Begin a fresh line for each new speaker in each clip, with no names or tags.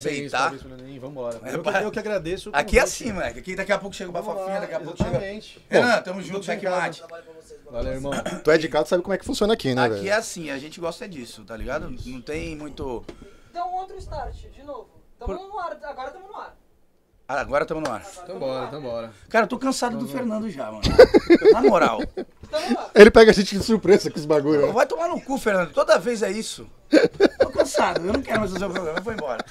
Aceitar.
né? Vambora.
É,
eu, que,
pá.
eu que agradeço.
tá. Aqui é assim, moleque. Aqui daqui a pouco chega o Bafofinha, daqui a pouco chega.
Exatamente.
Renan, Ah, tamo junto, checkmate.
Valeu, irmão.
Tu é de casa, sabe como é que funciona aqui, né,
Aqui
velho?
é assim, a gente gosta é disso, tá ligado? Não tem muito.
Então outro start, de novo. Tamo no ar, agora tamo no ar.
Ah, agora tamo no ar.
Então bora, então bora.
Cara, eu tô cansado do Fernando já, mano. Na moral.
Tamo no ar.
Ele pega a gente de surpresa com esse bagulho. né?
Vai tomar no cu, Fernando. Toda vez é isso. Tô cansado, eu não quero mais fazer o programa, eu vou embora.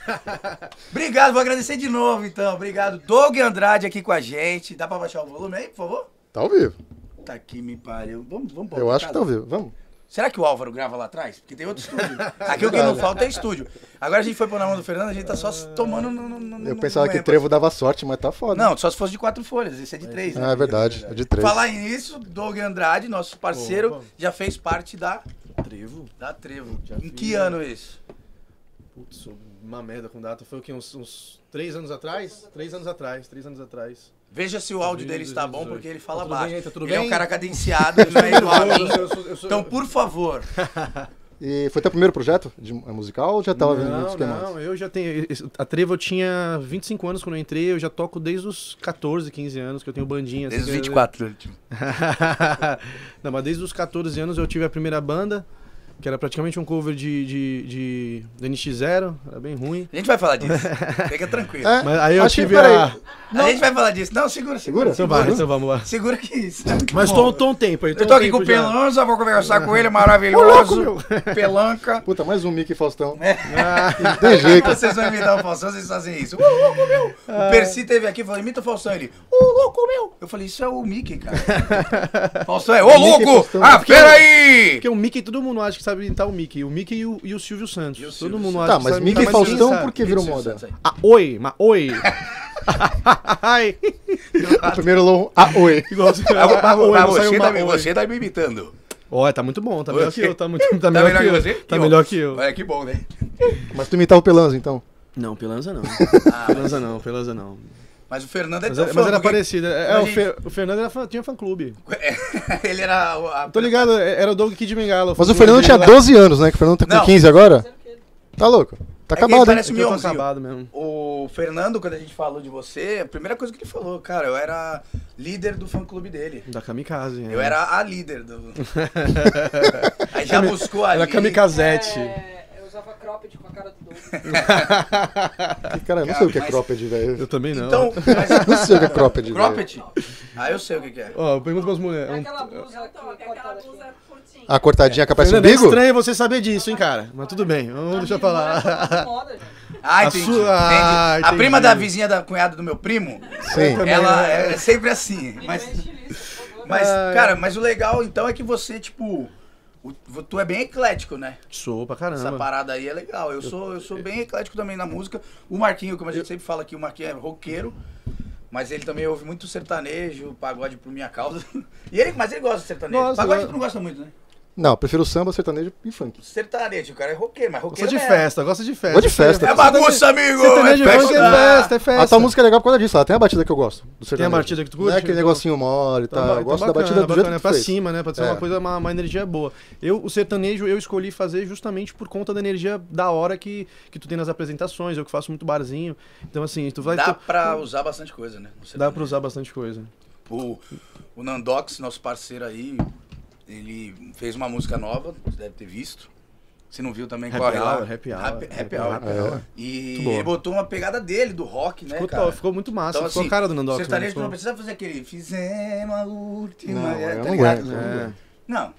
Obrigado, vou agradecer de novo, então. Obrigado. Doug Andrade aqui com a gente. Dá pra baixar o volume aí, por favor?
Tá ao vivo.
Tá que me pariu. Vamos, vamos
Eu acho que tá
talvez.
ao vivo. Vamos.
Será que o Álvaro grava lá atrás? Porque tem outro estúdio. Aqui o que não falta é estúdio. Agora a gente foi pôr na mão do Fernando, a gente tá só se tomando no. no- no-
Eu
no-
pensava
no
que
êmbase.
trevo dava sorte, mas tá foda.
é, Não, só se fosse de quatro folhas, esse é de três,
Ah,
né?
é verdade. É de três.
Falar nisso, Doug Andrade, nosso parceiro,
Opa.
já fez parte da,
Trevo?
da Trevo.
Já
em que
fiz. né?
ano isso?
Putz, uma merda com data. Foi o quê? Uns, uns três anos atrás? Três anos atrás, três anos atrás.
Veja
Tá
se o áudio dele está bom,
2018.
porque ele fala
Tá tudo bem
baixo.
aí? Tá tudo
ele é um
bem?
cara cadenciado, ele não é igual a mim.
Eu sou- eu sou-
Então, por favor,
E foi teu primeiro projeto de é musical ou já tava vendo
não,
outros esquemas?
não, eu já tenho. esse- A Trevo eu tinha 25 anos quando eu entrei, eu já toco desde os 14, 15 anos que eu tenho bandinha. assim,
desde os
que eu-
24 último.
Não, mas desde os 14 anos eu tive a primeira banda, que era praticamente um cover de, de, de, do NX0, era bem ruim.
A gente vai falar disso. Fica tranquilo.
É,
Mas aí eu
acho que-
tive
peraí.
a.
A gente vai falar disso. Não, segura, segura.
Segura?
Então vai, então vamos lá.
Segura que isso. é muito
Mas
bom.
tô, tô um tempo aí.
Eu
um
tô aqui
tempo
com o
já.
Pelanza, vou conversar com ele, maravilhoso.
Ô, louco,
Pelanca.
Puta, mais um Mickey Faustão.
Ah,
Não Tem jeito.
Vocês vão imitar o Faustão, vocês fazem isso. Ô, louco meu!
Ah.
O Percy teve aqui e falou: imita o Faustão. Ele, ô, louco meu! Eu falei: isso é o Mickey, cara. Faustão é, ô,
Mickey
louco!
Faustão.
Ah, peraí!
porque o Mickey, todo mundo acha que sabe imitar o Mickey. O Mickey e o, e o Silvio Santos.
E o
todo
Silvio
mundo
Tá,
acha que
mas
sabe
Mickey
imitar,
e
ninguém
Faustão
sabe.
por que virou
Silvio
moda?
Santos aí.
Ah, oi, mas oi. Ai,
O primeiro long. Ah, oi.
igualzinho.
Ah, ah, ah,
Oi,
ah,
não saiu
você,
uma
tá, me-
oi.
você tá me imitando.
Ó, tá muito bom, tá melhor
Você-
que eu. Tá, muito, tá, melhor, que, eu.
você?
Tá
bom.
melhor que eu.
Olha que bom, né?
Mas tu imitava o Pelanzo, então.
Não, Pelanza não.
Ah,
Pelanza não, Pelanza não.
mas o Fernando é
Mas,
teu
mas
fã,
era
porque-
parecido. É,
Mas,
o, Fe- o Fernando era fã- tinha fã-clube.
É, Ele era. o- a-
Tô ligado, é- era o Doug Kid Bengala.
Mas o
fã-clube
Fernando
dele
tinha
lá.
12 anos, né? Que o Fernando tá
Não.
com 15 agora.
Sabe o quê?
Tá louco. Tá
É que ele
acabado, hein?
parece
É que eu tô
Mionzinho.
acabado mesmo.
O Fernando, quando a gente falou de você, a primeira coisa que ele falou, cara, eu era líder do fã clube dele.
Da Kamikaze. né?
Eu era a líder do. Aí já buscou a
Era
líder.
Kamikazete.
É, eu usava cropped com a cara do Doug.
Cara, eu não sei o que é
Mas-
cropped, velho.
Eu também não.
Então,
Não
mas...
sei o que é cropped, velho.
Cropped? Ah, eu sei o que, que é.
Ó, pergunta pras mulheres.
É
Um...
aquela blusa que
Toca
cortada
aquela
aqui.
blusa curtinha.
A cortadinha que aparece no
Fernando, é
umbigo?
estranho você saber disso, hein, cara. Mas tudo bem, vamos deixar pra
né?
Não é
lá.
coisa de moda, gente. É
Ah,
A
entendi.
sua-
entendi.
Ah,
A
entendi.
prima da vizinha da cunhada do meu primo,
Sim.
ela é é sempre assim.
E
Mas,
não é estilista, por favor.
mas,
Ai.
cara, mas o legal então é que você, tipo. o- Tu é bem eclético, né?
Sou pra
Essa
caramba.
parada aí é legal. Eu sou, eu sou bem eclético também na música. O Marquinho, como a gente sempre fala aqui, o Marquinho é roqueiro. Mas ele também ouve muito sertanejo, pagode por minha causa. E ele, mas ele gosta de sertanejo.
Nossa,
pagode
eu-
tu não gosta muito, né?
Não, eu prefiro samba, sertanejo e funk.
Sertanejo, o cara é roqueiro, mas
Gosta
roqueiro
de
mesmo.
festa, gosta de festa.
Gosto de festa.
É bagunça, amigo!
Sertanejo
é
funk é festa, é festa.
A tua música é legal por causa disso. Ela tem a batida que eu gosto. Do sertanejo.
a batida que tu curte?
Não é aquele
Então-
negocinho mole e
Tá,
tal.
ba-
eu
tá
gosto da
bacana,
batida do
bacana,
jeito
é
que
pra
tu fez.
cima, né? Pra ser
É.
uma coisa, uma, uma energia boa. Eu, o sertanejo, eu escolhi fazer justamente por conta da energia da hora que, que tu tem nas apresentações, eu que faço muito barzinho. Então, assim, tu vai.
Dá
tu-
pra usar bastante coisa, né? Você
dá pra usar bastante coisa.
O, o Nandox, nosso parceiro aí, ele fez uma música nova, você deve ter visto. Se não viu também,
Happy
corre lá.
hour, happy hour.
Happy, happy
Happy
hour.
hour. É.
E
Muito boa.
ele botou uma pegada dele, do rock, né,
Ficou,
cara?
top, ficou muito massa,
Então,
ficou
assim,
a cara do Nandox.
sertanejo
né?
não precisa fazer aquele fizemos a última.
Não,
é,
eu
tá
não
ligado?
aguento.
É.
Não,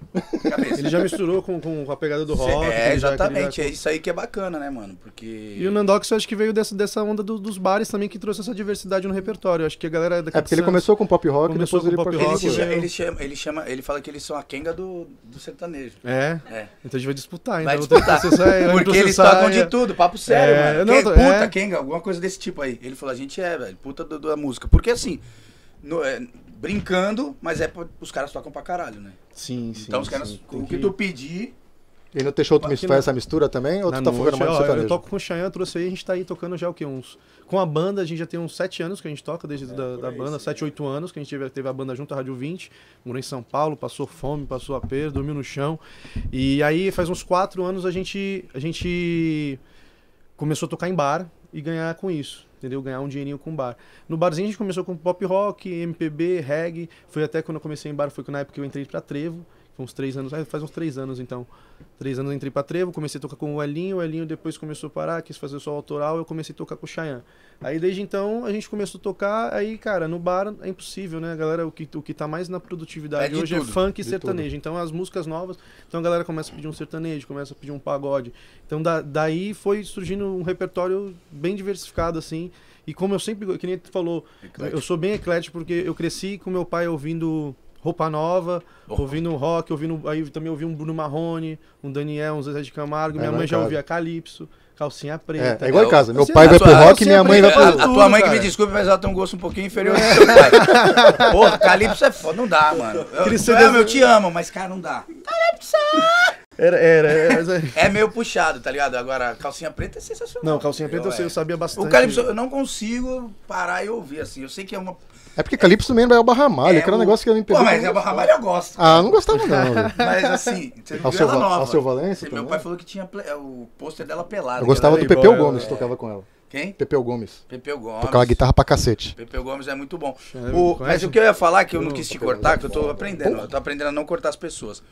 cabeça.
Ele já misturou com, com com a pegada do rock.
é,
ele já-
exatamente.
ele
É
já-
isso aí que é bacana, né, mano? Porque.
E o Nandox eu acho que veio dessa, dessa onda do- dos bares também que trouxe essa diversidade no repertório. Eu acho que a galera daqui
É porque ele
de Santos-
começou com pop rock e
Começou
depois ele
com pop
partiu
ele,
rock, é?
pro
se cha-
eu-
ele chama, ele chama. Ele fala que eles são a Kenga do, do sertanejo.
É.
É.
Então a gente vai disputar, é, ainda.
Vai
eu vou ter que
disputar.
processar, ele vai me
Porque eles
processar,
tocam
é.
de tudo, papo sério,
É,
mano.
não,
Quem-
tô-
puta,
é.
quem, alguma coisa desse tipo aí. Ele falou, a gente é, velho, puta do- da música. Porque assim, no- é, brincando, mas é pra- os caras tocam pra caralho, né?
Sim, sim.
então os caras,
sim.
o
Tem
que tu pedir,
E no Teixeira tu
Aqui
faz
na-
essa mistura também? Ou
Na
tu tá focando
noite,
mais no
ó, eu
sertanejo?
toco com o Chayanne, eu trouxe aí, a gente tá aí tocando já o quê? Uns... Com a banda, a gente já tem uns 7 anos que a gente toca, desde
É,
da, da banda, 7, 8 anos, que a gente teve, teve a banda junto, a Rádio 20, morou em São Paulo, passou fome, passou aperto, dormiu no chão. E aí faz uns 4 anos a gente, a gente começou a tocar em bar, e ganhar com isso, entendeu? Ganhar um dinheirinho com o bar. No barzinho a gente começou com pop rock, MPB, reggae, foi até quando eu comecei em bar, foi na época que eu entrei pra Trevo, foi uns três anos, ah, faz uns três anos então. Três anos eu entrei pra Trevo, comecei a tocar com o Elinho, o Elinho depois começou a parar, quis fazer só o autoral, eu comecei a tocar com o Chayanne. Aí desde então a gente começou a tocar, aí cara, no bar é impossível, né? A galera, o que, o que tá mais na produtividade
É de
hoje
tudo,
é funk e
de
sertanejo. Então as músicas novas, então a galera começa a pedir um sertanejo, começa a pedir um pagode. Então da- daí foi surgindo um repertório bem diversificado assim. E como eu sempre, que nem tu falou, eu sou bem eclético porque eu cresci com meu pai ouvindo roupa nova,
Roupa.
ouvindo rock, ouvindo aí também ouvi um Bruno Marrone, um Daniel, um Zezé de Camargo,
É,
minha
lá
mãe
em
já
casa.
ouvia Calypso, calcinha preta.
É, é igual em casa. Meu
Você-
pai vai pro
a-
rock
você
e minha mãe vai
aprende
A,
pro.
a
tudo,
tua mãe que me
cara. É.
desculpe, mas ela tem um gosto um pouquinho inferior ao seu pai. Porra, Calypso é foda, não dá, mano. Eu,
Aquele é
eu,
CD
eu te amo, mas cara, não dá.
Era, era, era, mas é-
É meio puxado, tá ligado? Agora, calcinha preta é sensacional. é.
Não, calcinha preta eu, sei, eu sabia bastante.
O Calypso, eu não consigo parar e ouvir, assim. Eu sei que é uma.
É porque Calypso mesmo é o Barramalho,
é
que era um
o-
negócio que eu me
Pô,
pegou.
mas é Ramalho eu gosto.
Ah, não gostava não. velho.
Mas assim, você não viu
Alceu
ela
Va-
nova.
Alceu Valença
Meu
também?
pai falou que tinha ple- o pôster dela pelado. é
Eu gostava
Era
do
igual
Pepeu
ela,
Gomes, tocava com ela.
Quem?
Pepeu Gomes.
Pepeu Gomes.
Tocava guitarra pra cacete.
Pepeu Gomes é muito bom.
É,
O-
conhece?
mas o que eu ia falar, que eu não
Não,
quis te
Pepeu Gomes
cortar,
é
que eu tô
foda.
aprendendo.
Pô.
Eu tô aprendendo a não cortar as pessoas.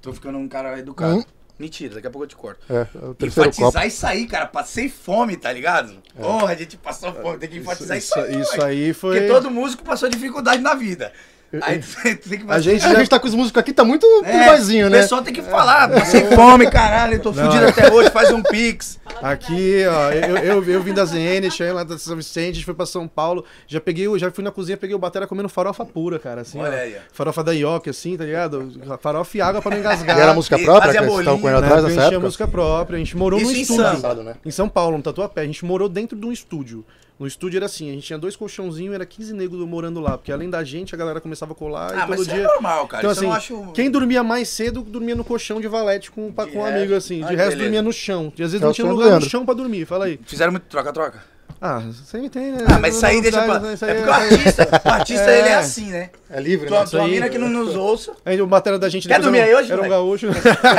Tô ficando um cara educado.
Hum.
Mentira, daqui a pouco eu te corto.
É, é o terceiro copo.
Enfatizar isso aí, cara. Passei fome, tá ligado? Porra, a gente passou fome. Tem que enfatizar isso, aí.
isso
ué.
aí foi.
Porque todo músico passou dificuldade na vida. Aí você tem que
A gente
A gente tá com os músicos aqui, tá muito
É,
Um
privazinho,
O
né?
pessoal tem que falar, passei fome, caralho, eu tô
É. Não.
fudido até hoje, faz um pix.
Aqui, ó, eu, eu, eu vim da ZN, cheguei lá da São Vicente, a gente foi pra São Paulo, já peguei, o- já fui na cozinha, peguei o batera comendo farofa pura, cara, assim,
Olha
ó.
aí, ó.
farofa da Ioki, assim, tá ligado? Farofa e água pra não engasgar.
E era a música
E
própria,
fazia
que vocês estavam com
bolinho,
ela
né?
atrás
Porque
nessa
a gente tinha
época?
música própria, a gente morou
Isso
num
em
estúdio.
Santos,
né?
Em São Paulo, no Tatuapé, a gente morou dentro de um estúdio. No estúdio era assim, a gente tinha dois colchãozinhos, era 15 negros morando lá, porque além da gente, a galera começava a colar e
Ah,
todo
mas isso
dia...
é normal, cara.
Então,
isso eu
assim,
não acho.
quem dormia mais cedo dormia no colchão de valete com, com
De
um
resto-
amigo, assim. De
Ai,
resto,
beleza.
dormia no chão. E às vezes
É o
não tinha
sonho do
lugar no
Leandro.
chão pra dormir. Fala aí.
Fizeram muito troca-troca?
Ah, sempre tem, né?
Ah, mas isso aí deixa pra.
Não, né? isso aí
É porque o artista, o artista
É.
ele é assim, né?
É livre, né?
Tua,
Isso
tua
aí-
mina que não nos ouça.
Aí o batera da gente
Quer
depois
dormir
era um-
aí hoje,
Era um
moleque?
gaúcho.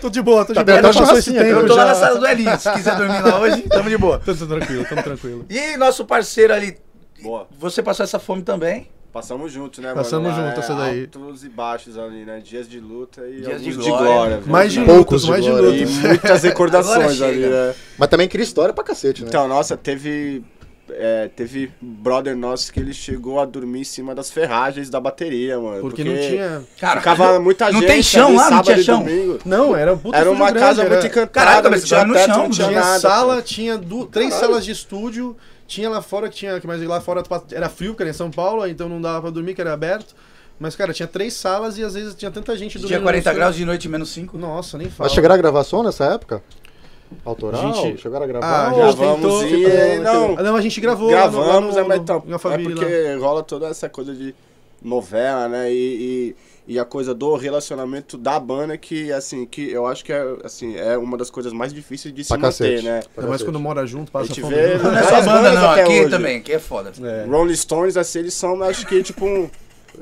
tô de boa, tô de
Tá
boa.
aberto
Já
a
passou esse
churrasquinha,
Eu
tempo.
tô lá
já.
na sala do Elinho. Se quiser dormir lá hoje, tamo de boa.
Tô, tô tranquilo, tô tranquilo.
E nosso parceiro ali,
Boa.
você passou essa fome também.
Passamos juntos, né,
Passamos
mano? Lá
junto
é
essa daí.
Altos e baixos ali, né? Dias de luta e
Dias de
alguns
glória. né?
viu?
Mais de
Poucos
lutos, mais de
de
E
lutos.
muitas
Agora
recordações
chega.
ali, né?
Mas também queria história pra cacete, né?
Então, nossa, teve. é, teve brother nosso que ele chegou a dormir em cima das ferragens da bateria, mano.
Porque não tinha...
Cara,
Ficava muita
não
gente.
tem chão
ali,
lá? Não
sábado
tinha
e
chão?
domingo.
Não, era um puta
Era
estúdio
uma
grande,
casa
era-
muito encantada.
Caraca, mas
não tinha
era no
teto,
chão,
não tinha
Tinha
nada.
sala, tinha du- três salas de estúdio, tinha lá fora que tinha, que mais lá fora tipo, era frio, que era em São Paulo, então não dava pra dormir, que era aberto. Mas, cara, tinha três salas e às vezes tinha tanta gente
Dia
no
40
estúdio.
graus de noite, menos 5.
Nossa, nem fala.
Mas chegaram a gravar som nessa época? Autoral?
Gente-
Chegaram a
Ah,
gravar?
já
Ou-
Gravamos
tentou,
e
tentou,
não.
Ah, não, a gente gravou. lá no- lá
Gravamos,
no,
é, mas então,
na
é
família.
porque rola toda essa coisa de novela, né? E, e, e a coisa do relacionamento da banda que, assim, que eu acho que é, assim, é uma das coisas mais difíceis de se
Pra
manter,
cacete.
né?
Ainda
Pra
mais
cacete.
quando mora junto, passa
A gente
fome. né?
vê-
Não é
Várias
só banda,
bandas
não.
até
Aqui
hoje.
também, aqui é foda.
É.
Rolling Stones, assim, eles são, acho que, tipo, um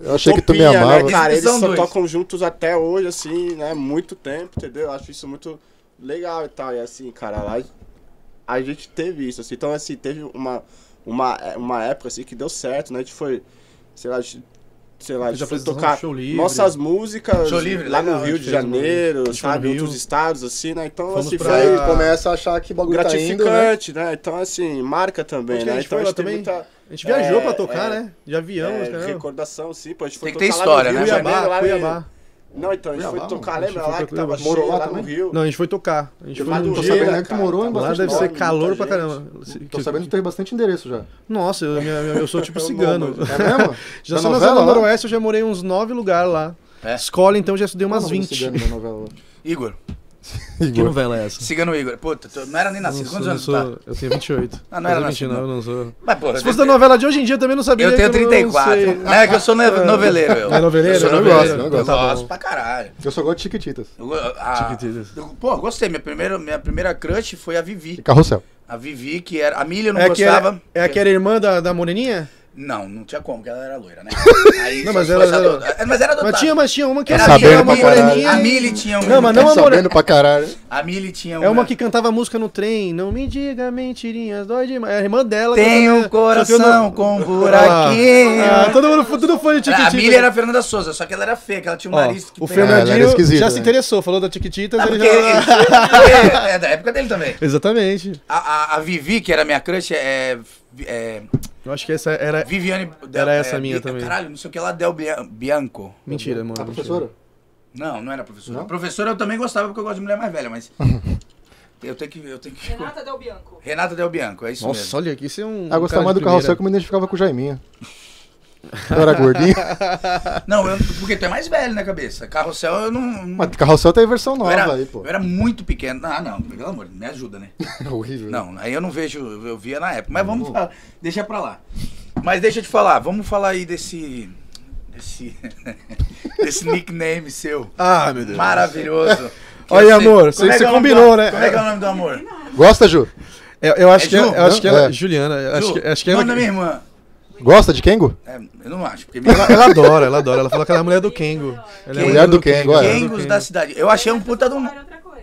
Eu achei que tu me
utopia,
amava.
Né, cara, eles
São
só
dois.
tocam juntos até hoje, assim, né? Muito tempo, entendeu? Eu acho isso muito legal e tal. E assim, cara, lá a gente teve isso, assim. Então, assim, teve uma, uma, uma época, assim, que deu certo, né? A gente foi, sei lá, a gente- sei lá, a gente
Já
foi
fez um
tocar
show livre.
nossas músicas
Show livre,
lá no
legal,
Rio
a gente
de
fez um- a
Janeiro,
gente foi no
sabe? Em
Rio.
outros estados, assim, né? Então,
Fomos
assim,
pra-
foi
Aí começa a achar que o bagulho tá indo, né?
gratificante, né? Então, assim, marca também,
Onde que
né?
a gente
então,
foi lá
teve
também?
muita-
A gente viajou
É,
pra tocar,
é.
né? De avião,
é,
cara.
recordação, sim, pô. A gente foi
Tem que ter
tocar
história,
lá no
né,
Rio de
mano?
Janeiro,
Cuiabá,
lá em-
Cuiabá.
Não, então, a gente
Cuiabá,
foi tocar,
mano, a gente
lembra
foi
lá
pra
que tava
Cuiabá. Morou
cheio
lá
lá no
também?
Rio.
Não, a gente foi tocar. A gente foi
Lá
no-
do
Tô
Rio,
sabendo
né,
que tu
cara?
morou em
Lá
bastante
deve ser
nome,
calor pra
muita gente.
caramba. Se-
Tô
que-
sabendo que tu tem bastante endereço já.
Nossa, eu, minha- minha- eu sou tipo cigano.
É mesmo?
Já
Da
só na
novela
Zona
lá?
Noroeste eu já morei uns nove lugares lá.
É.
Escola, então já estudei
Qual o
umas
nome do
20.
cigano da novela?
Igor,
Que novela é essa?
cigano Igor. Puta, tu não era nem
Eu
nascido.
sou-
Quantos
eu,
anos tu tá?
sou- eu tenho 28.
Ah, não era
eu sou
nascido,
29, não sou.
Mas, porra,
Se fosse da novela de hoje em dia, eu também não sabia.
eu tenho
que não
34.
sei.
Não, é que eu sou no- noveleiro. Eu.
É noveleiro?
Eu sou
Eu gosto,
noveleiro.
eu
Eu
gosto.
Tá
gosto
bom.
pra caralho.
Eu só gosto de Chiquititas.
Eu go- a-
Chiquititas.
eu- Pô, gostei. Minha primeira, minha primeira crush foi a
E
Vivi.
Carrossel.
A Vivi, que era. A Milha eu não
É, que é,
gostava.
é aquela irmã da, da Moreninha?
Não, não tinha como, porque ela era loira, né? Aí,
Não,
só
mas
se
ela
fosse
era-
adota- É, Mas era adotada.
Mas tinha, mas tinha uma que
Tá
Era a
era
Mili-
sabendo
era
a
pra
Mili-
caralho.
A Mili tinha uma.
Não, mas não
Tá
a more-
sabendo pra caralho.
A Mili tinha uma.
É uma que cantava música no trem. Não me diga mentirinhas, dói demais. É a irmã dela.
Tem um
cantando-
coração
cantando-
com um
Ah, ah,
buraquinho.
todo mundo, tudo fã de
A
Tiquitita.
Mili era a Fernanda Souza, só que ela era feia, que ela tinha um
Ó,
nariz que pegava-
o
Fernando- Ela era
Fernandinho
esquisita,
já se
né?
interessou, falou da Tiquititas,
Ah,
ele
porque
já...
ele- é, é da época dele também.
Exatamente.
A, a- a Vivi, que era minha crush, é. é
Eu acho que essa era...
Viviane.
Era
é,
essa minha também.
Caralho, não sei o que ela Del Bian- Bianco.
Mentira, mano.
A
mentira.
professora?
Não, não era professora.
Não?
Professora eu também gostava porque eu gosto de mulher mais velha, mas. eu tenho que. Eu tenho que...
Renata Del Bianco.
Renata Del Bianco, é isso
Nossa,
mesmo.
olha aqui, isso é um...
Ah, eu gostava
cara
mais
de
do carro
primeira.
seco, eu me identificava com o Jaiminha. Eu era gordinho.
Não, eu, porque tu é mais velho na cabeça. Carrossel eu não. não-
Mas carrossel tem versão
eu,
nova
era,
aí, pô.
eu era muito pequeno. Ah, não, pelo amor, me ajuda, né?
É
Horrível.
Não, aí eu não vejo, eu via na época. Mas vamos falar, deixa pra lá. Mas deixa eu te falar, vamos falar aí desse. desse. desse nickname seu.
Ah, meu Deus.
Maravilhoso. Que
Olha,
eu sei-
amor,
como é
você-
que
você
é o nome
combinou,
do-
né?
Como é que é o nome do amor?
Gosta, Ju?
Eu, eu acho
É
que,
Ju?
eu, eu acho que ela...
É.
Juliana, acho
Ju,
que, acho que
nome
ela...
da minha irmã.
Gosta de Kengo?
É, eu não acho, porque minha
Ela, ela adora, ela adora. Ela falou que ela é a mulher do Kengo. Ela é a
Kengo.
Mulher do Kengo,
ela é a mulher do
Kengos da cidade. Eu achei um puta de um.
Era outra coisa,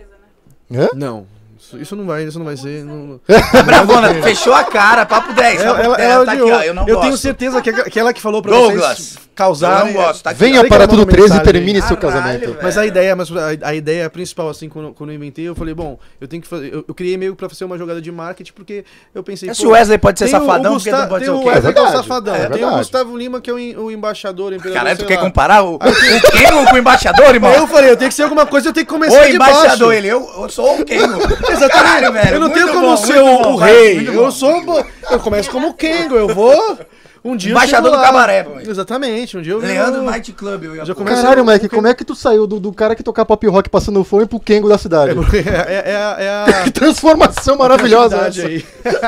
né?
Hã?
Não, isso, isso não vai, isso não vai ser... não- é,
Tá bravona, fechou a cara, papo 10.
Ela,
papo
ela,
10,
ela
tá
odiou.
aqui, ó, eu não
eu
gosto.
tenho certeza que, que ela que falou pra
Douglas,
vocês causar.
eu não gosto, tá aqui.
Venha
Sei que
para
ela mandou
Tudo 13 e
mensagem.
termine seu
Caralho,
casamento.
velho.
Mas a ideia, mas a, a ideia principal, assim, quando, quando eu inventei, eu falei, bom, eu tenho que fazer. Eu, eu criei meio pra ser uma jogada de marketing, porque eu pensei.
Esse Wesley pode ser
tem o- o
safadão, porque
Gusta-
não pode
tem
ser o
o
quê?
Wesley que é o
É verdade,
safadão.
é
tem o
verdade.
Gustavo Lima, que é o, em- o embaixador, o imperador.
Caralho, tu
sei
quer
lá.
comparar o, o Kengo com o embaixador, irmão?
Aí eu falei, eu tenho que ser alguma coisa, eu tenho que começar
Ô,
de
embaixador,
baixo.
ele, eu, eu sou o Kengo.
Exatamente.
Caralho, velho.
eu não
muito
tenho como
bom,
ser
muito
o,
bom,
o
vai,
rei.
muito
Eu
bom.
sou. um bo- Eu começo como o Kengo, eu vou. Um dia. eu
Embaixador
chego
do
lá.
cabaré, pô.
Exatamente, um dia eu.
Leandro
eu-
Night Club, eu ia
Já
pôr.
Mas
Caralho,
eu-
moleque, como é que tu saiu do, do cara que tocar pop rock passando fome pro Kengo da cidade?
É, é, é a- é a.
Que transformação maravilhosa
atividade
essa.
aí.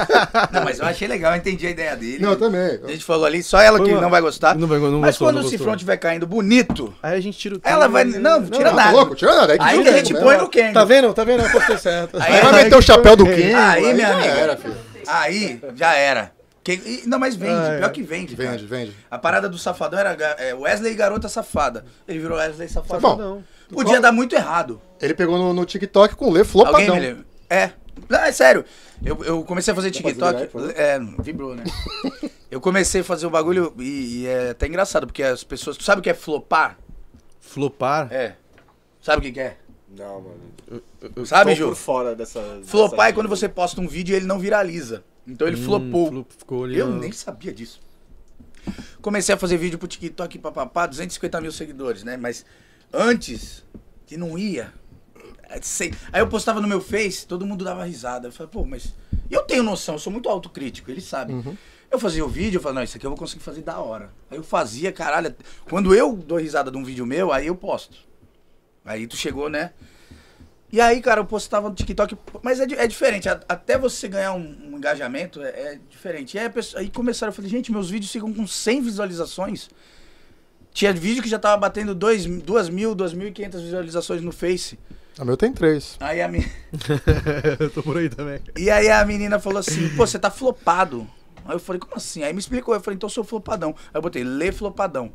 Não, mas eu achei legal, eu entendi a ideia dele.
Não, eu também.
A gente falou ali, só ela
tá- Foi
que
uma-
não vai gostar.
Não vai- não
mas
gostou,
quando
não
o
gostou.
cifrão estiver caindo bonito,
Aí a gente tira o
ela vai. Não, tira nada.
Tá louco? Tira nada. É que
Aí
tu
que a
tem,
gente
né?
põe no Kengo.
Tá vendo? Tá vendo? Eu postei certo.
Aí é.
Aí
ela
vai meter o chapéu do Kengo.
Aí, minha
já
amiga.
Era, filho.
Aí, já era. Que- e- não, mas vende.
Ah, é.
Pior que vende, cara.
Vende, vende.
A parada do safadão era ga- é, Wesley Garota Safada. Ele virou Wesley Safadão.
Bom,
Podia dar muito errado.
ele pegou no, no TikTok com o Lê
Alguém
flopadão.
me lembra? É. Não, é sério. Eu, eu comecei a fazer
virar aí,
TikTok.
por favor?
É, vibrou, né? eu comecei a fazer o bagulho e, e é até engraçado, porque as pessoas. Tu sabe o que é flopar?
Flopar?
É. Sabe o que que é?
Não, mano.
Sabe,
Tô
Ju?
por fora dessa.
Flopar é
dessa-
quando você posta um vídeo e ele não viraliza. Então
Hum,
ele flopou.
Flop- ficou Hum, ali
Eu
no-
nem sabia disso. Comecei a fazer vídeo pro TikTok, papapá, 250 mil seguidores, né? Mas antes, que não ia. é, sei. Aí eu postava no meu Face, todo mundo dava risada. Eu falei, pô, mas eu tenho noção, eu sou muito autocrítico, eles sabem. Eu fazia o vídeo, eu falava, não, isso aqui eu vou conseguir fazer da hora. Aí eu fazia, caralho. Quando eu dou risada de um vídeo meu, aí eu posto. Aí tu chegou, né? E aí, cara, eu postava no TikTok, mas é, di- é diferente, a- até você ganhar um, um engajamento é, é diferente. E aí, a pessoa- aí começaram, eu falei, gente, meus vídeos ficam com 100 visualizações. Tinha vídeo que já tava batendo 2 mil, 2.500 visualizações no Face.
O Ah, meu tem três.
Aí a, me-
eu tô por aí também.
e aí a menina falou assim, pô, você tá flopado. Aí eu falei, como assim? Aí me explicou, eu falei, então eu sou flopadão. Aí eu botei, lê flopadão.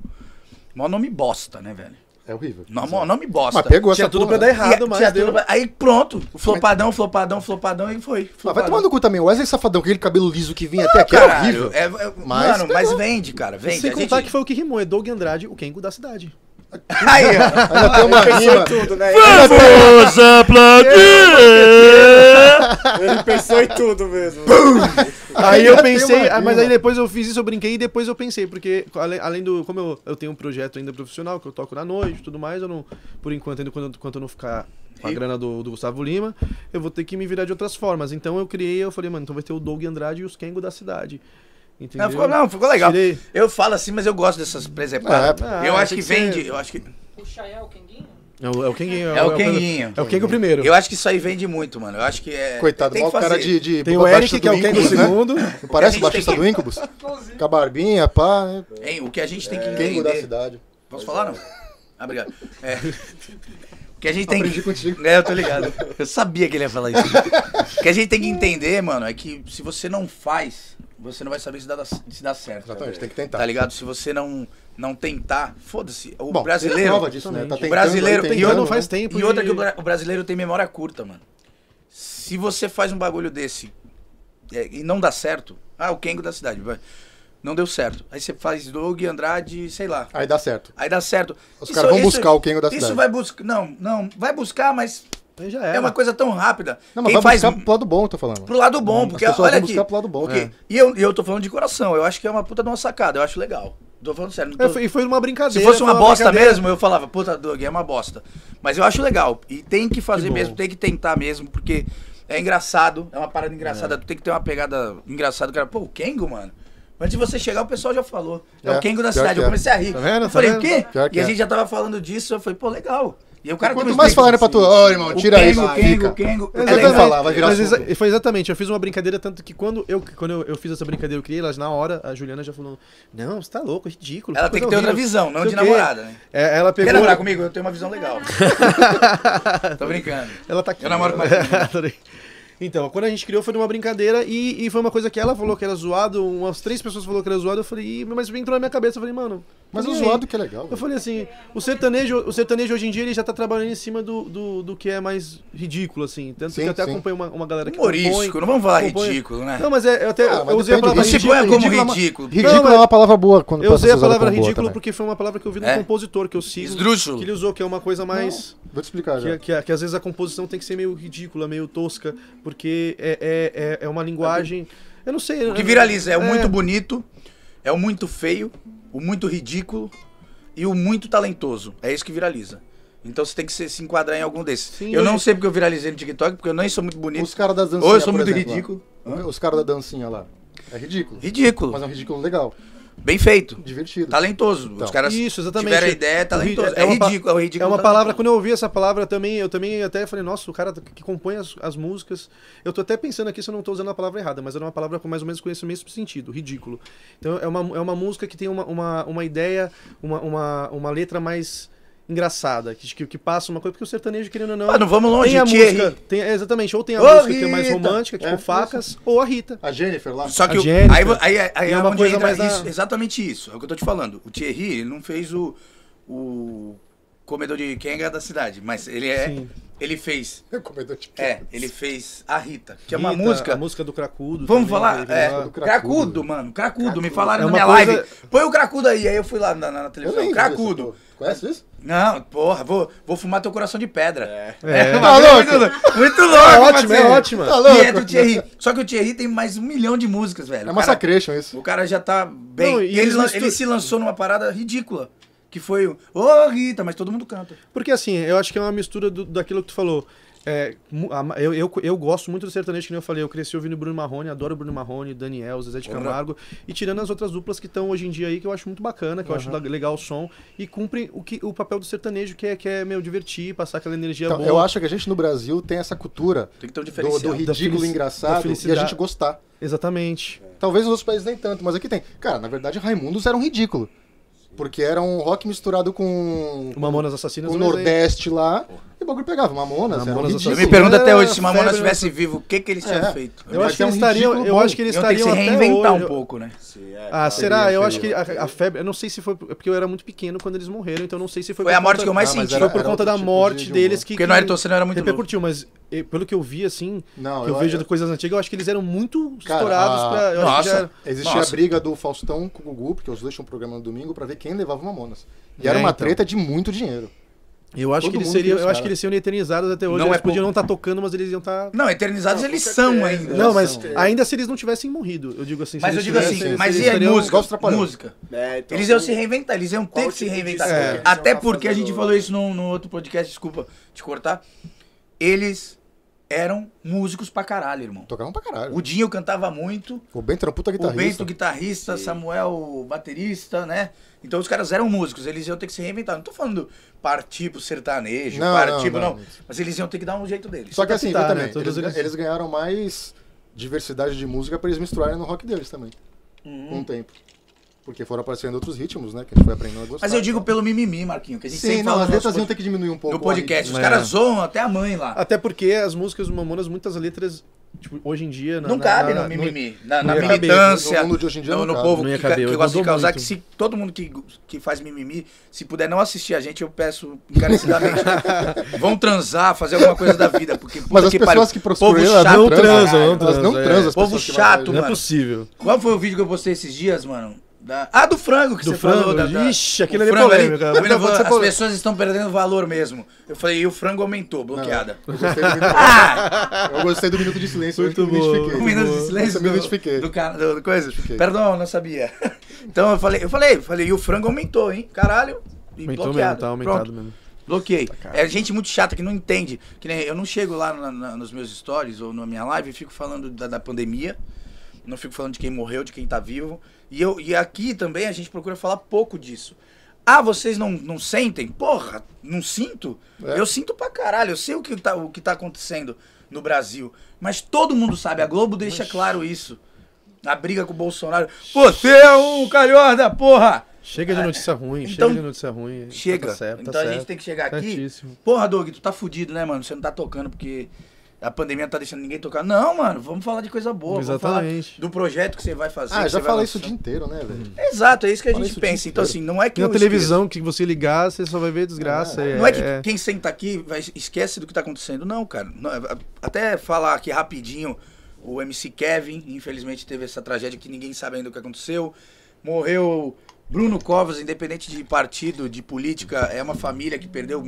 Mó nome bosta, né, velho?
É horrível.
Nó- Mó nome bosta.
Mas pegou
Tinha
essa
tudo
porra.
pra
né?
dar
E a-
errado,
tinha
mas
tudo
deu.
pra- Aí pronto, flopadão, flopadão, flopadão, e foi.
Ah, vai
flopadão.
tomar no cu também. O Wesley Safadão, aquele cabelo liso que vinha até aqui, é
Caralho,
horrível.
é, é-
Mas
mano,
pegou.
mas vende, cara, vende.
Sem
A
contar
gente-
que foi o que rimou, é Doug Andrade, o Kengo da cidade.
Aí, ó.
Ainda tem uma
Pensou em
rima.
tudo, né?
Vamos aplaudir!
Ele pensou em tudo mesmo.
Aí eu
Tem uma
pensei, ah, mas
rima.
aí depois eu fiz isso, eu brinquei e depois eu pensei, porque ale- além do. Como eu, eu tenho um projeto ainda profissional, que eu toco na noite e tudo mais, eu não. Por enquanto, ainda quando, quando eu não ficar com a
Rico.
grana do, do Gustavo Lima, eu vou ter que me virar de outras formas. Então eu criei, eu falei, mano, então vai ter o Doug Andrade e os Kengo da cidade. Entendeu?
Não, ficou, não, ficou legal.
Tirei.
Eu falo assim, mas eu gosto dessas presepadas.
É, ah,
eu acho
tem
que
que ser-
vende, eu acho que.
O Chael o Kenguinho?
É o, é o Kenguinho.
É o Kenguinho.
É o Kengo primeiro.
Eu acho que isso aí vende muito, mano. Eu acho que é.
Coitado,
tem
mal
que fazer.
cara de, de
Tem o
baixista
Eric, que é o Kengo
Incubus, né?
segundo.
Não parece o
A gente tem
baixista
que-
do Incubus?
Igualzinho.
Com a barbinha, pá. né?
Hein, o que a gente tem que
Kengo da
entender.
cidade.
Posso falar, não? Ah, obrigado. É. O que a gente tem
Aprendi
que...
contigo.
É, eu tô ligado. Eu sabia que ele ia falar isso. o que a gente tem que entender, mano, é que se você não faz, você não vai saber se dá, se dá certo.
Exatamente, tem que tentar.
Tá ligado? Se você não, não tentar, foda-se. O
Bom, tem a
brasileiro.
prova disso, né? Tá
O
tentando, aí,
brasileiro-
tentando,
e eu não
faz
né?
tempo
E outra
de-
que o bra- o brasileiro tem memória curta, mano. Se você faz um bagulho desse é, e não dá certo, ah, o Kengo da cidade, vai. não deu certo. Aí você faz Doug, Andrade, sei lá.
Aí dá certo.
Aí dá certo.
Os
Isso-
caras vão
isso-
buscar o Kengo da cidade.
Isso vai buscar. Não, não, vai buscar, mas
Aí já
é,
era.
uma coisa tão rápida.
Não, mas
Quem
vai
faz
buscar pro lado bom, eu tô falando.
pro lado bom, porque
As pessoas
olha
vão
aqui.
buscar pro lado bom.
Porque- E eu, e eu tô falando de coração, eu acho que é uma puta de uma sacada, eu acho legal. Tô falando sério. não tô-
É, foi- e foi uma brincadeira.
se fosse uma
foi
bosta
brincadeira.
mesmo, eu falava, puta, Doug, é uma bosta. Mas eu acho legal. E tem que fazer
Que bom.
mesmo, tem que tentar mesmo, porque é engraçado, é uma parada engraçada. Tu tem que ter uma pegada engraçada. O cara, pô, o Kengo, mano. Antes de você chegar, o pessoal já falou. É,
É,
o Kengo da
pior
cidade.
que
Eu
é.
comecei a rir.
Tá vendo?
Eu
Tá
falei,
vendo?
o quê?
Pior que
E a
é.
gente já tava falando disso. Eu falei, pô, legal. E o cara
Quanto
me
mais
explica,
falarem pra tu, ó, irmão,
o
tira isso,
Kengo,
fica.
Kengo, Kengo.
É
É
legal.
legal.
falar, vai virar
Mas exa-
assunto.
foi exatamente, eu fiz uma brincadeira, tanto que quando eu, quando eu, eu fiz essa brincadeira, eu criei elas na hora, a Juliana já falou: Não, você tá louco, é ridículo.
Ela tem que
coisa
ter outra
horrível,
visão, não
sei
de
o quê."
namorada, né?
É, ela pegou.
Quer namorar comigo? Eu tenho uma visão legal. Tô brincando.
Ela tá aqui.
Eu namoro com uma
Adorei. Então, quando a gente criou foi numa brincadeira e, e foi uma coisa que ela falou que era zoado, umas três pessoas falou que era zoado, eu falei, "Ih, mas entrou na minha cabeça, eu falei, mano.
Mas
e
o
aí?"
zoado que é legal.
Eu
velho.
falei assim, o sertanejo, o sertanejo hoje em dia ele já tá trabalhando em cima do, do, do que é mais ridículo, assim. Tanto
Sim,
que eu até
sim.
acompanho uma, uma galera que
Humorístico, não vamos falar
compõe.
ridículo, né?
Não, mas é, eu até
Ah,
eu
mas
usei a
depende
palavra
do
Você põe
ridículo.
tipo como
ridículo é uma-
ridículo.
Ridículo
Não,
é
mas-
uma palavra boa quando
Eu
passa a
usei
ser
a
usada
palavra
como boa
ridículo
também.
porque foi uma palavra que eu vi do
É?
compositor que eu sigo.
Esdrúxulo.
Que ele usou, que é uma coisa mais.
Vou te explicar já.
Que, que- que às vezes a composição tem que ser meio ridícula, meio tosca, porque é, é, é, é uma linguagem. Eu não sei.
O que viraliza é o muito bonito, é o muito feio, o muito ridículo e o muito talentoso. É isso que viraliza. Então você tem que se, se enquadrar em algum desses.
Sim,
eu não
hoje-
sei porque eu viralizei no TikTok, porque eu nem sou muito bonito.
Os caras das dancinhas.
Ou eu sou
por
muito
exemplo, lá.
ridículo.
Os caras da dancinha lá. É ridículo.
Ridículo.
Mas é um ridículo legal.
Bem feito.
Divertido.
Talentoso.
Então,
Os caras
Isso, exatamente.
tiveram a ideia, é talentoso. É,
uma pa-
ridículo, é o ridículo.
É uma
talentoso.
palavra, quando eu ouvi essa palavra eu também, eu também até falei, nossa, o cara que compõe as, as músicas. Eu tô até pensando aqui se eu não tô usando a palavra errada, mas era uma palavra com mais ou menos com esse mesmo sentido, ridículo. Então é uma, é uma música que tem uma, uma, uma ideia, uma, uma, uma letra mais engraçada, que, que, que passa uma coisa, porque o sertanejo, querendo ou não.
Ah, não vamos longe,
tem a
Thierry.
música, tem, é, exatamente, ou tem a
Ô,
música que é mais
Rita!
romântica, tipo
É,
facas, ou a Rita.
A Jennifer lá.
Só que
A
o-
Jennifer.
aí, vo- aí, aí, aí
E
é
uma
onde
coisa
entra
mais a-
isso, exatamente isso. É o que eu tô te falando. O Thierry, ele não fez o, o comedor de Kenga da cidade, mas ele é.
Sim.
Ele fez.
Recomendou tipo.
É, ele fez a Rita, que é uma
Rita,
música.
A música do Cracudo.
Vamos
também,
falar?
que-
É,
que-
cracudo,
do Cracudo.
mano. Cracudo, me
É
falaram na
uma
minha
coisa-
live. Põe o cracudo aí. Aí eu fui lá na, na
Eu
televisão.
lembro
Cracudo.
disso, pô. Conhece isso?
Não, porra, vou, vou fumar teu coração de pedra. É,
É.
uma coisa muito, lou- muito louco.
É ótima, é
parceiro.
ótima.
Tá
E é
louco?
do Thierry. Só que o Thierry tem mais um milhão de músicas, velho.
É
O
uma
cara-
sacration isso.
o cara já tá bem.
Não, e
e
eles
ele, lan-
misturam-
ele se lançou numa parada ridícula. Que foi o. Ô, Rita, mas todo mundo canta.
Porque assim, eu acho que é uma mistura do- daquilo que tu falou. É, mu- a ma- eu, eu, eu gosto muito do sertanejo, que nem eu falei. Eu cresci ouvindo Bruno Marrone, adoro Bruno Marrone, Daniel, Zezé de
Ora.
Camargo. E tirando as outras duplas que estão hoje em dia aí, que eu acho muito bacana, que eu acho le- legal o som. E cumpre o, que, o papel do sertanejo, que é, que é meu, divertir, passar aquela energia
Então,
boa.
eu acho que a gente no Brasil tem essa cultura
Tem que ter um
do,
diferencial.
do ridículo
felici- da
engraçado e a
felicidade.
gente gostar.
Exatamente.
É.
Talvez nos outros países nem tanto, mas aqui tem. Cara, na verdade, Raimundos era um ridículo. Porque era um rock misturado com
O Mamonas Assassinas.
o
mas aí-
Nordeste lá. E o bagulho pegava. Mamonas, era um
Mamonas
Eu
ridículo.
me pergunto até hoje,
É,
se Mamona
febre,
estivesse vivo, o que, que eles tinham
É.
feito?
Eu
Mas
acho que
é um
eles estariam,
ridículo
eu
bom.
acho que eles
Iam ter que
estariam
se
até
reinventar
hoje-
um pouco, né?
Sim, é,
Ah,
cara.
será?
seria,
Eu acho que
seria.
a, a febre. Eu não sei se foi. Porque eu era muito pequeno quando eles morreram, então eu não sei se foi.
Foi
por
a morte
conta-
que eu mais
Ah, mas
senti.
foi
era-
por conta da
outro tipo
morte
de humor.
deles que.
Porque
que
no Ayrton Senna era muito louco.
repercutiu, mas eh, pelo que eu vi, assim,
Não,
que eu,
eu-
vejo
eu-
de coisas antigas, eu acho que eles eram muito
Cara,
estourados
a-
pra. Eu acho que
Nossa.
já era-
Existia
Nossa.
a briga do Faustão com o Gugu, porque os dois tinham um programa no domingo, pra ver quem levava o Mamonas. E
É,
era uma
então.
treta de muito dinheiro.
Eu acho
Todo
que eles
mundo
seriam.
queria
Eu
os
acho que
caras.
eles seriam eternizados até hoje.
Não
eles
é
podiam
pouco.
não estar tocando, mas eles iam estar.
Não, eternizados eles são ainda.
Não, mas
É, são.
ainda se eles não tivessem morrido, eu digo assim. se
Mas eu
eles
digo
tivessem-
assim,
eles-
mas
eles
e a
estariam-
música?
igual os Trapalhões.
Música.
É, então,
Eles iam
como-
se reinventar, eles iam ter
Qual
que se
tipo de
reinventar. É.
disco
que eles
Até
iam tá
porque a gente
fazendo?
falou isso num, num outro podcast, desculpa te cortar. Eles eram músicos pra caralho, irmão.
Tocavam pra caralho.
O Dinho cantava muito,
O Bento era um puta
o
guitarrista.
Bento guitarrista, Samuel baterista, né? Então os caras eram músicos, eles iam ter que se reinventar. Não tô falando partir pro sertanejo,
Não,
partir
não,
pro-
não.
não. Mas eles iam ter que dar um jeito deles.
Só que assim,
adaptar,
viu, também,
né? Todos
eles,
eles-
eles ganharam mais diversidade de música pra eles misturarem no rock deles também.
Hum.
Com o tempo. Porque foram aparecendo outros ritmos, né? Que a gente foi aprendendo a gostar.
Mas eu digo pelo mimimi, Marquinho, que a gente
Sim,
sempre
não,
fala
as
no nosso
letras iam ter que diminuir um pouco.
no podcast. Os
É.
caras zoam até a mãe lá.
Até porque as músicas do Mamonas, muitas letras Tipo, hoje em dia. Na,
não
na-
cabe
na-
no
na-
mimimi, na,
não
na
ia caber.
militância,
No mundo de hoje em dia
no,
não
no
cabe.
povo
Não ia
que,
caber,
que
hoje
gosta de
mudou
causar,
muito.
que se todo mundo que, que faz mimimi, se puder não assistir a gente, eu peço encarecidamente, vão transar, fazer alguma coisa da vida, porque puta
Mas as pessoas
pariu,
que prosperam,
povo
elas
chato,
não
pra
transam,
caralho.
não transam.
Elas não
é.
transam as
Povo
pessoas que
chato,
né? Não é
mano.
possível.
Qual foi o vídeo que eu postei esses dias, mano? Da- Ah, do frango que
Do
você falou.
frango?
Da, da...
Ixi,
o
aquele ali é
frango
polêmico.
ali.
cara. é
Ele falou,
Você
As
falou-
pessoas estão perdendo valor mesmo. Eu falei, e o frango aumentou, bloqueada.
Eu gostei do minuto,
Ah!
eu gostei do minuto de silêncio,
Muito
eu me
bom.
identifiquei.
Um minuto de
Essa
silêncio
eu me
do-
identifiquei.
do cara, do, do coisa.
Identifiquei.
Perdão, não sabia. Então eu falei, eu falei, eu falei, e o frango aumentou, hein? Caralho. E
Aumentou
bloqueado.
mesmo, tá aumentado
Pronto,
mesmo.
bloqueei. É gente muito chata que não entende. Que nem eu não chego lá na- na- nos meus stories ou na minha live e fico falando da, da pandemia. Não fico falando de quem morreu, de quem tá vivo. E, eu, e aqui também a gente procura falar pouco disso. Ah, vocês não, não sentem? Porra, não sinto?
É.
Eu sinto pra caralho. Eu sei o que, tá, o que tá acontecendo no Brasil. Mas todo mundo sabe. A Globo deixa claro isso. A briga com o Bolsonaro. Você é um calhorda, porra!
Chega de notícia ruim,
então-
chega de notícia ruim.
Chega.
Tá certo,
então
tá
a
certo.
gente tem que chegar aqui.
Certíssimo.
Porra, Doug, tu tá fudido, né, mano? Você não tá tocando porque a pandemia não tá deixando ninguém tocar. Não, mano, vamos falar de coisa boa. Vamos
Exatamente.
falar do projeto que você vai fazer.
Ah,
que
já
você vai
falei isso o
lançar.
dia inteiro, né, velho?
Exato, é isso que a
Falei
gente
isso o dia
pensa. Então, assim,
inteiro.
não é que
E na
eu
televisão, que você ligar, você só vai ver desgraça.
esqueça.
é-
Não é que
é-
quem senta aqui vai, esquece do que tá acontecendo. Não, cara. Não, é- até falar aqui rapidinho, o MC Kevin, infelizmente, teve essa tragédia que ninguém sabe ainda o que aconteceu. Morreu Bruno Covas, independente de partido, de política, é uma família que perdeu.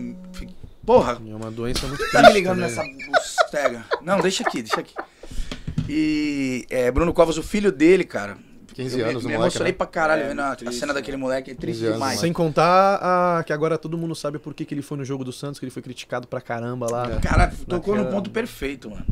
Porra,
é uma doença muito
Tá me
triste
ligando
também.
nessa bustega. Não, deixa aqui, deixa aqui. E é, Bruno Covas, o filho dele, cara.
15
eu me-
anos,
me,
o moleque,
emocionei
né?
pra caralho
É,
vendo a, a
triste,
cena daquele moleque. É triste
15 anos,
demais.
Sem contar a- que agora todo mundo sabe por que, que ele foi no jogo do Santos, que ele foi criticado pra caramba lá.
Cara, tocou no
Daquela-
ponto perfeito, mano.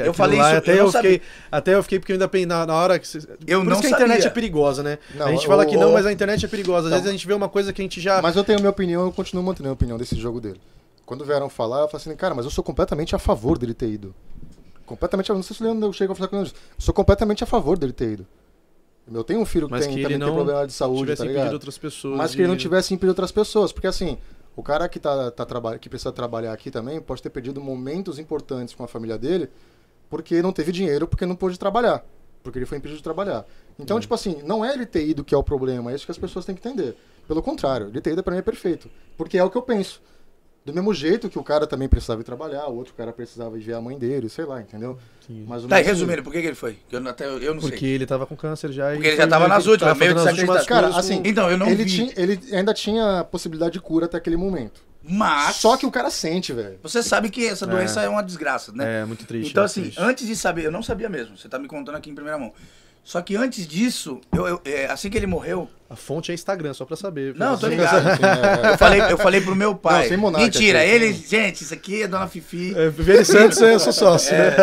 É. Eu
aquilo
falei
lá,
isso,
até
eu
eu,
não
fiquei, até eu fiquei porque eu ainda pensei na, na hora que cê-
Eu
por
não
isso que a internet
sabia.
é perigosa, né?
Não,
a gente
o-
fala que não,
o-
mas a internet é perigosa. Às vezes a gente vê uma coisa que a gente já
Mas eu tenho minha opinião, eu continuo mantendo a minha opinião desse jogo dele. Quando vieram falar, eu falei assim, cara, mas eu sou completamente a favor dele ter ido. Completamente a Não sei se o Leandro chega a falar com o Leandro. Eu sou completamente a favor dele ter ido. Eu tenho um filho que,
Mas
tem,
que ele
também tem
não
problema de saúde,
tivesse
tá
impedido
ligado?
outras pessoas.
Mas que
de-
ele não tivesse impedido outras pessoas. Porque assim, o cara que, tá, tá traba- que precisa trabalhar aqui também pode ter perdido momentos importantes com a família dele porque não teve dinheiro, porque não pôde trabalhar. Porque ele foi impedido de trabalhar. Então, tipo assim, não é ele ter ido que é o problema, é isso que as pessoas têm que entender. Pelo contrário, ele ter ido pra mim é perfeito. Porque é o que eu penso. Do mesmo jeito que o cara também precisava ir trabalhar, o outro cara precisava ir ver a mãe dele, sei lá, entendeu?
Sim.
Mas o
Tá, e
nosso-
resumindo, por que, que ele foi? Eu, não- até, eu não
Porque
sei.
ele tava com câncer já. e
Porque ele já
foi
tava
meio
nas
que-
últimas,
tava
meio
nas últimas
desacreditado.
coisas
Cara, assim,
Então, eu não
ele,
vi.
tinha- ele ainda tinha possibilidade de cura até aquele momento.
Mas.
Só que o cara sente, velho.
Você sabe que essa doença é, uma desgraça, né?
É, muito triste.
Então,
muito
assim,
triste.
antes de saber, eu não sabia mesmo, você tá me contando aqui em primeira mão. Só que antes disso, eu, eu- é, assim que ele morreu,
A fonte é Instagram, só pra saber.
Não, tô
Porque-
ligado. né?
Assim, é,
Eu falei, eu falei pro meu pai.
Não, sem monarca,
Mentira,
assim.
ele. Gente, isso aqui é Dona Fifi.
É, Viviane Santos, eu sou sócio. né?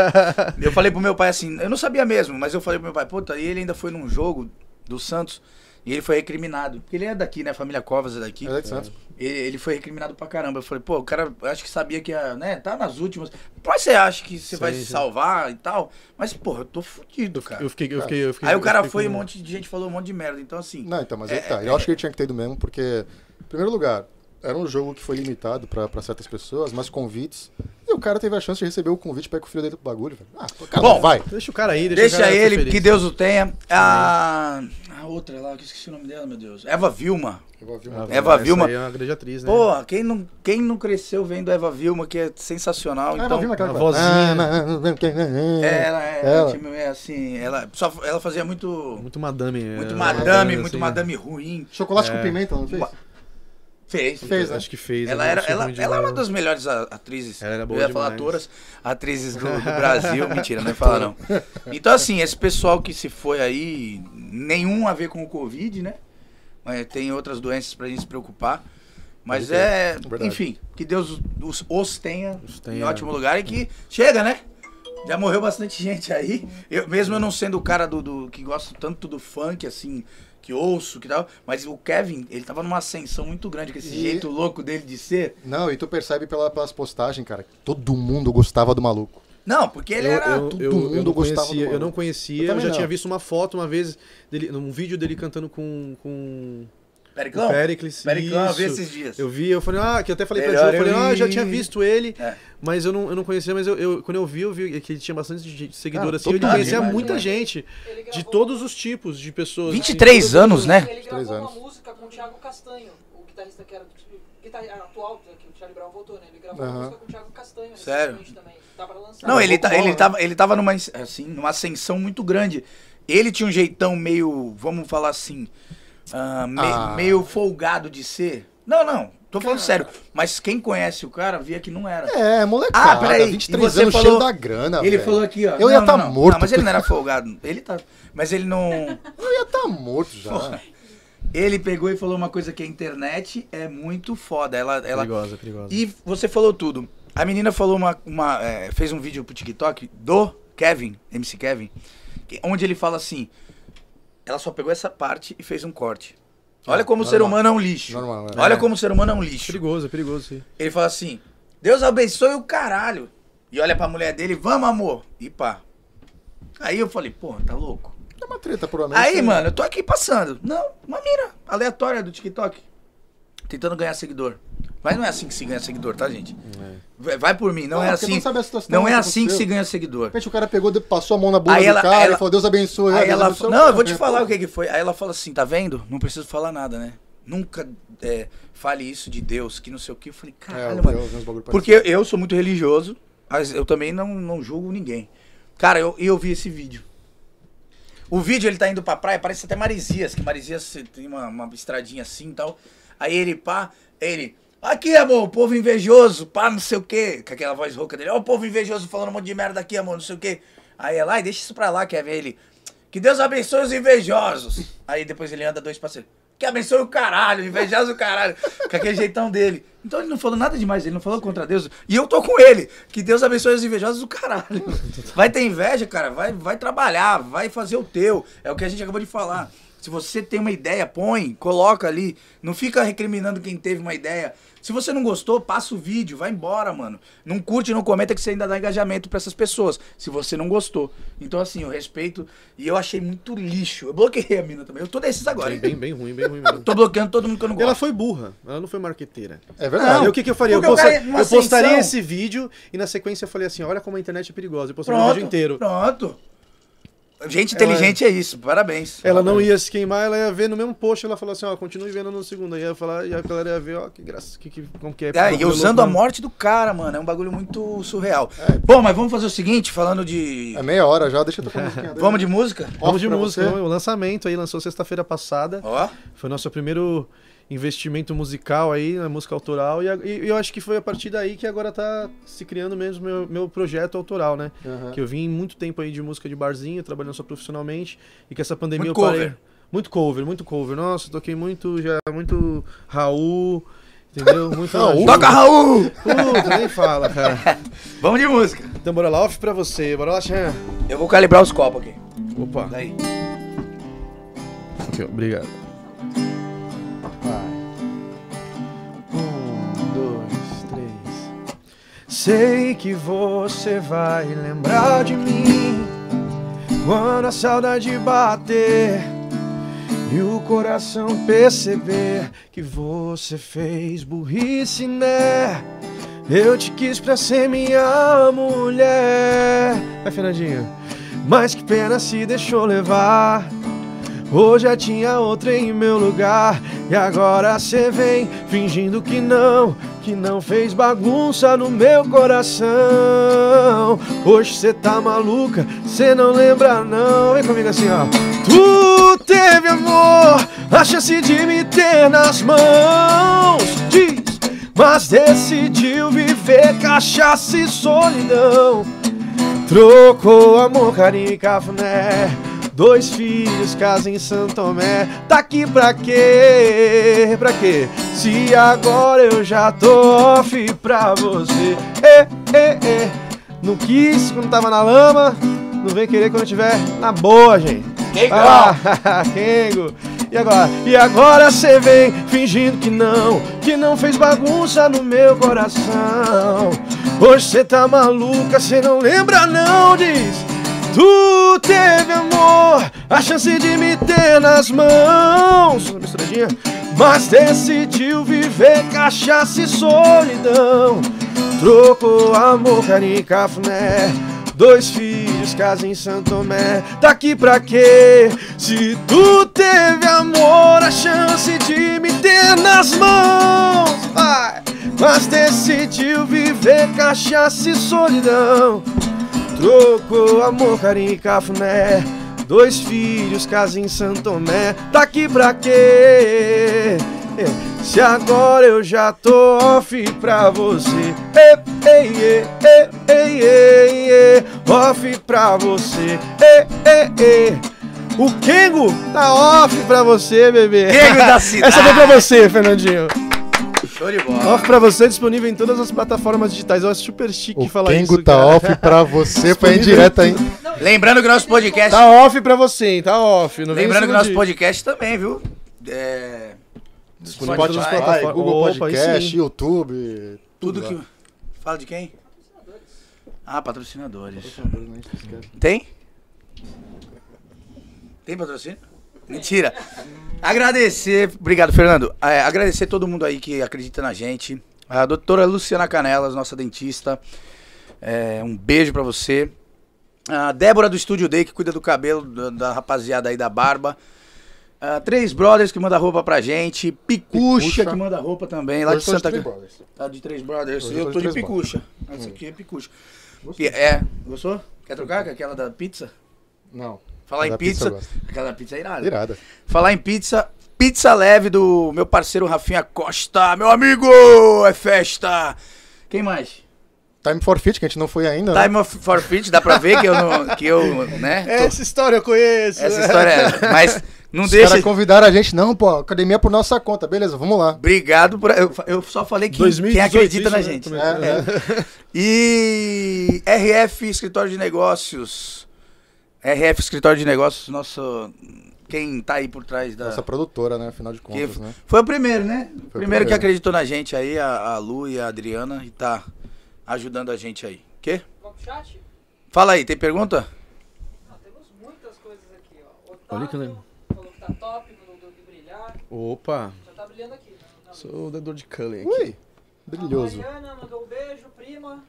Eu falei pro meu pai assim, eu não sabia mesmo, mas eu falei pro meu pai, puta, e ele ainda foi num jogo do Santos e ele foi recriminado. Porque ele é daqui, né? A família Covas é daqui.
É Alex Santos.
Ele, ele foi recriminado pra caramba. Eu falei, pô, o cara acho que sabia que ia, né? Tá nas últimas. Mas você acha que você
Sim,
vai se
sim.
salvar e tal? Mas, porra, eu tô fudido, cara.
Eu fiquei, eu fiquei, eu fiquei-
Aí o cara
eu fiquei
foi e um
com-
monte de gente falou um monte de merda. Então, assim.
Não, então, mas aí tá. Eu acho que ele tinha que ter ido mesmo, porque, em primeiro lugar, era um jogo que foi limitado pra, pra certas pessoas, mas convites. E o cara teve a chance de receber o convite pra ir com o filho dele pro bagulho, velho. Ah, pô, cara,
Bom,
vai.
Deixa o cara aí, deixa,
Deixa,
o cara ser
ele,
feliz.
que Deus o tenha. A, Ah, a outra lá, que eu esqueci o nome dela, meu Deus. Eva Vilma.
Eu vou ouvir
Ah,
uma-
É, Eva
essa
Vilma.
aí É uma grande atriz, né?
Pô, quem não, quem não cresceu vendo Eva Vilma, que é sensacional.
Ah, eu
então,
ouvi uma cara
a
que fala,
vozinha.
"Ah, não, não, não, quem- não, não".
ela
Ela.
é, tipo, é assim, ela, só, ela fazia muito,
Muito madame. é,
muito
uma
madame,
assim.
muito madame ruim.
Chocolate
É.
com pimenta, não fez?
Ué. Fez.
Fez, né?
Acho que fez.
Ela,
eu
era,
acho
ela,
ruim
ela é uma
demais.
das melhores a- atrizes.
Ela era boa
eu ia falar
demais.
atoras, atrizes do, do Brasil. Mentira, não ia falar não. Então, assim, esse pessoal que se foi aí, nenhum a ver com o Covid, né? Mas tem outras doenças pra gente se preocupar. Mas
Pode
é.
Verdade.
Enfim, que Deus os, os tenha
Os
em
tenha.
ótimo lugar e que chega, né? Já morreu bastante gente aí. Eu, mesmo eu não sendo o cara do, do- que gosto tanto do funk, assim, que ouço, que tal. Mas o Kevin, ele tava numa ascensão muito grande, com esse
E-
jeito louco dele de ser.
Não, e tu percebe pela, pelas postagens, cara, que todo mundo gostava do maluco.
Não, porque ele
eu,
era.
eu,
Todo
eu, eu
mundo
não
gostava
conhecia,
do
eu não
maluco.
conhecia,
Eu
eu,
também
já
não.
tinha visto uma foto uma vez dele, num vídeo dele cantando com com
Periclão?
O Pericles.
Periclão, eu
isso.
vi esses dias.
Eu vi, eu falei, ah, que eu até falei pra ti,
Melhor
eu falei,
eu
ah, eu já
ir.
tinha visto ele,
É.
mas eu não, eu não conhecia, mas eu, eu- quando eu vi, eu vi que ele tinha bastante de- seguidor,
Cara,
assim, ele
total,
conhecia
Ah, demais,
muita
demais.
gente,
Ele gravou-
de todos os tipos de pessoas. assim.
23 anos, né?
Ele gravou
Três anos.
uma música com o Thiago Castanho, o guitarrista que era do- guitar, ah, atual, que o Charlie Brown voltou, né? Ele gravou uma
Aham.
música com o Thiago Castanho
Sério?
recentemente também. Tá pra lançar.
Não, ele,
muito
tá,
bom,
ele,
né?
tava, ele tava numa, ins- assim, numa ascensão muito grande. Ele tinha um jeitão meio, vamos falar assim, ah, me-
Ah.
meio folgado de ser. Não, não, tô falando sério. Mas quem conhece o cara via que não era.
É, molecada.
Ah, peraí, e
23
você
anos
falou-
cheio da grana,
ele
velho.
falou aqui, ó.
Eu ia
não,
tá
não, não.
morto.
Não, mas ele não era folgado. Ele tá. Mas ele não.
Eu ia estar morto já.
Ele pegou e falou uma coisa que a internet é muito foda. Ela, ela
Perigosa, perigosa.
E você falou tudo. A menina falou uma. uma, é, fez um vídeo pro TikTok do Kevin, MC Kevin, que- onde ele fala assim. Ela só pegou essa parte e fez um corte. Olha como o ser
Ah, normal.
humano é um lixo.
Normal, é.
Olha
É.
como o ser humano é um lixo.
Perigoso, é perigoso, sim.
Ele fala assim: Deus abençoe o caralho. E olha pra mulher dele, vamos, amor. E pá. Aí eu falei, porra, tá louco?
É uma treta, provavelmente.
Aí, mano, eu tô aqui passando. Não, uma mina aleatória do TikTok. Tentando ganhar seguidor. Mas não é assim que se ganha seguidor, tá, gente? Vai- Vai por mim, não,
É.
é
Não, porque
assim.
não sabe a situação
não é
que
assim que
aconteceu.
se ganha seguidor.
De repente o cara pegou, passou a mão na bunda
Aí
do
ela-
cara
ela-
e falou, Deus abençoe. Ah,
Aí
Deus
ela
abençoe.
fala, não, eu vou te falar o que que foi. Aí ela fala assim, tá vendo? Não preciso falar nada, né? Nunca é, fale isso de Deus, que não sei o que. Eu falei,
É,
caralho,
eu,
mano.
eu, vi uns bagulho
Porque eu, eu sou muito religioso, mas eu também não, não julgo ninguém. Cara, eu, eu vi esse vídeo. O vídeo ele tá indo pra praia, parece até Marizias, que Marizias você tem uma, uma estradinha assim e tal. Aí ele, pá, ele. Aqui, amor, o povo invejoso, pá, não sei o quê. Com aquela voz rouca dele. Ó, o povo invejoso falando um monte de merda aqui, amor, não sei o quê. Aí ela, ai, deixa isso pra lá, quer ver ele. Que Deus abençoe os invejosos. Aí depois ele anda dois passos. Que abençoe o caralho, invejoso o caralho. Com aquele jeitão dele. Então ele não falou nada demais, ele não falou contra Deus. E eu tô com ele. Que Deus abençoe os invejosos o caralho. Vai ter inveja, cara, vai, vai trabalhar, vai fazer o teu. É o que a gente acabou de falar. Se você tem uma ideia, põe, coloca ali. Não fica recriminando quem teve uma ideia. Se você não gostou, passa o vídeo, vai embora, mano. Não curte, não comenta que você ainda dá engajamento pra essas pessoas. Se você não gostou. Então, assim, eu respeito. E eu achei muito lixo. Eu bloqueei a mina também. Eu tô desses agora,
Bem,
hein?
bem, bem ruim, bem ruim mesmo.
Tô bloqueando todo mundo que eu não
E Ela
gosto.
foi burra, ela não foi marqueteira. Cara,
É verdade.
o que, que eu faria? Eu,
Porque o cara
posta-
é numa
eu postaria
ascensão.
esse vídeo e na sequência eu falei assim: olha como a internet é perigosa. Eu postaria o
Pronto,
vídeo inteiro.
pronto. Gente inteligente é isso. Parabéns.
Ela não ia se queimar, ela ia ver no mesmo post, ela falou assim, ó, continue vendo no segundo. Aí ia falar, e a galera ia ver, ó, que graça, que, que, como que é.
É, e
bagulho
usando a
louco, né?
morte do cara, mano. É um bagulho muito surreal. Bom, mas vamos fazer o seguinte, falando de.
É meia hora já, deixa eu tocar uma musiquinha dele.
Vamos de música?
Vamos de
Pra
música,
você.
vamos, o lançamento aí, lançou sexta-feira passada.
Ó.
Foi nosso primeiro investimento musical aí, na música autoral. E, a- e- e eu acho que foi a partir daí que agora tá se criando mesmo meu, meu projeto autoral, né?
Aham.
Que eu vim muito tempo aí de música de barzinho, trabalhando só profissionalmente, e que essa pandemia
Muito
eu parei.
cover.
Muito cover, muito cover. Nossa, toquei muito, já, muito Raul, entendeu? Muito
Raul?
Ju.
Toca, Raul!
Puta, nem fala, cara.
Vamos de música.
Então bora lá, off pra você, bora lá, Xan.
Eu vou calibrar os copos aqui.
Opa.
Daí.
Aqui, ó, obrigado. Um, dois, três. Sei que você vai lembrar de mim quando a saudade bater e o coração perceber que você fez burrice, né? Eu te quis pra ser minha mulher. Vai, Fernandinho. Mas que pena se deixou levar. Hoje já tinha outra em meu lugar E agora cê vem fingindo que não Que não fez bagunça no meu coração Hoje cê tá maluca, cê não lembra não Vem comigo assim ó Tu teve amor, a chance de me ter nas mãos Diz, mas decidiu viver cachaça e solidão Trocou amor, carinho e cafuné Dois filhos, casa em Santo Tomé Tá aqui pra quê? Pra quê? Se agora eu já tô off pra você Ê, ê, ê Não quis quando tava na lama Não vem querer quando tiver na boa, gente
Quem
ah, Kengo. E agora? E agora cê vem fingindo que não, que não fez bagunça no meu coração. Hoje cê tá maluca, cê não lembra não, diz. Tu teve amor, a chance de me ter nas mãos. Misturadinha.
mas decidiu viver cachaça e solidão. Trocou amor, carinho e cafuné. Dois filhos, casa em Santo Tomé. Daqui pra quê? Se tu teve amor, a chance de me ter nas mãos. Vai! Mas decidiu viver cachaça e solidão. Trocou amor, carinho e cafuné. Dois filhos, casa em Santo Tomé. Daqui pra quê? É, Se agora eu já tô off pra você. É, Ei, ei, ei, ei, ei, ei, ei. é, Off pra você. Ei, ei, ei. O Kengo tá off pra você, bebê.
Kengo da cidade.
Essa foi pra você, Fernandinho.
Show de bola.
Off pra você, disponível em todas as plataformas digitais. Eu acho super chique
O
falar isso.
Kengo tá
cara.
off pra você, foi indireta, hein?
Lembrando que nosso podcast.
Tá off pra você, hein? Tá off. Não vem
Lembrando
em
que
cima
nosso
de-
podcast também, viu? É.
Disponível em todas as
Spotify,
Vai,
plataformas.
Google
Opa, aí
Podcast,
sim.
YouTube.
Tudo que. Fala de quem? Ah, patrocinadores.
é,
Tem? Tem patrocínio? Mentira. Agradecer, obrigado, Fernando. É, agradecer todo mundo aí que acredita na gente. A doutora Luciana Canelas, nossa dentista. É, um beijo pra você. A Débora do Estúdio Day, que cuida do cabelo da, da rapaziada aí da barba. Ah, Três Brothers, que manda roupa pra gente. Picucha,
Picucha.
que manda roupa também, lá
Hoje
de
sou de
Santa
Three
Cruz.
Brothers.
Tá de Três Brothers.
Hoje eu
eu
tô
tô
de
de
Três Hum.
picucha. Essa aqui é picucha. E É, gostou? Quer trocar com aquela da pizza?
Não.
Falar em
Da pizza
pizza.
eu gosto.
aquela da pizza é irada.
Irada.
Falar em pizza. Pizza leve do meu parceiro Rafinha Costa. Meu amigo! É festa! Quem mais?
Time for Fit, que a gente não foi ainda. né?
Time of for Fit, dá pra ver que eu não. Que eu, né? tô-
Essa história eu conheço.
Essa história é. Mas não
É. Os
deixa.
caras convidaram a gente, não, pô, academia é por nossa conta, beleza, vamos lá.
Obrigado por. Eu, eu só falei que quem
2018
acredita
isso,
na
né?
gente.
Também. É.
E RF Escritório de Negócios. RF Escritório de Negócios, nosso. Quem tá aí por trás da.
Nossa produtora, né, afinal de
que
contas, né?
Foi o primeiro, né? O primeiro que
primeiro.
acreditou na gente aí, a, a Lu e a Adriana, e tá ajudando a gente aí. Quê?
Vamos pro chat?
Fala aí, tem pergunta?
Ah, temos muitas coisas aqui, ó. Otávio
Olha que legal.
falou que tá top, mandou o Doug brilhar.
Opa,
Já tá brilhando aqui. Né? Na-
sou o dador de Cullen aqui.
Ui, brilhoso.
A Mariana mandou um beijo, prima.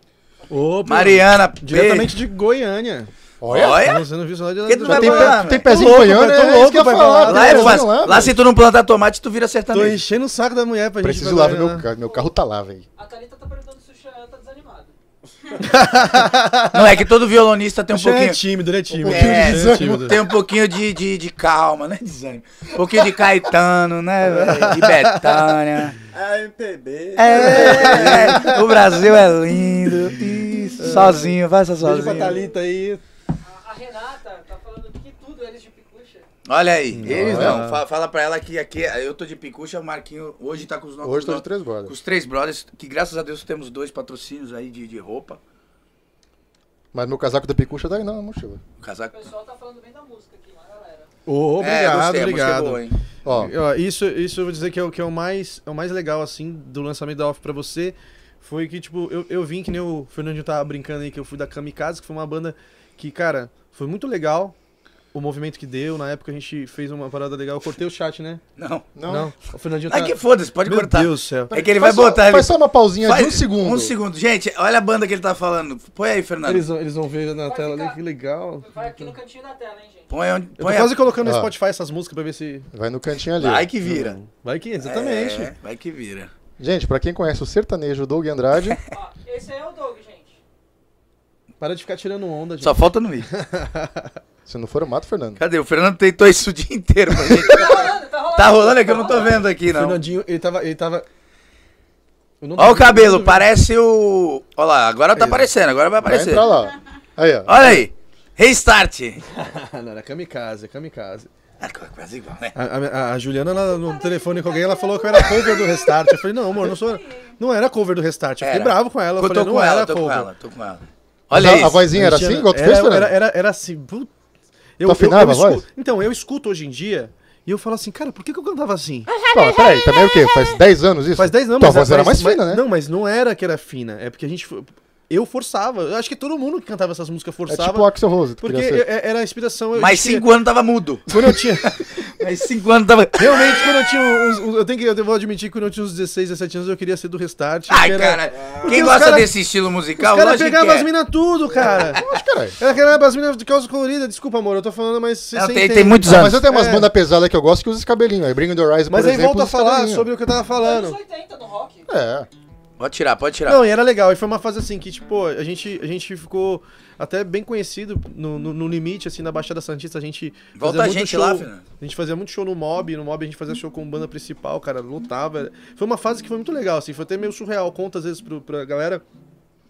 Opa,
Mariana,
diretamente de Goiânia.
Olha!
Olha,
Você não viu isso lá de
Que tu
já
vai
tem,
pra lá,
pe- tem
velho.
pezinho
Tô louco,
goiano,
pai, tô
é isso
louco
que eu ia
pra ir
falar.
pra
Lá é
tem
fácil.
pezinho lá,
Lá
velho.
se tu não plantar tomate, tu vira
Tô
sertanejo.
enchendo o saco da mulher pra gente.
Preciso
ir
ir
pra
lá ver
Goiânia,
meu
né?
carro, meu carro tá lá, velho.
A Thalita tá perguntando se o Xan tá desanimado.
Não, é que todo violonista tem um
Ele é
pouquinho.
tímido, ele é tímido.
É,
Ele é tímido.
tem um pouquinho de, de, de calma, né? Desânimo. Um pouquinho de Caetano, né? velho? De Betânia.
É MPB.
É, é, o Brasil é lindo. Isso, sozinho, faça
Beijo é pra
sozinho.
Thalita aí.
A, a Renata tá falando que tudo eles de picucha.
Olha aí, eles
Olha.
não. Fala, fala pra ela que aqui é, eu tô de picucha, o Marquinho hoje tá com os nossos.
Hoje tô de três
com
brothers.
os três brothers, que graças a Deus temos dois patrocínios aí de, de roupa.
Mas meu casaco da picucha tá aí não, na mochila.
O
O
casaco.
pessoal tá falando bem da música aqui, lá, galera.
Ô,
é,
obrigado,
gostei, a música é
obrigado.
boa, hein?
Ó,
Ó, Isso, isso eu vou dizer que é o que é o mais, é o mais legal assim do lançamento da Off pra você foi que tipo eu, eu vim que nem o Fernandinho tava brincando aí que eu fui da Kamikaze, que foi uma banda que cara, foi muito legal o movimento que deu, na época a gente fez uma parada legal, eu cortei o chat, né?
Não.
não.
O Fernandinho tá
Ai, que foda-se, pode
Meu
cortar.
Deus do céu.
É que ele vai
Faz só-
botar. ele-
Faz só uma pausinha de
Faz-
um segundo.
Um segundo. Gente, olha a banda que ele tá falando. Põe aí, Fernando.
Eles, vão- eles vão ver na
Vai
tela ali
ficar-
que legal.
Vai aqui no cantinho da tela, hein, gente.
Põe onde.
Eu tô
põe
quase
a...
colocando no
Ó.
Spotify essas músicas pra ver se
Vai no cantinho ali.
Vai que vira.
vai que exatamente.
É, vai que vira.
Gente, pra quem conhece o sertanejo Doug Andrade,
Ó, esse aí é o Doug, gente.
Para de ficar tirando onda, gente.
Só falta no ir.
se não for eu mato, Fernando.
Cadê? O Fernando tentou isso o dia inteiro pra gente.
Tá rolando, tá rolando.
Tá rolando é que eu não tô vendo aqui,
O
não.
Fernandinho, tá ele tava ele tava Eu não tô
Olha o
vendo, eu
cabelo,
não tô vendo.
parece o. Olha lá, agora tá aparecendo, agora vai
Vai
aparecer.
entrar lá. Aí, ó.
Olha aí. Restart.
Ah, não, era kamikaze, é kamikaze.
É quase igual, né?
A, a- a Juliana, ela, no telefone com alguém, ela falou que eu era cover do Restart. Eu falei, não, amor, não sou. Não era cover do Restart. Eu fiquei
Era.
bravo com ela. Eu,
Eu
falei,
tô
não
com
era
ela, tô
cover.
com ela, tô com ela. Olha
a,
isso.
a vozinha era assim, igual tu fez,
era,
Fernando?
era, era, era assim. put- Eu,
Tu afinava a
escuto-
voz?
Então, eu escuto hoje em dia e eu falo assim, cara, por que, que eu cantava assim?
Pô, peraí, também o quê? Faz 10 anos isso?
Faz 10 anos.
Tua
mas-
voz era mais
mas-
fina, né?
Não, mas não era que era fina. É porque a gente. fo- Eu forçava. Eu acho que todo mundo que cantava essas músicas
É
forçava.
tipo o Axel Rose, tu
porque
queria ser.
eu- era a inspiração. eu-
Mais
eu queria-
cinco anos tava mudo.
Quando eu tinha.
Aí cinco anos tava.
Realmente, quando eu tinha uns. uns- Eu, tenho que, eu vou admitir que quando eu tinha uns 16, 17 anos, eu queria ser do restart.
Ai,
que era-
cara.
Porque
Quem
os
gosta
cara-
desse estilo musical,
Os caras
lógico que
pegavam
é.
as minas tudo, cara.
Mas, caralho.
Ela queria as minas de calça colorida. Desculpa, amor, eu tô falando, mas você
Não,
você
tem,
entende.
tem muitos
Ah,
anos.
mas eu tenho umas
É.
bandas pesadas que eu gosto que usa esse cabelinho. Aí Bring the Horizon,
Mas
por
aí
exemplo,
volta a
usa esse
falar
cabelinho.
sobre o que eu tava
Anos
falando.
80 no rock.
É.
Pode tirar, pode tirar.
Não, e era legal. E foi uma fase assim que, tipo, a gente, a gente ficou até bem conhecido no, no, no limite, assim, na Baixada Santista. A gente.
Volta
fazia
a
muito
gente
show-
lá, Fernando.
A gente fazia muito show no Mob. No Mob a gente fazia show com banda principal, cara. Lutava. Foi uma fase que foi muito legal, assim. Foi até meio surreal. Conta às vezes pro, pra galera.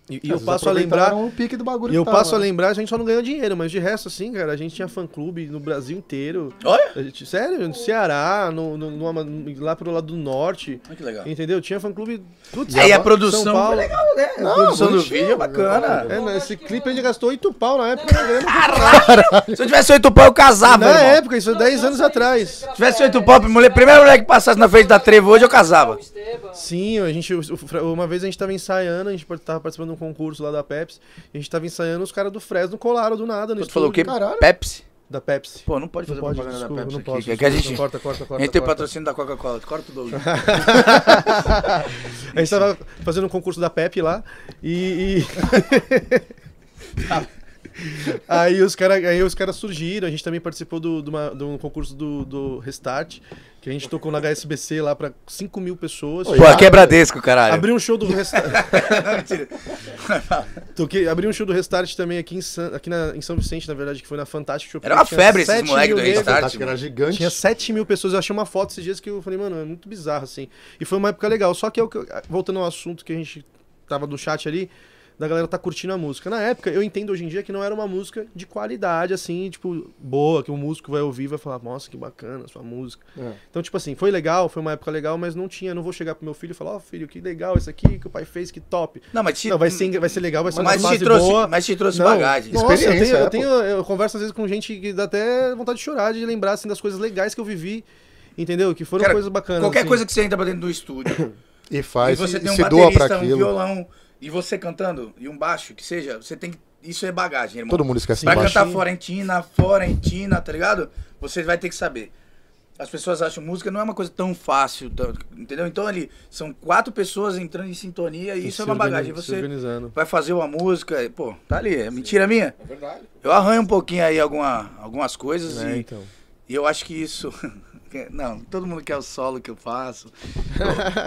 E, e eu
Eles
passo a lembrar.
aproveitaram o pique do bagulho
E eu
que tava,
passo a
né?
lembrar, a gente só não ganhou dinheiro, mas de resto, assim, cara, a gente tinha fã-clube no Brasil inteiro.
Olha.
A gente- sério, no Ceará, no, no- no Ama- lá pro lado do norte,
Olha que legal.
entendeu? Tinha fã-clube... Putz,
Aí a
São
produção foi
Paulo.
legal, né?
Não,
a produção do
bonitinho,
vídeo é bacana.
É, né, esse clipe ele gastou 8 pau na época. né,
Ah, Se eu tivesse oito pau, eu casava,
na
irmão.
época, isso é 10 anos atrás.
Se tivesse oito pau, mulher, primeira mulher que passasse na frente da trevo hoje, eu casava.
Esteban.
Sim, a gente, o- o Fre- uma vez a gente tava ensaiando, a gente tava participando de um concurso lá da Pepsi, a gente tava ensaiando, os caras do Fresno colaram do nada no
Tu falou o quê?
estúdio.
Caralho.
Pepsi?
Da Pepsi.
Pô, não pode
Não
fazer
pode,
propaganda
desculpa,
da Pepsi
não
aqui,
posso.
que- que a
desculpa,
gente-
corta, corta, corta.
A gente tem
corta.
patrocínio da Coca-Cola. Corta o Doug.
A gente tava fazendo um concurso da Pepe lá e. e- Tá. aí os caras cara surgiram, a gente também participou do- de uma- de um concurso do, do Restart, que a gente tocou na HSBC lá pra 5 mil pessoas.
Pô, aqui é Bradesco, caralho.
Abri um show do Restart. Toquei, abri um show do Restart também aqui em São, aqui na- em São Vicente, na verdade, que foi na Fantástico Shopping.
Era uma
Tinha
febre esses
7
moleques
mil
do
negros.
Restart.
Acho que era gigante.
Tinha 7 mil pessoas, eu achei uma foto esses dias que eu falei, mano, é muito bizarro, assim. E foi uma época legal. Só que, é o que eu- voltando ao assunto que a gente tava do chat ali, da galera tá curtindo a música. Na época, eu entendo hoje em dia que não era uma música de qualidade, assim, tipo, boa, que o músico vai ouvir e vai falar, nossa, que bacana a sua música.
É.
Então, tipo assim, foi legal, foi uma época legal, mas não tinha, não vou chegar pro meu filho e falar, ó, filho, que legal isso aqui que o pai fez, que top.
Não, mas te,
Não, vai ser, vai ser legal, vai ser
mas
uma
te
fase
trouxe,
boa.
mas te trouxe
Não.
bagagem.
Nossa, eu,
Experiência,
tenho, eu,
é,
tenho- eu converso às vezes com gente que dá até vontade de chorar, de lembrar assim, das coisas legais que eu vivi, entendeu? Que foram
Cara,
coisas bacanas.
Qualquer
assim.
coisa que você entra pra dentro do estúdio
E
e
faz,
você
e
tem um
se doa pra
baterista, um
aquilo.
violão e você cantando e um baixo, que seja, você tem que. Isso é bagagem, irmão.
Todo mundo esquece
Pra
do baixo.
cantar Florentina, Florentina, tá ligado? Você vai ter que saber. As pessoas acham música não é uma coisa tão fácil, tão- entendeu? Então ali são quatro pessoas entrando em sintonia e isso é
Se
uma
organi-
bagagem.
se
Você
organizando.
vai fazer uma música, e, pô, tá ali. É mentira minha?
É verdade.
Eu arranho um pouquinho aí alguma, algumas coisas
É,
e,
então.
e eu acho que isso. Não, todo mundo quer o solo que eu faço.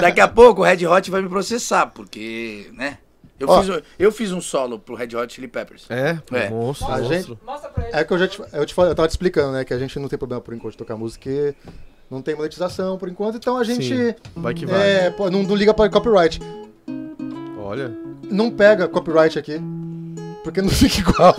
Daqui a pouco o Red Hot vai me processar, porque, né? Eu,
Ó.
fiz, um- eu fiz um solo pro Red Hot Chili Peppers.
É,
É.
monstro.
A
monstro.
gente-
Mostra pra ele.
É que eu já te, eu te falei, eu tava te explicando, né? Que a gente não tem problema por enquanto de tocar música, que não tem monetização por enquanto, então a gente.
Sim, Vai que vai.
É, pô, não, não liga pra copyright.
Olha.
Não pega copyright aqui. Porque não fica igual.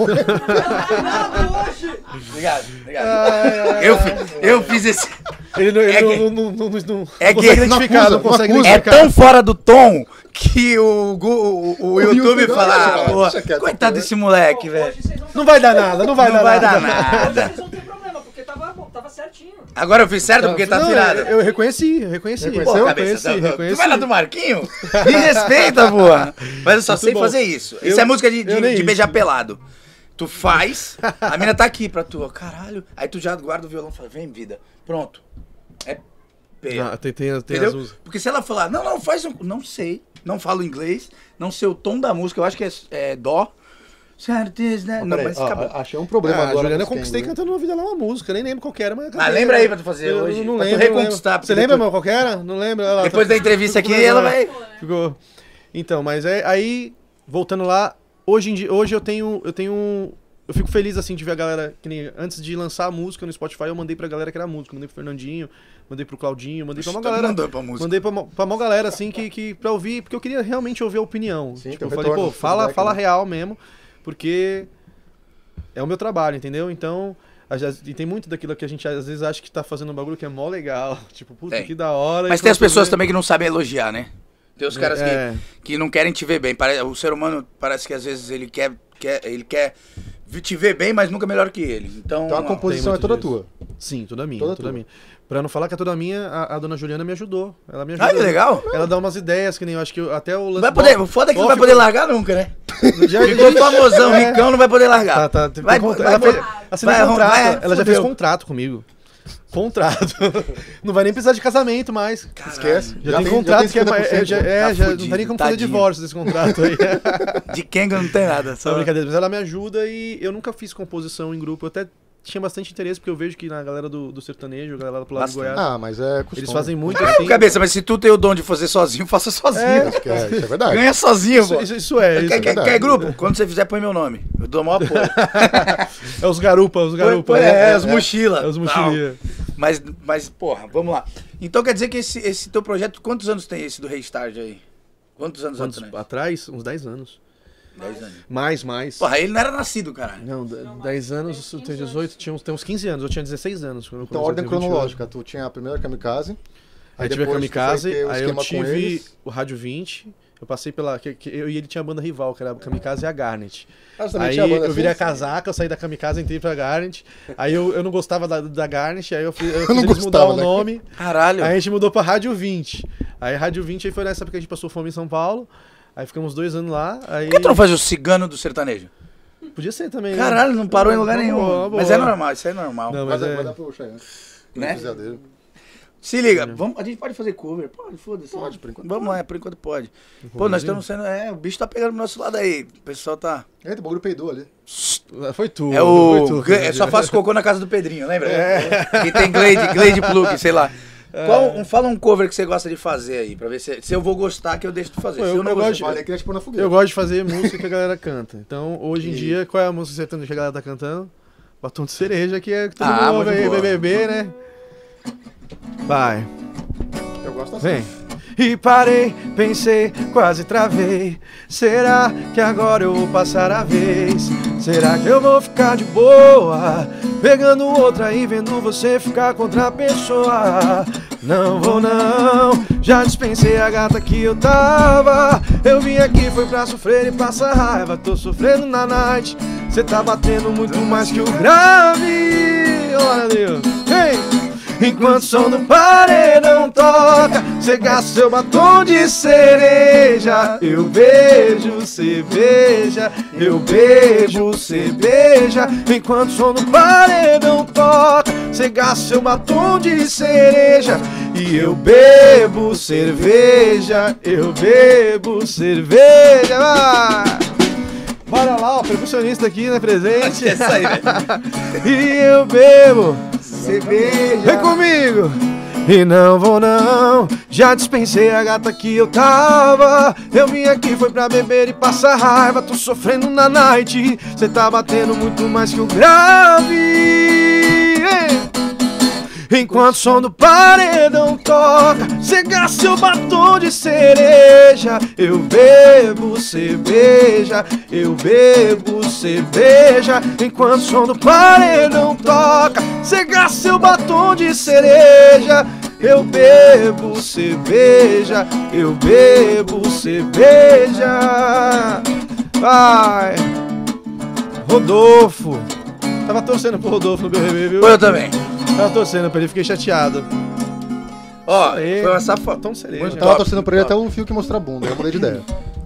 Obrigado, obrigado.
Ah,
eu, fi- eu fiz esse.
Ele não,
É que-
não, não, não, não, não
é que-
consegue identificar,
não
não
acusa,
consegue
não acusa.
É
identificar.
tão fora do tom que o, Gu- o, o YouTube
YouTube não
fala,
acha,
ah, pô,
deixa quieto,
coitado
né?
desse moleque, velho.
Hoje vocês não
É Não vai dar nada, tá não vai
É Não
dar
vai dar
nada.
nada.
Vocês não tem problema, porque tava, bom, tava certinho.
Agora eu fiz certo porque tá
Não,
tirado.
Eu, eu reconheci, eu reconheci.
Pô,
Reconheceu?
cabeça,
reconheci,
tá-
reconheci.
Tu vai lá do Marquinho? Me respeita, porra. Mas eu só
Muito
sei
bom.
fazer isso. Isso
Eu-
é música de, de,
eu nem
de
isso.
beijar pelado. Tu faz, a mina tá aqui pra tu, ó, caralho. Aí tu já guarda o violão e fala, vem vida, pronto. É P.
Ah, tem, tem, tem as
Entendeu?
usas.
Porque se ela falar, não, não, faz um. Não sei, não falo inglês, não sei o tom da música, eu acho que é, é dó. Certo, isso, né? Não,
Peraí,
mas
ó,
acabou.
achei um
Ah,
problema
a
agora.
Juliana eu
com né? os
conquistei
Kangol.
cantando uma vida lá uma música, nem lembro qual que era, mas.
Ah, lembra aí pra tu fazer hoje,
Não
pra tu
lembro.
reconquistar,
não lembro.
porque
Você lembra,
depois-
mano, qual que era? Não lembro. olha lá,
Depois
tá-
da entrevista aqui, ela vai.
Ficou. Então, mas é, aí, voltando lá, hoje, em dia, hoje eu tenho. Eu tenho. Eu fico feliz assim de ver a galera. Que nem, antes de lançar a música no Spotify, eu mandei pra galera que era música. Mandei pro Fernandinho, mandei pro Claudinho, mandei pra uma
Todo
galera.
mundo pra música.
Mandei pra, mó- pra mó galera, assim, que, que, pra ouvir, porque eu queria realmente ouvir a opinião.
Sim,
tipo, eu
tem um
falei, pô,
retorno,
fala,
feedback,
fala
né?
real mesmo, porque é o meu trabalho, entendeu? Então, às vezes- e tem muito daquilo que a gente às vezes acha que tá fazendo um bagulho que é mó legal. Tipo, puta,
Tem.
que da hora.
Mas
e
tem as
quando
pessoas
vê-
também que não sabem elogiar, né? Tem os caras
É.
que, que não querem te ver bem. Pare- O ser humano parece que às vezes ele quer, quer, ele quer vi- te ver bem, mas nunca melhor que ele. Então,
Então a
ó,
composição é
muito
toda
disso.
tua.
Sim, toda minha,
Toda
toda,
tua.
minha. Pra não falar que é toda minha, a, a dona Juliana me ajudou. Ela me ajudou.
Ah, que legal.
Ela dá umas ideias, que nem eu acho que eu- até o lance.
Vai
do-
poder, o foda é que não vai
Ficou-
poder largar nunca, né?
do dia-
Ficou famosão,
É.
ricão, não vai poder largar.
Tá, tá. tem
Vai-
contra-
vai-
ela fez,
vai-
assinou
vai-
contrato.
vai-
ela já
fudeu.
fez contrato comigo. Contrato. Não vai nem precisar de casamento mais.
Caralho.
Esquece.
Já,
Já
tem,
tem-
contrato
já tem
que é, mais- é,
50%,
já,
né?
é,
Tá
já não
fudido,
tem nem como fazer
tadinho.
divórcio desse contrato aí. tá.
De Kenga não tem nada.
Só
Só
brincadeira, mas ela me ajuda e eu nunca fiz composição em grupo. Eu até tinha bastante interesse, porque eu vejo que na galera do, do sertanejo, a galera pro lado do
Bastante.
Goiás,
Ah, mas é costume.
eles fazem muito
Ah,
assim.
cabeça, mas se tu tem o dom de fazer sozinho, faça sozinho.
Isso que é, isso é verdade.
Ganha sozinho,
Isso,
pô.
isso- isso é, isso
Quer,
é.
quer,
verdade.
quer grupo? Quando você fizer, põe meu nome. Eu dou o maior apoio.
É os garupa, os
Põe-
garupa. né?
põe- É, as mochilas.
É os mochilinha.
Mas, mas, porra, vamos lá. Então quer dizer que esse, esse teu projeto, quantos anos tem esse do Restart aí? Quantos anos
Quantos-
atrás?
Atrás, uns 10 anos.
Dez anos.
Mais, mais.
Porra, ele não era nascido, caralho.
Não, de- 10 anos, eu tenho 18, tinha uns, tem uns 15 anos, eu tinha 16 anos. Quando eu
Então,
comecei,
ordem
eu tinha 28.
cronológica. Tu tinha a primeira kamikaze.
um Aí, tive a
depois tu foi
Kamikaze,
ter o
aí eu
esquema com
tive
eles.
o Rádio 20, eu passei pela. que- que- eu e ele tinha a banda rival, que era a Kamikaze e a Garnet.
Ah, você também
Aí
tinha banda
eu virei a
assim?
casaca, eu saí da Kamikaze, entrei pra Garnet. Aí eu, eu não gostava da, da Garnet, aí eu fui eu
não
fiz eles mudar
gostava
o
da-
nome.
Caralho.
Aí a gente mudou pra Rádio 20. Aí Rádio 20 aí foi nessa época que a gente passou fome em São Paulo. Aí ficamos dois anos lá. Aí...
Por que tu não faz o cigano do sertanejo?
Podia ser também. né?
Caralho, não parou em lugar
Uma
nenhum.
boa, uma
Mas
boa.
é normal, isso é normal.
Não,
Vai
mas
dar, vai
é...
dar pro Cheyenne.
Né?
Né? Dele.
Se liga, vamos, a gente pode fazer cover? Pode, foda-se. né?
Pode, por enquanto
Vamos lá, por enquanto pode. Pô, nós estamos sendo. É, o bicho tá pegando o nosso lado aí. O pessoal tá.
Eita, o bagulho peidou ali.
Foi tu.
É
Foi né,
o.
tu,
Gle-
cara.
é só faço cocô na casa do Pedrinho, lembra? Que tem Glade, Glade Plug, sei lá. Qual, um- fala um cover que você gosta de fazer aí, pra ver se, se eu vou gostar que eu deixo de fazer.
Pô,
se
eu-
eu não
eu
gostar-
gosto-
Olha, aí, queria te pôr na fogueira.
Eu gosto de fazer música que a galera canta. Então, hoje em dia, qual é a música sertaneja que a galera tá cantando? Batom de cereja, que é que todo
Ah,
mundo ouve
muito
aí,
boa.
BBB, né? Vai.
Eu gosto assim.
Vem. E parei, pensei, quase travei. Será que agora eu vou passar a vez? Será que eu vou ficar de boa? Pegando outra e vendo você ficar com outra pessoa. Não vou não, já dispensei a gata que eu tava. Eu vim aqui, foi pra sofrer e passar raiva. Tô sofrendo na night. Cê tá batendo muito mais que o grave. Olha Deus. Ei! Enquanto o som do paredão toca, cê gasta seu batom de cereja. Eu beijo, cê beija, eu beijo, cê beija. Enquanto o som do paredão toca, cê gasta seu batom de cereja. E eu bebo cerveja, eu bebo cerveja. Vai! Bora lá, o percussionista aqui na presente.
é Isso aí, velho.
E eu bebo.
Você beija.
Vem comigo! E não vou não, já dispensei a gata que eu tava Eu vim aqui foi pra beber e passar raiva Tô sofrendo na night, cê tá batendo muito mais que o grave Ei! Enquanto o som do paredão toca Cê gasta seu batom de cereja Eu bebo cerveja, eu bebo cerveja Enquanto o som do paredão toca Cê gasta seu batom de cereja Eu bebo cerveja, eu bebo cerveja Vai! Rodolfo Tava torcendo pro Rodolfo no BBB, viu?
Pô, eu também.
Tava torcendo pra ele, fiquei chateado.
Ó,
Aí.
foi uma safadão.
Tão cereja.
Muito
Eu tava
Top,
torcendo pra ele
top.
até o fio que mostrar a bunda. Eu mudei de ideia.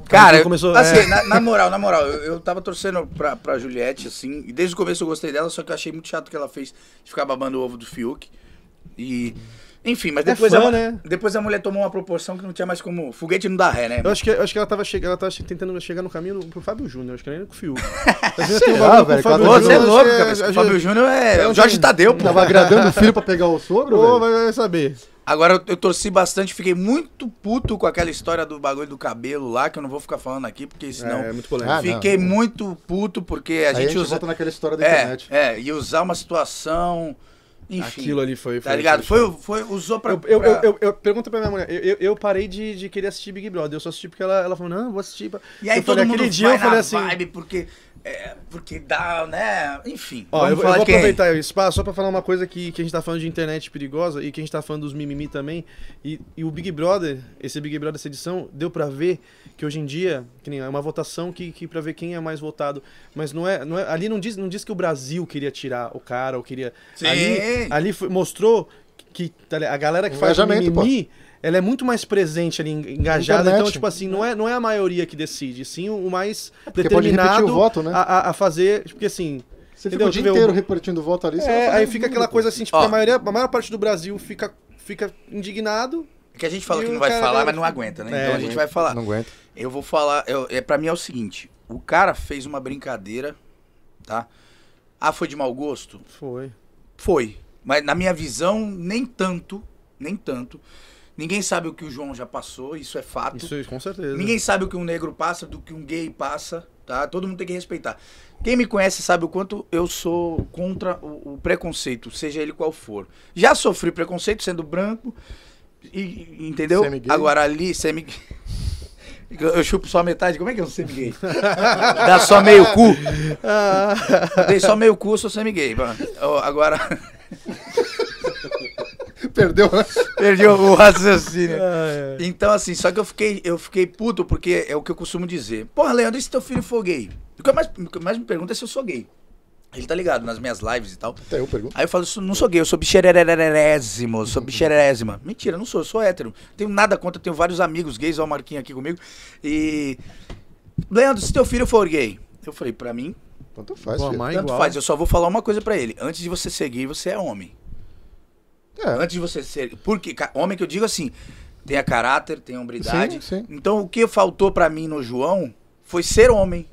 Cara,
Quando começou,
assim,
é.
na, na moral, na moral, eu, eu tava torcendo pra, pra Juliette, assim, e desde o começo eu gostei dela, só que eu achei muito chato o que ela fez de ficar babando o ovo do Fiuk. E. Enfim, mas
É
depois,
fã,
a,
né?
depois a mulher tomou uma proporção que não tinha mais como. Foguete não dá ré, né?
Eu acho que, eu acho que ela tava, chegando, ela tava che- tentando chegar no caminho pro Fábio Júnior, acho que nem com o Fiuk. Às vezes tem um
Será,
bagulho com
velho?
o Fábio
Ô,
Claro.
você é
Júnior,
louco,
acho que-
cara.
acho
O
que-
Fábio Júnior é. O Jorge Tadeu, pô.
Tava agradando o filho pra pegar o sogro,
Ô,
velho.
vai vai saber.
Agora eu, eu torci bastante, fiquei muito puto com aquela história do bagulho do cabelo lá, que eu não vou ficar falando aqui, porque senão.
é muito polêmico.
Ah, não.
fiquei muito puto, porque a
Aí
gente usa.
volta naquela história da
É,
internet.
é, e usar uma situação. Enfim.
Aquilo é ali foi.
Tá
foi-
ligado?
Foi.
Foi, foi, usou pra.
Eu, eu,
pra-
eu, eu, eu pergunto pra minha mulher, eu, eu, eu parei de, de querer assistir Big Brother, eu só assisti porque ela, ela falou, não, eu vou assistir. pra-".
E aí
eu
todo
falei,
mundo
aquele
vai
dia eu falei
na
assim,
vibe porque, é, porque dá, né? Enfim.
Ó, eu, eu vou
falar de quem?
aproveitar o espaço só pra falar uma coisa que, que a gente tá falando de internet perigosa e que a gente tá falando dos mimimi também. E, e o Big Brother, esse Big Brother, essa edição, deu pra ver que hoje em dia, que nem é uma votação que, que pra ver quem é mais votado. Mas não é. Não é ali não diz, não diz que o Brasil queria tirar o cara ou queria.
Sim.
Ali, ali foi- mostrou que tá ligado? a galera que faz o
Engajamento, pô.
mimimi. Ela é muito mais presente ali, en- engajada.
Internet.
Então, tipo assim, não é, não é a maioria que decide, sim o mais
É porque pode repetir
determinado
o voto, né?
a, a- a fazer. Porque assim,
Você fica
Entendeu?
o
Tu
dia
vê o-
inteiro repartindo voto ali. você tá não
É,
faz
aí
nada.
fica aquela coisa assim, tipo,
Ó.
a, maioria, a maior parte do Brasil fica, fica indignado.
É que a gente fala
E
que
o
não vai
cara-
falar, mas não aguenta, né?
É,
então a gente vai falar.
Não aguento.
Eu vou falar. Eu, é, pra mim é o seguinte: o cara fez uma brincadeira, tá? Ah, foi de mau gosto?
Foi.
Foi. Mas na minha visão, nem tanto. Nem tanto. Ninguém sabe o que o João já passou, isso é fato.
Isso, isso, com certeza.
Ninguém sabe o que um negro passa do que um gay passa, tá? Todo mundo tem que respeitar. Quem me conhece sabe o quanto eu sou contra o, o preconceito, seja ele qual for. Já sofri preconceito sendo branco, e- e- entendeu?
Semi-gay?
Agora ali, semi eu, eu chupo só metade, como é que eu sou semi-gay? Dá só meio cu? Eu Dei só meio cu, eu sou semi-gay. mano. Ó, Agora,
Perdeu, né?
perdi o- o raciocínio.
Ah, é.
Então, assim, só que eu fiquei, eu fiquei puto porque é o que eu costumo dizer. Porra, Leandro, e se teu filho for gay? O que, eu mais, o que eu mais me pergunta é se eu sou gay. Ele tá ligado nas minhas lives e tal.
Até eu pergunto.
Aí eu falo, "Sou- não sou gay, eu sou bichererésimo, sou bicherésima. Mentira, eu não sou, eu sou hétero. Tenho nada contra, tenho vários amigos gays, ó o Marquinho aqui comigo. E. Leandro, se teu filho for gay. Eu falei, pra mim,
Tanto faz,
Pô,
filho.
mas- É
tanto
igual.
faz. Eu só vou falar uma coisa pra ele. Antes de você ser gay, você é homem.
É,
Antes de você ser. Porque, ca- homem que eu digo assim, tenha caráter, tenha hombridade.
Sim, sim.
Então, o que faltou pra mim no João foi ser homem.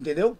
Entendeu?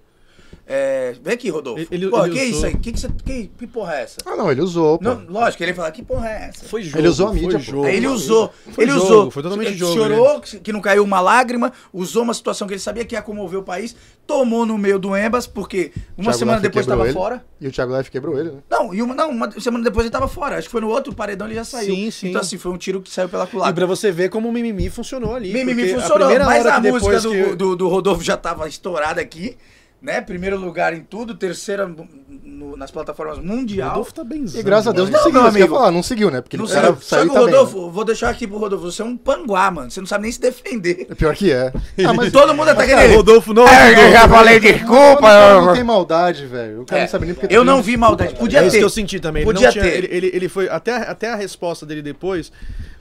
É, vem aqui, Rodolfo.
Ele- ele-
Pô,
ele
que é
usou.
isso aí? Que, que, você- que, que porra é essa?
Ah, não, ele usou, pô.
Não, lógico, ele ia falar, que porra é essa?
Foi jogo.
Ele usou a mídia,
Foi
pô.
jogo.
Aí ele usou,
Foi
ele
jogo,
usou,
foi totalmente
ele
jogo,
chorou, que não caiu uma lágrima, usou uma situação que ele sabia que ia comover o país, tomou no meio do Embas, porque uma
Thiago
semana
Leifert
depois
quebrou
estava
ele.
fora.
E o Thiago Life quebrou ele, né?
Não, e uma, não, uma semana depois ele tava fora. Acho que foi no outro paredão ele já saiu.
Sim, sim.
Então, assim, foi um tiro que saiu pela
E pra
culatra.
você ver como o mimimi funcionou ali.
Mimimi
porque
funcionou,
primeira
mas
hora
a
que
música
depois
do,
que-
do, do Rodolfo já tava estourada aqui, né? Primeiro lugar em tudo, terceira no- no- nas plataformas mundial.
Rodolfo tá benzando.
E graças a Deus não,
Não,
seguiu,
meu
isso que eu ia
amigo.
falar, não seguiu, né? Porque
não
ele
sei,
era,
só
saiu
que o
também.
Rodolfo, vou deixar aqui pro Rodolfo, você é um panguá, mano. Você não sabe nem se defender.
É pior que é. Ah, mas
Todo mundo atacando
É,
ele.
Rodolfo não.
eu já falei
o cara não
desculpa.
tem maldade, velho. O cara não
É,
sabe nem porque
tá
Eu não vi maldade. Podia
É isso
ter.
que eu senti também. Ele,
Podia
não tinha,
ter.
ele, ele, ele foi. Até, a- até a resposta dele depois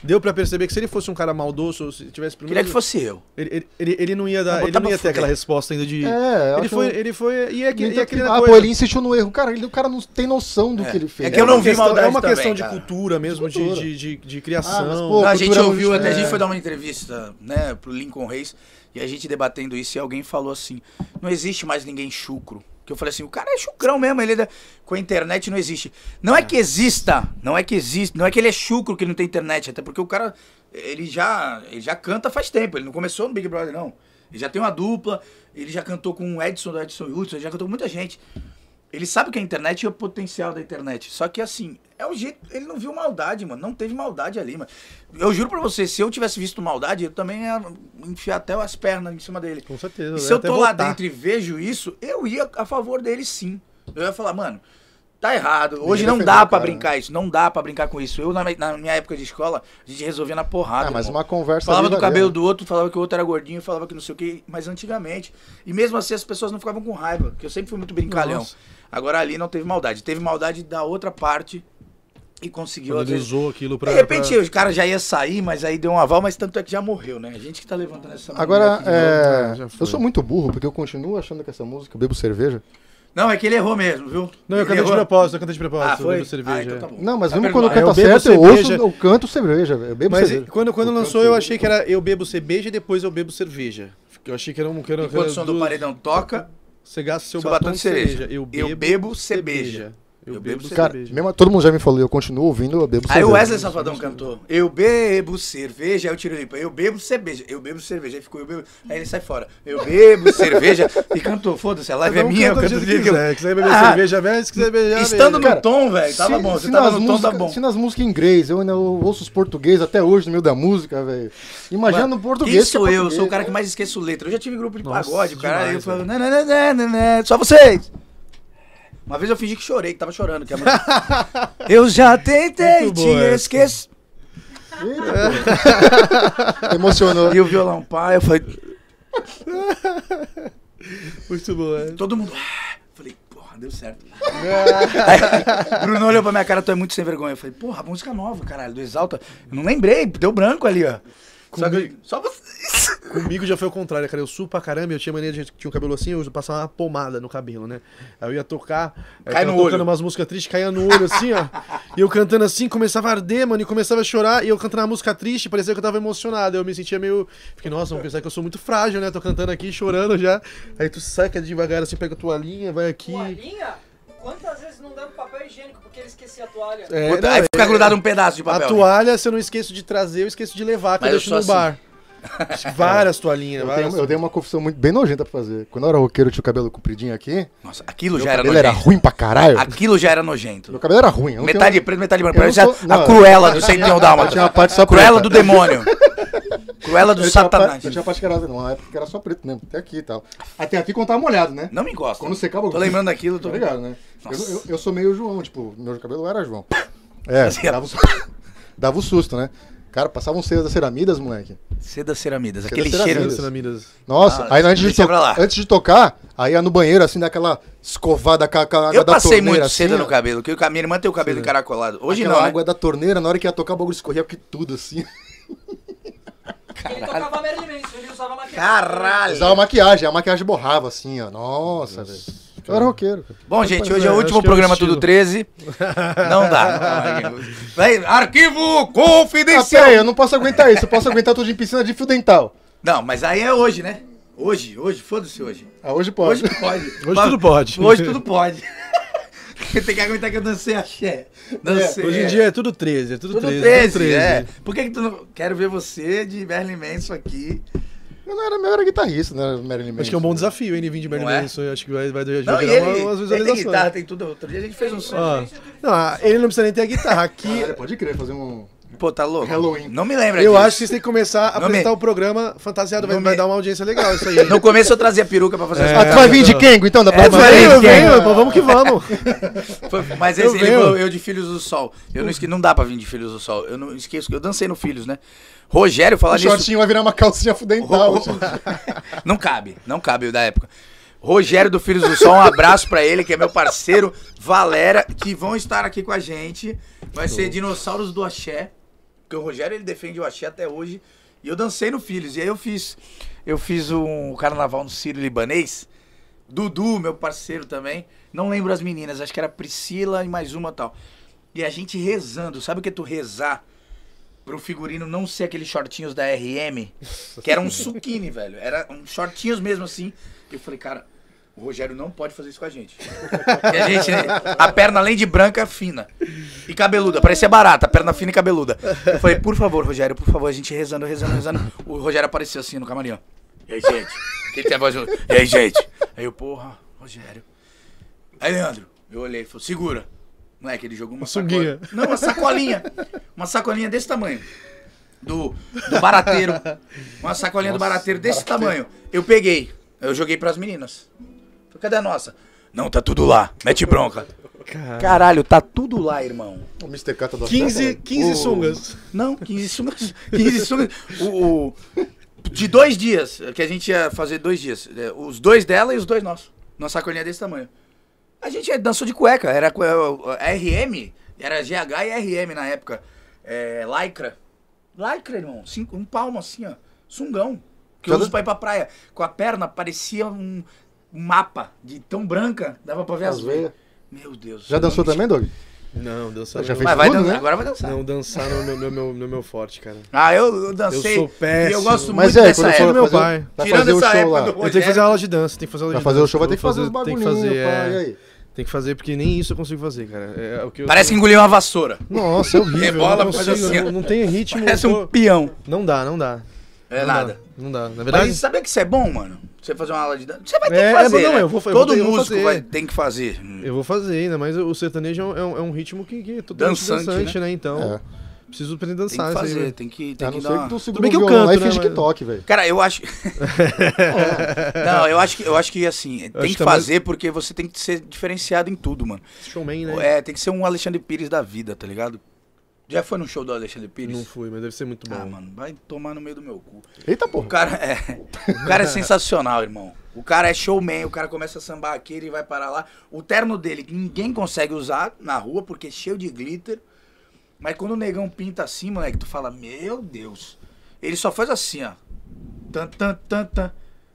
deu pra perceber que se ele fosse um cara maldoso, ou se tivesse pelo
Queria que
menos-
fosse eu.
Ele, ele, ele, ele não ia
Ah,
dar. Ele
botar
não
pra
ia ter
fuder.
aquela resposta ainda de.
É, eu
ele
acho-
foi. Ele foi. E é, que,
Ele
e é aquele
ah,
coisa.
pô, ele insistiu no erro. Cara, ele, o cara não tem noção do que ele fez.
É que eu não
uma
vi
questão-
maldade
É uma
também,
questão de
cara.
cultura mesmo, de,
Cultura.
de, de, de
Ah, mas,
criação.
pô,
Não, a gente
cultura
ouviu,
muito-
até a gente
é.
foi dar uma entrevista, né, pro Lincoln Reis, e a gente debatendo isso, e alguém falou assim, não existe mais ninguém chucro. Que eu falei assim, o cara é chucrão mesmo, ele é da- com a internet não existe. Não é que exista, não é que existe, não é que ele é chucro que não tem internet, até porque o cara, ele já, ele já canta faz tempo, ele não começou no Big Brother, não. Ele já tem uma dupla, ele já cantou com o Edson, do Edson Hudson, ele já cantou com muita gente. Ele sabe que a internet é o potencial da internet. Só que assim, é o jeito. Ele não viu maldade, mano. Não teve maldade ali, mano. Eu juro pra você, se eu tivesse visto maldade, eu também ia enfiar até as pernas em cima dele.
Com certeza.
E se
ia
eu
até
tô lá
votar.
dentro e vejo isso, eu ia a favor dele sim. Eu ia falar, mano, tá errado. Hoje
Ninguém
não
defendeu
dá
o
pra
cara,
brincar isso. Não dá pra brincar com isso. Eu, na, mi- na minha época de escola, a gente resolvia na porrada.
Ah, mas
irmão.
uma conversa
Falava
ali
do
valia,
cabelo
né?
do outro, falava que o outro era gordinho, falava que não sei o que, mas antigamente. E mesmo assim as pessoas não ficavam com raiva, porque eu sempre fui muito brincalhão.
Nossa.
Agora ali não teve maldade. Teve maldade da outra parte e conseguiu.
Quando
às
ele
vezes-
usou aquilo pra.
de repente
pra-
o cara já ia sair, mas aí deu um aval, mas tanto é que já morreu, né? A gente que tá levantando essa bandeira
Agora,
aqui de novo.
é,
Ah, já foi.
eu sou muito burro, porque eu continuo achando que essa música, eu bebo cerveja.
Não, é que ele errou mesmo, viu?
Não, eu
Ele
cantei de
errou.
propósito, eu cantei de propósito.
Ah,
eu
foi?
bebo cerveja.
Ah, então tá bom.
Não, mas
Tá
mesmo quando
perdoado.
canta
Eu bebo
certo, eu ouço,
cerveja.
eu canto cerveja, velho. Eu bebo
Mas
cerveja.
quando, quando
Eu
lançou,
canto
eu
cerveja.
achei que era eu bebo cerveja e depois eu bebo cerveja. Eu achei que era um. Que era, que
Enquanto
era
o som do
duas-
paredão toca,
Você gasta seu,
seu
batom, de cereja. Eu bebo,
cerveja.
Eu bebo
Cara,
cerveja.
mesmo- todo mundo já me falou, eu continuo ouvindo, eu
é
bebo
Aí
cerveja.
o Wesley Safadão cantou: Eu bebo cerveja. Aí eu tiro limpo. Eu bebo cerveja. Eu bebo cerveja. Aí ficou eu bebo. Aí ele sai fora. Eu bebo cerveja. E cantou: Foda-se, a live é
Cada um
minha. Eu
canta do
canto do jeito
jeito que
que eu-
quiser. Se quiser beber
Ah,
cerveja, velho. Se quiser beijar,
Estando
beija.
no tom, velho, tava tá
se,
bom.
se
Você tava
nas
no tom,
músicas-
tá bom.
Se nas músicas em inglês, eu ainda ouço os português até hoje no meio da música, velho. Imagina no português.
Isso
que
eu, eu
é
sou o
português.
cara que mais esqueço letra. Eu já tive grupo de
né? Nossa,
pagode, cara.
demais,
eu "Né, falo,
velho.
"Nã, nã, nã, nã, nã, nã", só vocês. Uma vez eu fingi que chorei, que tava chorando. Que a música- eu já tentei
Muito
te
boa essa.
esquecer.
Emocionou.
E o violão, pai, eu falei,
Muito bom, é.
todo mundo. "Ah". Falei, porra, deu certo. Aí, Bruno olhou pra minha cara, tu é muito sem vergonha. Eu falei, porra, música nova, caralho, do Exalta. Eu não lembrei, deu branco ali, ó. Só, que, só vocês.
Comigo já foi o contrário, cara. Eu suo pra caramba, eu tinha mania de tinha um cabelo assim, eu passava uma pomada no cabelo, né? Aí eu ia tocar, aí
Cai
eu tava
no olho.
tocando umas músicas tristes, caía no olho assim, ó. e eu cantando assim, começava a arder, mano, e começava a chorar, e eu cantando uma música triste, parecia que eu tava emocionado. Eu me sentia meio. Fiquei, nossa, vão pensar que eu sou muito frágil, né? Tô cantando aqui, chorando já. Aí tu saca devagar assim, pega a toalhinha, vai aqui.
Toalhinha? Quantas vezes não dava papel higiênico porque ele esquecia a toalha?
É,
Puta,
não,
aí
é-
fica grudado um pedaço de papel.
A toalha, se eu não esqueço de trazer, eu esqueço de levar, que eu
Mas eu
deixo
sou assim.
no bar. Várias toalhinhas,
Eu
várias.
tenho, eu tenho uma confissão muito bem nojenta pra fazer. Quando eu era roqueiro, eu tinha o cabelo compridinho aqui.
Nossa, aquilo
Meu
já era
cabelo
nojento.
era ruim pra caralho.
Aquilo já era nojento.
Meu cabelo era ruim. eu não tenho-
Metade preto, metade branco.
Eu não
Parecia
sou- não,
a
eu-
cruela do Sentinel Dálmata.
Eu tinha uma parte só
Cruela
preta.
do demônio. Cruela do
Eu tinha uma
satanás.
parte- Eu tinha uma parte que era, não, época que era só preto mesmo, até aqui e tal. Até aqui quando tava molhado, né?
Não me encosta.
Quando secar,
Tô lembrando daquilo, tô
Tá ligado, né? Eu,
Nossa.
eu- eu sou meio João, tipo, meu cabelo era João. É,
Fazia-
dava o, su- dava o susto, né? Cara, passavam cedas ceramidas, moleque.
Seda ceramidas. Aquele
Seda
cheiro.
ceramidas.
Isso, Namiras.
Nossa,
Ah,
aí antes de,
deixa
to-
pra lá.
antes de tocar, aí ia no banheiro, assim, daquela escovada com a, com a água
Eu
da
passei
torneira.
muito
assim,
seda
ó.
no cabelo, que a minha irmã tem o cabelo encaracolado. Hoje
Aquela
não, né?
água da torneira, na hora que ia tocar, o bagulho escorria porque tudo, assim.
Porque ele tocava Marilyn Manson, ele usava maquiagem.
Caralho!
Usava maquiagem, a maquiagem borrava, assim, ó. Nossa, velho. Eu era roqueiro. cara.
Bom, gente, hoje é
é,
o
acho
último
que é o
programa
estilo.
Tudo 13. Não dá. não dá. Vai, Arquivo é
Ah, pera aí,
confidencial!
eu não posso aguentar isso. Eu posso aguentar tudo em piscina de fio dental.
Não, mas aí é hoje, né? Hoje, hoje, foda-se hoje.
Ah, hoje pode.
Hoje pode.
Hoje tudo pode.
Hoje tudo pode. Tem que aguentar que eu dancei axé. Dancei.
Hoje em dia é tudo 13, é tudo,
Tudo
13.
13,
tudo 13.
é. Por que, que tu não. Quero ver você de Merlin Manson aqui.
Eu não era, eu era guitarrista, né? Marilyn Manson.
Acho que é um bom desafio, hein, Nivin de Merlin
Não é?
Manson. eu Acho que vai, vai
Não,
gerar
e
uma-
ele,
umas
ele tem guitarra,
visualizações. né?
tem tudo. Outro dia a gente fez um som.
Ó, não, ah, ele não precisa nem ter a guitarra. Aqui,
é
Caralho, pode crer, fazer um.
Pô, tá louco?
Halloween.
Não me lembra
eu
disso.
acho que vocês têm que começar a
Não
apresentar
me-
o programa fantasiado. Vai,
Não
vai
me-
dar uma audiência legal isso aí. hein?
No começo eu trazia peruca pra fazer as
ah, tu vai vir de Kengo então? Da
É, tu
próxima
vai
vez?
vir-
eu
quem?
venho, pô, vamos que vamos.
Foi- Mas esse,
Eu
ele
venho.
falou, eu de Filhos do Sol. Eu não esqueci, não dá pra vir de Filhos do Sol. Eu não esqueço que eu dancei no Filhos, né? Rogério
O
falar nisso.
É. Um shortinho vai virar uma calcinha assim. fudental.
Ro- não cabe, não cabe o da época. Rogério do Filhos do Sol, um abraço pra ele, que é meu parceiro, Valera, que vão estar aqui com a gente. Vai ser Dinossauros do Axé, porque o Rogério ele defende o Axé até hoje. E eu dancei no Filhos, e aí eu fiz, eu fiz um carnaval no Sírio Libanês. Dudu, meu parceiro também. Não lembro as meninas, acho que era Priscila e mais uma tal. E a gente rezando, sabe o que é tu rezar? Pro figurino não ser aqueles shortinhos da RM, que era um suquine, velho. Era um shortinhos mesmo assim. Eu falei, cara, o Rogério não pode fazer isso com a gente. E a gente, né, a perna além de branca, fina. E cabeluda, parecia barata, perna fina e cabeluda. Eu falei, por favor, Rogério, por favor, a gente rezando, rezando, rezando. O Rogério apareceu assim no camarim, ó. E aí, gente? Que ele tem a voz. E aí, gente? Aí eu, porra, Rogério. Aí, Leandro, eu olhei e falei, segura. Moleque, ele jogou uma sacolinha.
sunguinha.
Não, uma sacolinha. Uma sacolinha desse tamanho. Do, do barateiro. Uma sacolinha do barateiro desse tamanho. Eu peguei. Eu joguei pras meninas. Falei, cadê a nossa? Não, tá tudo lá. Mete bronca. Caralho, tá tudo lá, irmão.
o Mr.
tá
Cata do
15, 15
O-
sungas.
Não, 15 sungas. 15 sungas. O, o- de dois dias, que a gente ia fazer dois dias. é, Os dois dela e os dois nossos. Numa sacolinha desse tamanho. A gente é, dançou de cueca. Era cu- a RM, era GH e RM na época. É, lycra. Lycra, irmão. Cinco, um palmo assim, ó. Sungão. Que eu
Toda-
uso pra ir pra praia. Com a perna parecia um um mapa de tão branca, dava pra ver as,
As veias.
Meu Deus.
Já dançou também, Doug?
Não, dançar
Já
não.
fez
Mas vai
tudo,
dançar,
né?
agora vai dançar.
Não, dançar não é meu, meu, meu, meu, meu forte, cara.
Ah, eu, eu
Eu
dancei.
sou péssimo.
E eu gosto
Mas
muito
é,
dessa
quando
época.
for
meu
fazer,
pai.
vai
Tirando
fazer o
essa
show
época
lá.
do-
Eu tenho que fazer aula de dança, tem que fazer aula
Vai
de
fazer o
dança,
show, vai ter
eu
que
vou
fazer os
tem que
bagulhinhos,
fazer, é,
pai. E aí?
Tem que fazer, porque nem isso eu consigo fazer, cara. É, o que eu
Parece que engoliu uma vassoura.
Nossa, é horrível.
Rebola,
não,
faz
consigo,
assim, ó.
não, não tem ritmo.
Parece
eu
um
tô-
peão.
Não dá, não dá.
É
não
nada.
Dá, não dá. Na verdade,
Mas sabia que isso é bom, mano? Você fazer uma aula de dança. Você vai ter
É,
que fazer.
é bom, não,
né?
eu vou fa- eu
Todo
vou ter- eu vou
músico
fazer.
vai, tem que fazer.
eu vou fazer ainda, mas o sertanejo é um- é um, é um ritmo que, que é totalmente
Dançante,
dançante, né? Então,
É.
preciso aprender a
Tem que
dançar assim, isso
fazer.
aí.
Tem que, tem
A
que
não
dar
ser
uma-
que tu segura
Tudo bem que eu
o violão
canto,
e finge
né, mas-
TikTok, velho.
Cara, eu acho. não, eu acho que, eu acho que assim, tem
acho
que
que é mais-
fazer porque você tem que ser diferenciado em tudo, mano.
Showman, né?
É, tem que ser um Alexandre Pires da vida, tá ligado? Já foi no show do Alexandre Pires?
Não fui, mas deve ser muito bom.
Ah, mano, vai tomar no meio do meu cu.
Eita
O
porra.
cara é, o cara é sensacional, irmão. O cara é showman, o cara começa a sambar aqui, ele vai parar lá. O terno dele que ninguém consegue usar na rua porque é cheio de glitter. Mas quando o negão pinta assim, moleque, tu fala, meu Deus. Ele só faz assim, ó. tan, tan, tan, tan.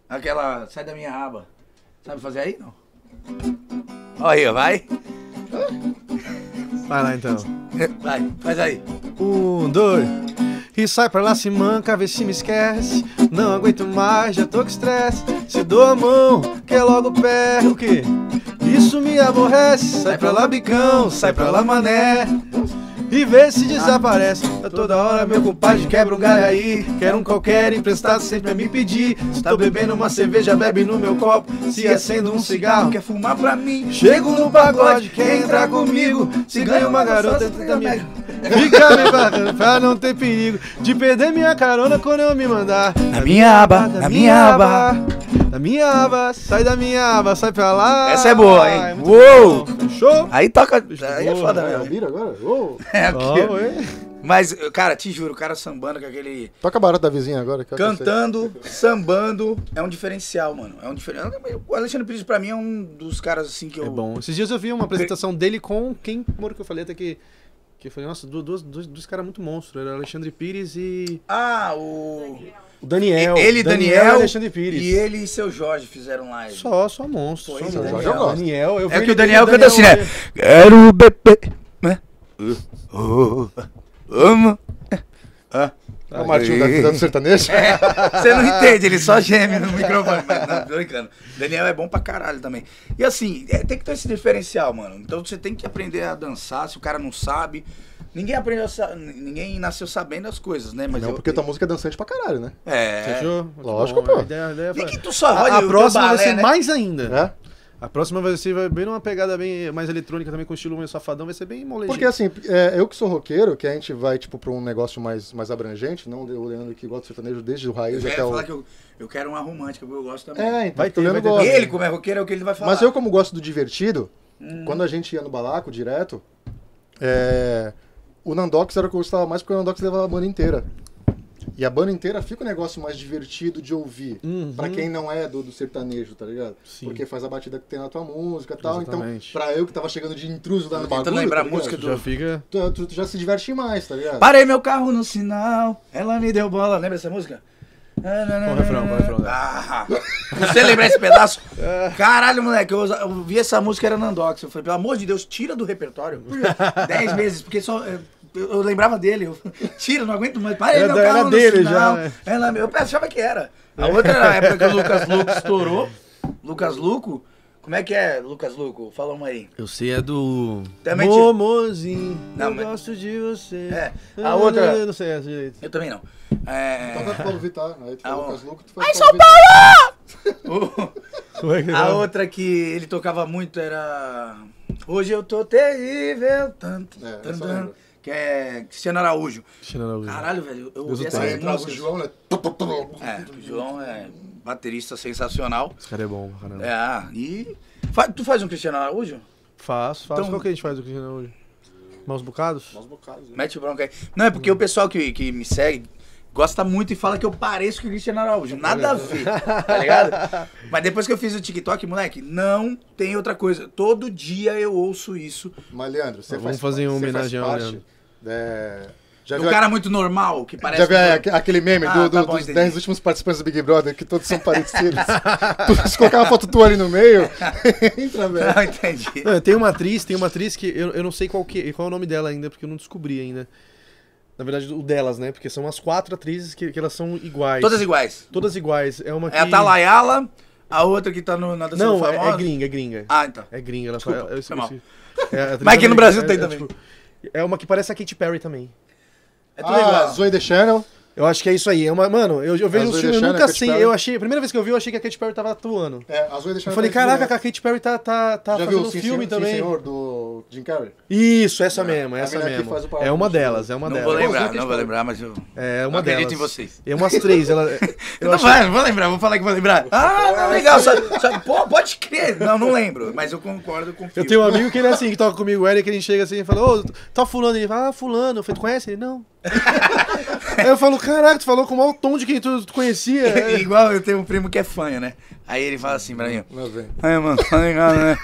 Aquela. Sai da minha aba. Sabe fazer aí? Não? Olha aí, vai.
Vai lá então.
Vai, faz aí.
Um, dois. E sai pra lá, se manca, vê se me esquece. Não aguento mais, já tô com estresse. Se dou a mão, quer logo o pé. O que? Isso me aborrece. Sai pra lá, bicão, sai pra lá, mané. E vê se desaparece. Tá toda hora, meu compadre, quebra um galho aí. Quero um qualquer emprestado, sempre a me pedir. Se tá bebendo uma cerveja, bebe no meu copo. Se acendo um cigarro,
Quer fumar pra mim?
Chego no pagode, quer entrar comigo? Se ganha uma garota, tenta me. Fica me barrando pra não ter perigo de perder minha carona quando eu me mandar.
Na minha aba, na minha aba.
Na minha aba, sai da minha aba, sai pra lá.
Essa é boa, hein?
Ai, muito
Uou!
bom. Fechou?
Aí toca. Aí é foda
É,
mesmo.
Lira agora? Ô.
É, porque-
Ó, ué.
Mas, cara, te juro, o cara sambando com aquele.
Toca a barata da vizinha agora. que é eu
Cantando, sambando, é um diferencial, mano. É um diferencial. O Alexandre Pires, pra mim, é um dos caras assim que eu.
É bom. Esses dias eu vi uma apresentação dele com quem moro que eu falei até que. Que eu falei, nossa, du- duas- dois, dois, caras muito monstros. Era Alexandre Pires e.
Ah, o.
O Daniel.
ele, Daniel,
e Alexandre Pires.
E ele e seu Jorge fizeram live.
Só, só monstro.
Pois
só
é,
monstro.
eu gosto.
Daniel, eu vi
É que
ele-
o Daniel
ele-
canta assim, né?
hoje-
Quero beber. Né? Uh, uh, amo.
sei. É o Martinho da vida do sertanejo.
Você não entende, ele só geme no microfone. Mas não, tô brincando. Daniel é bom pra caralho também. E assim, é, tem que ter esse diferencial, mano. Então você tem que aprender a dançar, se o cara não sabe. Ninguém aprendeu, a sa- ninguém nasceu sabendo as coisas, né? Mas
Não,
eu-
porque tua música é dançante pra caralho, né?
É.
Fechou? Muito
Lógico,
bom.
pô.
A, ideia, a, ideia
E
foi-
que tu só
A-
olha
a
o teu
próxima vai
balé,
ser
né?
mais ainda.
É?
A próxima vai ser vai bem numa pegada bem mais eletrônica também, com estilo meio safadão, vai ser bem molejinho.
Porque assim, é, eu que sou roqueiro, que a gente vai, tipo, pra um negócio mais, mais abrangente, não o Leandro que gosta do sertanejo desde o
Eu
raiz
já ia
até o.
falar que eu, eu quero uma romântica, porque eu gosto também.
É, então,
Vai
porque o
ter, vai
Leandro
ter
gosta.
Ele, como é roqueiro, é o que ele vai falar.
Mas eu, como gosto do divertido,
Hum.
quando a gente ia no balaco direto, é, o Nandox era o que eu gostava mais porque o Nandox levava a banda inteira. E a banda inteira fica um negócio mais divertido de ouvir.
Uhum.
Pra quem não é do, do sertanejo, tá ligado?
Sim.
Porque faz a batida que tem na tua música e tal. Então,
Exatamente.
pra eu que tava chegando de intruso lá no
Tentando
bagulho,
lembrar
tá
a música
ligado?
do-
Já fica.
Tu, tu- tu já se diverte mais, tá ligado?
Parei meu carro no sinal, ela me deu bola. Lembra essa música? Qual
o refrão, qual o refrão é.
Ah, você lembrar esse pedaço? Caralho, moleque, eu, eu vi essa música, era Nandox. Eu falei, pelo amor de Deus, tira do repertório. Dez meses, porque só... Eu, eu lembrava dele, eu, tira, não aguento mais. Parei
Era
meu
da-
carro
era
no
dele
sinal.
já, né?
Ela, eu achava que era. A outra era a época que o Lucas Luco estourou. Lucas Luco. Como é que é, Lucas Luco? Fala uma aí.
Eu sei, é do.
Também te-
Momozinho.
Não,
eu
mas-
gosto de você.
É, a outra-
Eu não sei essa direito.
Eu também não. É...
Toca Paulo Vittar, aí tu
Ah,
faz
ó.
Lucas Luco, tu faz Ai, São Paulo!
Como é que
A
é?
outra que ele tocava muito era. Hoje eu tô terrível. Tan,
É,
tan,
essa eu
tan,
lembro.
que é Cristiano Araújo.
Cristiano Araújo.
Caralho, velho, eu ouvi
do
essa
tempo.
Aí entrava o
música.
João, né?
É, o João é baterista sensacional.
Esse cara é bom, pra caramba.
É, e. Fa- tu faz um Cristiano Araújo?
Faz, faz.
Então-
Qual que a gente faz do Cristiano Araújo? Maus bocados?
Mas bocados, né?
Mete bronca aí. Não, é porque o pessoal que, que me segue gosta muito e fala que eu pareço com o Cristiano Araújo. Nada a ver, tá ligado? Mas depois que eu fiz o TikTok, moleque, não tem outra coisa. Todo dia eu ouço isso.
Mas, Leandro, você
Vamos
faz
fazer uma
você faz
homenagem ao
parte,
Leandro.
é, Já
É
viu
um cara muito normal, que parece.
Já viu
que-
é, aque- aquele meme
Ah,
do- do-
tá bom,
dos
entendi.
10 últimos participantes do Big Brother, que todos são parecidos? tu, se colocar uma foto tua ali no meio, entra, velho.
Não, Ah, entendi.
Não, tem uma atriz, tem uma atriz que eu, eu não sei qual, que, qual é o nome dela ainda, porque eu não descobri ainda. Na verdade, o delas, né? Porque são as quatro atrizes que, que elas são iguais.
Todas iguais.
Todas iguais. É uma que...
É a Talayala, a outra que tá no, na dança do
Não, é,
famoso.
é gringa, é gringa.
Ah, então.
É gringa, ela
Desculpa,
fala. Eu
foi mal.
esqueci. É, a atriz
Mas aqui no
americana,
Brasil tem também.
tipo, é uma que parece a Katy Perry também.
É tudo
Ah,
igual.
Zoe The Channel.
Eu acho que é isso aí. É uma, mano, eu, eu vejo
Mas
os
vai
filmes, eu
deixar, né,
nunca
Katy
sei.
Perry?
Eu achei, a primeira vez que eu vi, eu achei que a Katy Perry tava atuando.
É, a Zoe The
Eu
Channel.
falei,
tá fazendo-
caraca, a Katy Perry tá, tá, tá
já
fazendo
viu o
um
Sim,
filme
Senhor- Sim,
também.
Senhor, do Jim Carrey?
Isso, essa mesmo,
A
essa
mina que
mesmo.
faz o papel
É uma
do-
delas, é uma
Não vou
delas.
Pô,
lembrar,
Zoe
não vou
Kate
lembrar, mas eu.
É
Não
uma
acredito
delas.
em vocês.
É umas três. Ela,
Eu
eu
não,
acho-
vai, não vou lembrar, vou falar que vou lembrar. Ah, não, legal, só, só- pô, pode crer. Não, não lembro, mas eu concordo com o
eu
filme.
tenho um amigo que ele é assim, que toca comigo, o Eric, ele chega assim e fala, ô, tá fulano, ele fala, ah, fulano, eu falei, tu conhece? Ele, não. Aí eu falo, caraca, tu falou com o maior tom de quem tu, tu conhecia. É,
Igual eu tenho um primo que é fanho, né? Aí ele fala assim pra mim.
Meu velho.
Aí, mano, tá ligado, né?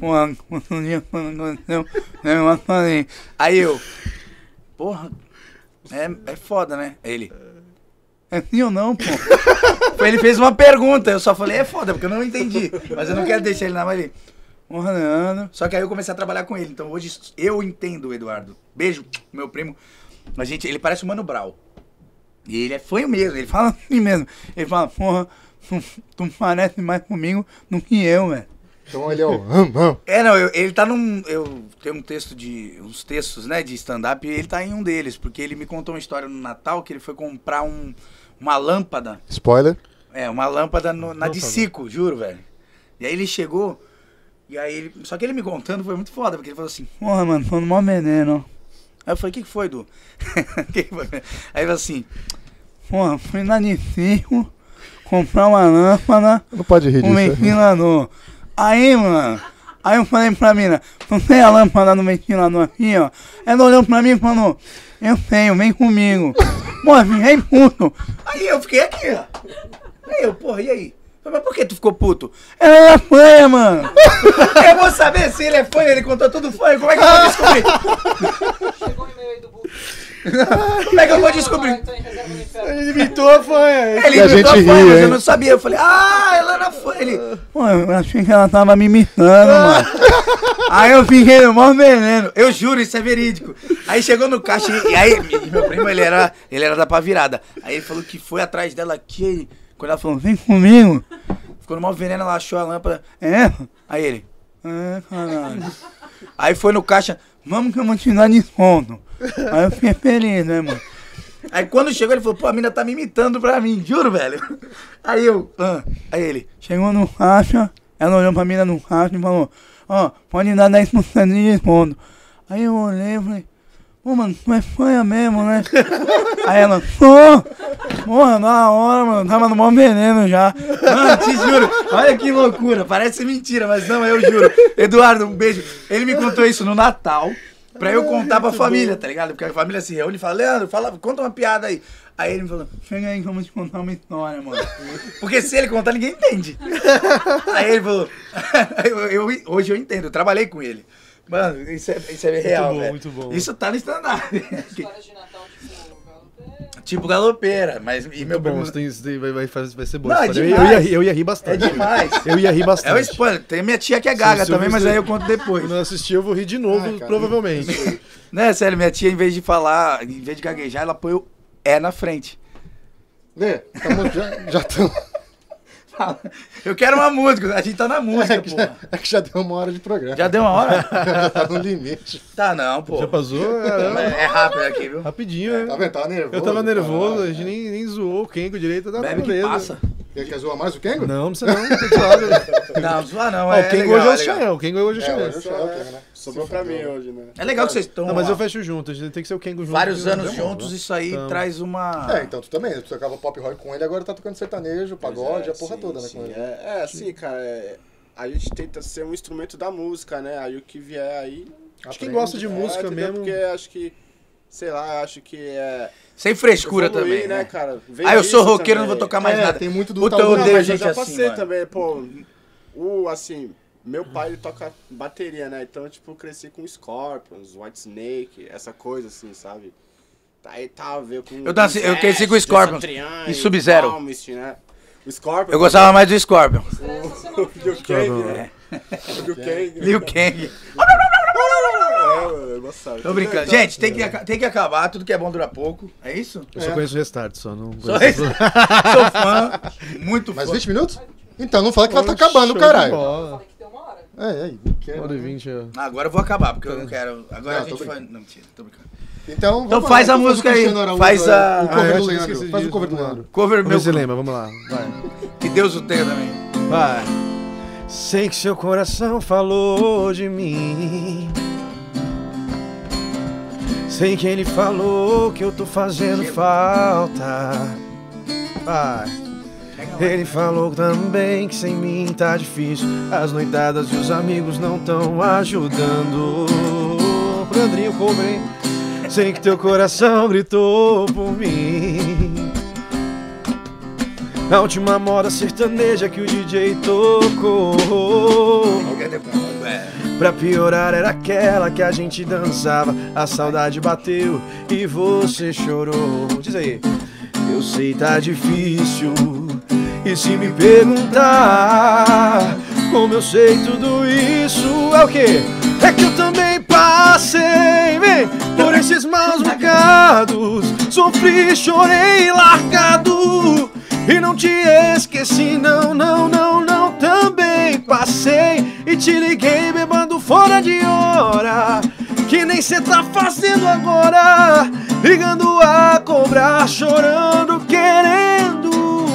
Mano, um dia quando aconteceu, né, mano, falei. Aí eu, porra, é, é foda, né? Ele. Eu não, pô. ele fez uma pergunta, eu só falei, é foda, porque eu não entendi. Mas eu não quero deixar ele na mão ali. Honrando. Só que aí eu comecei a trabalhar com ele. Então hoje eu entendo o Eduardo. Beijo, meu primo. A gente, ele parece o Mano Brau. E ele é foi o mesmo, ele fala assim mesmo. Ele fala, porra, tu parece mais comigo do que eu, velho.
Então ele é o. hum, hum.
É, não, eu- ele tá num. Eu tenho um texto de. uns textos, né, de stand-up, e ele tá em um deles, porque ele me contou uma história no Natal que ele foi comprar um, uma lâmpada.
Spoiler.
É, uma lâmpada no- na de Cico, juro, velho. E aí ele chegou, e aí ele. Só que ele me contando foi muito foda, porque ele falou assim, porra, mano, tô no maior veneno. Aí eu falei, o que, que foi, Du? Que que foi? Aí ele falou assim, porra, fui na de Cico comprar uma lâmpada
Não pode rir
um
disso. né?
ventilador. Aí, mano, aí eu falei pra mina, não tem a lâmpada no ventilador aqui, ó? Ela olhou pra mim e falou, eu tenho, vem comigo. Pô, eu fiquei puto. Aí eu fiquei aqui, ó. Aí eu, porra, e aí? Eu falei, Mas por que tu ficou puto? Ela era fanha, mano. Eu vou saber se ele é fanha, ele contou tudo fanha, como é que eu vou descobrir?
Chegou o e-mail aí do Book.
Como é que eu vou descobrir?
Então, em reserva no inferno.
Ele imitou a fanha.
É,
é.
Ele
E a
inventou a
gente
fanha,
ri,
mas
hein?
eu não sabia. Eu falei, ah, ela era fanha. Ele, pô, eu achei que ela tava me imitando, mano. Aí eu fiquei no maior veneno. Eu juro, isso é verídico. Aí chegou no caixa e, e aí e meu primo, ele era, ele era da pavirada. Aí ele falou que foi atrás dela aqui. aí, Quando ela falou, vem comigo. Ficou no maior veneno, ela achou a lâmpada. É? Aí ele, é, caralho. Aí foi no caixa, vamos que eu vou te dar desconto. Aí eu fiquei feliz, né, mano? Aí quando chegou, ele falou, pô, a mina tá me imitando pra mim, juro, velho. Aí eu, ah. aí ele, chegou no caixa, ela olhou pra mina no caixa e falou, ó, pode dar 10% de desconto. Aí eu olhei e falei, pô, mano, tu é fanha mesmo, né? aí ela, pô, porra, da hora, mano, tava no maior veneno já. Mano, te juro, olha que loucura, parece mentira, mas não, eu juro. Eduardo, um beijo. Ele me contou isso no Natal. Pra
Ah,
eu contar pra família, tá ligado? Porque a família se reúne e fala, Leandro, fala, conta uma piada aí. Aí ele me falou, chega aí que eu vou te contar uma história, mano. Porque se ele contar, ninguém entende. Aí ele falou, eu, eu- hoje eu entendo, eu trabalhei com ele. Mano, isso é, isso é real,
bom,
velho.
muito bom.
Isso tá no stand-up.
Histórias de Natal, tipo, o galo é-
tipo galopeira, mas... E meu
Muito Tá bom,
primo-
isso tem- isso tem- vai, vai, fazer- vai ser bom.
Não, é
essa história. eu,
demais.
eu ia, rir- eu ia rir
É
bastante.
demais.
Eu ia rir
É o
bastante.
spoiler. Tem a minha tia que é gaga
Se eu
também, mas
você-
aí eu conto depois.
Não assisti, eu vou rir de novo,
Ah, cara.
provavelmente.
Né, sério, minha tia, em vez de falar, em vez de gaguejar, ela põe o é na frente.
Né? Tamo- já, já tamo-
Fala. Eu quero uma música, a gente tá na música, porra.
É que já deu uma hora de programa.
Já deu uma hora?
Já tá no limite.
Tá não, pô.
Já passou? É,
É rápido aqui, viu? É,
rapidinho,
Tá
né?
vendo? Tava nervoso.
Eu tava nervoso,
caralho.
a gente nem, nem zoou o Kengo direito, da
tá Bebe que
beleza.
passa.
Quer, quer zoar mais o Kengo? É,
Não, não precisa não, tá suave.
Não, zoar não,
Ah,
é
o Kengo
legal,
hoje é o
legal.
Chanel, o Kengo hoje é o
É,
Chanel.
hoje eu sou o Kengo, né?
Sobrou pra mim hoje, né?
É legal que vocês estão
Não, mas eu fecho junto, a gente tem que ser o Kengo junto.
vários
que
anos
não deu
juntos,
bom.
isso aí
Tamo.
traz uma...
É, então tu também. Tu tocava pop rock com ele, agora tá tocando sertanejo, pagode,
É,
a porra
sim,
toda, né?
sim.
com ele.
É, é, assim, cara, é, a gente tenta ser um instrumento da música, né? Aí o que vier aí.
Acho que quem gosta de
é,
música
entendeu?
mesmo...
Porque acho que, sei lá, acho que é.
Sem frescura também, né?
cara? Vem
Ah, eu sou
isso
roqueiro, não vou
também.
tocar mais
É,
nada.
tem muito do
Puta,
tal
eu
do-
Não,
odeio
mas eu
gente
já
assim,
passei
mano.
também, pô. O, assim, meu pai ele toca bateria, né? Então, tipo, eu cresci com Scorpions, White Snake, essa coisa assim, sabe? Aí tá a ver com.
Eu dancei- eu cresci com
Zest,
Scorpions
Satriani,
e Sub-Zero.
Palmist, né? O Scorpion.
Eu gostava mais do Scorpion.
Estreia essa semana.
do Liu Kang, né? Liu Kang.
Liu Kang.
É, mano, eu gostava. é
Tô brincando. Gente, tem que, aca- tem que acabar, tudo que é bom dura pouco. É isso?
Eu só conheço o Restart, só não
Só
conheço-
isso. Sou fã, muito
Mais
fã.
20 minutos? Então, não fala que ela tá acabando,
Show de
caralho.
bola.
Falei que tem uma hora.
É, é. Kengo.
Hora e vinte, ó.
Agora eu vou acabar, porque eu não quero. Agora
Não,
a
tô
gente foi.
brincando.
Não, mentira, tô brincando.
Então,
Então
vamos
faz
lá,
a
vamos
música
pro
aí,
Cristiano Araújo,
faz a-
O
Ah, eu
cover do
tinha
Leandro.
esquecido
Faz o
disso,
cover do
vamos lá.
Leandro.
Cover meu.
Vamos ver lembra, vamos lá. Vai.
Que Deus o tenha também.
Vai. Sei que seu coração falou de mim. Sei que ele falou que eu tô fazendo falta. Vai. Ele falou também que sem mim tá difícil. As noitadas e os amigos não tão ajudando. Pro Andrinho cover, hein? Sei que teu coração gritou por mim. Na última moda sertaneja que o DJ tocou.
É.
Pra piorar era aquela que a gente dançava. A saudade bateu e você chorou. Diz aí.
Eu sei tá difícil. E se me perguntar como eu sei tudo isso, é o quê? É que eu também passei, vem, por esses maus bocados. Sofri, chorei, largado. E não te esqueci, não, não, não, não. Também passei e te liguei bebendo fora de hora. Que nem cê tá fazendo agora. Ligando a cobrar, chorando, querendo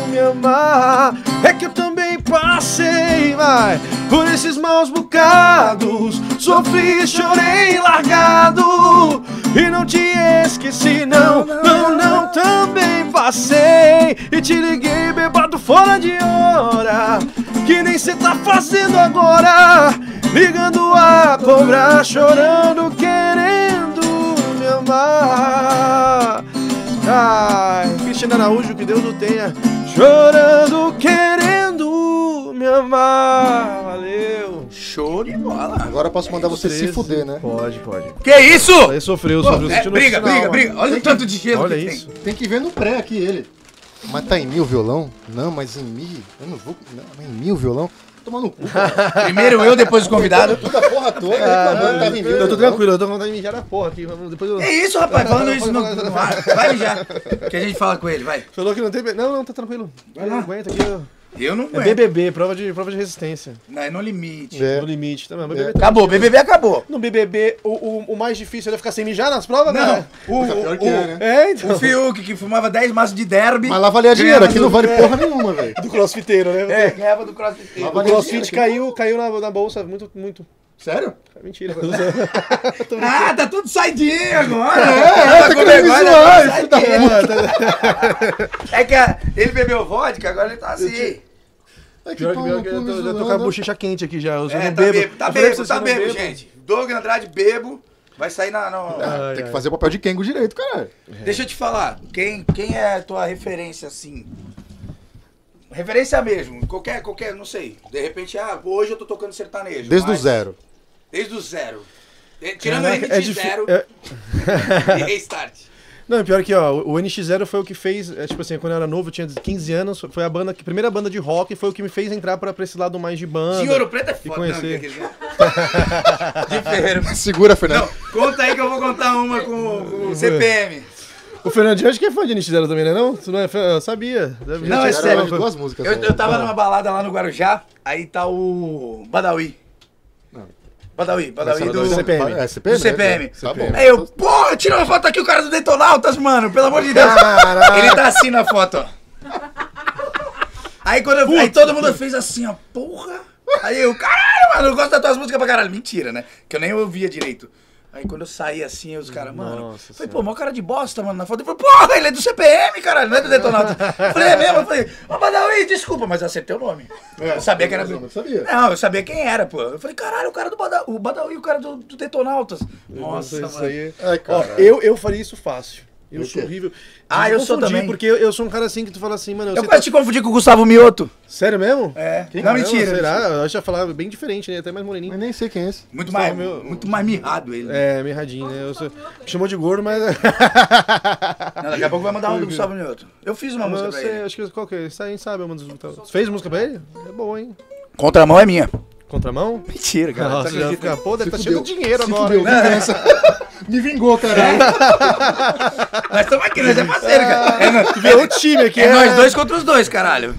me amar. É que eu também passei, vai, por esses maus bocados. Sofri, chorei, largado. E não te esqueci, não, não, não. Também passei e te liguei bebado fora de hora. Que nem cê tá fazendo agora. Ligando a cobrar, chorando, querendo me amar. Ai, Cristina Araújo, que Deus o tenha. Chorando, querendo me amar. Valeu.
Show de bola.
Agora eu posso mandar você se
13.
fuder, né?
Pode, pode.
Que isso?
Aí sofreu,
Pô,
sofreu.
é,
sentiu no
briga,
final,
briga,
mano.
briga. Olha o tanto de gelo
Olha
que
isso.
Tem que ver no pré aqui ele. Mas tá em mim o violão? Não, mas em mim. Eu não vou. Não, mas em mim o violão? Toma no cu. cara.
tem. Primeiro eu, depois o convidado.
Toda a porra toda. reclamando, tava em mim o
Eu tô
violão.
tranquilo, eu tô com vontade de mijar na porra aqui. vamos- Depois eu...
Que isso, rapaz? Falando isso no, no ar. Vai mijar. Que a gente fala com ele, vai.
Falou que não tem. be- Não, não, tá tranquilo. Vai lá. Aguenta aqui. eu-
Eu não
É
aguento.
BBB, prova de, prova de resistência.
Não, é no limite.
É.
No limite. Tá, mas BBB tá-
Acabou, BBB acabou.
No BBB, o, o, o mais difícil era ficar sem mijar nas provas,
Não,
né?
o, o,
Pior que é,
o-
né?
É, então.
o Fiuk, que fumava 10 maços de derby.
Mas lá valia dinheiro,
Ganhava
aqui não
do-
vale porra nenhuma, velho.
Do crossfiteiro, né?
É, ganhava do CrossFit.
Lá
O
valia
crossfit
dinheiro,
caiu, caiu na, na bolsa muito, muito.
aqui. Sério?
É Mentira.
Ah, tá tudo saidinho agora.
É,
Tá
tá
com
querendo me
vergonha,
zoar,
tá
filho da
saidinho.
puta.
É que a- ele bebeu vodka, agora ele tá assim.
É que
Pior que
tão-
pior que
tão
eu
me
tô- já tô
zoando,
com a
né?
bochecha quente aqui já. Eu só
É,
não
tá
bebo.
bebo, tá
Eu falei pra
bebo,
vocês
tá
que eu
bebo,
não bebo.
gente. Doug Andrade, bebo. Vai sair na. na-
Ai,
Tem que
ai.
fazer o papel de Kengo direito, caralho.
Deixa eu te falar, quem, quem é a tua referência assim? Referência mesmo, qualquer, qualquer, não sei. De repente, ah, hoje eu tô tocando sertanejo.
Desde o
mas-
zero.
Desde o zero. Eh, Tirando o
Caraca, é
NX
difí-
Zero
é-
e Restart.
Não, e pior que, ó, o NX0 foi o que fez, é, tipo assim, quando eu era novo, eu tinha 15 anos, foi a banda, que- primeira banda de rock, foi o que me fez entrar pra, pra esse lado mais de banda.
De Ouro Preto é
E
foda. Não,
conhecer.
quer dizer- de Ferreiro.
Segura, Fernando.
Não, conta aí que eu vou contar uma com, com o CPM.
O Fernandinho acho que é fã de NX0 também, né? Não, tu não é fã? Eu sabia.
Não, é
Tiraram
sério,
de duas músicas. né? Tá
Eu,
só.
eu tava numa balada lá no Guarujá, aí tá o Badawi. Badawi, Badawi
Sabe
do,
do
CPM.
É,
do
CPM. né?
CPM.
Tá bom.
Aí eu, porra, tira uma foto aqui, o cara do Detonautas, mano, pelo amor de Deus. Ele tá assim na foto, ó. Aí quando eu aí todo mundo fez assim, ó, porra. Aí eu, caralho, mano, eu gosto das tuas músicas pra caralho. Mentira, né? Que eu nem ouvia direito. Aí quando eu saí assim, aí os caras, mano,
Nossa
falei, pô, mó cara de bosta, mano, na foto. Ele falou, porra, ele é do CPM, caralho, não é do Detonautas. Eu falei, é mesmo? Eu falei, ô, Badawi, desculpa, mas eu acertei o nome. eu sabia que era...
É, eu não sabia.
Não, eu sabia quem era, pô. Eu falei, caralho, o cara do Badawi, o Badawi, o cara do, do Detonautas. Nossa,
Isso
mano.
aí. é
Ai,
Ó,
caralho.
eu, eu faria isso fácil. Eu
O
sou
quê?
horrível.
Ah,
Me
eu sou
confundi,
também.
Porque eu, eu sou um cara assim que tu fala assim, mano,
Eu
você
quase
tá-
te confundi com o Gustavo Mioto.
Sério mesmo?
É. Não,
Caramba,
mentira.
Será? Eu acho que eu falava bem diferente, né? Até mais moreninho.
Mas nem sei quem é esse.
Muito
Gustavo
mais,
Mioto.
muito mais mirrado ele. né?
É, meio radinho, né? Eu sou- Me chamou de gordo, mas.
Não, daqui a pouco vai mandar uma do Gustavo Mioto. Eu fiz uma música
É. eu
pra
sei,
ele.
acho que qual que é? Isso aí sabe, mano. Fez música pra ele? É bom, hein?
Contramão é minha.
Contramão?
Mentira, cara.
Nossa,
Tá
já
acredita?
fica, pô, deve
Se
tá cheio
fudeu.
de dinheiro
Se
agora.
fudeu,
hein?
vingança. Me vingou, caralho.
Nós estamos aqui, nós é parceiro, cara. É, nós-
Virou o time aqui, né? É.
é nós dois contra os dois, caralho.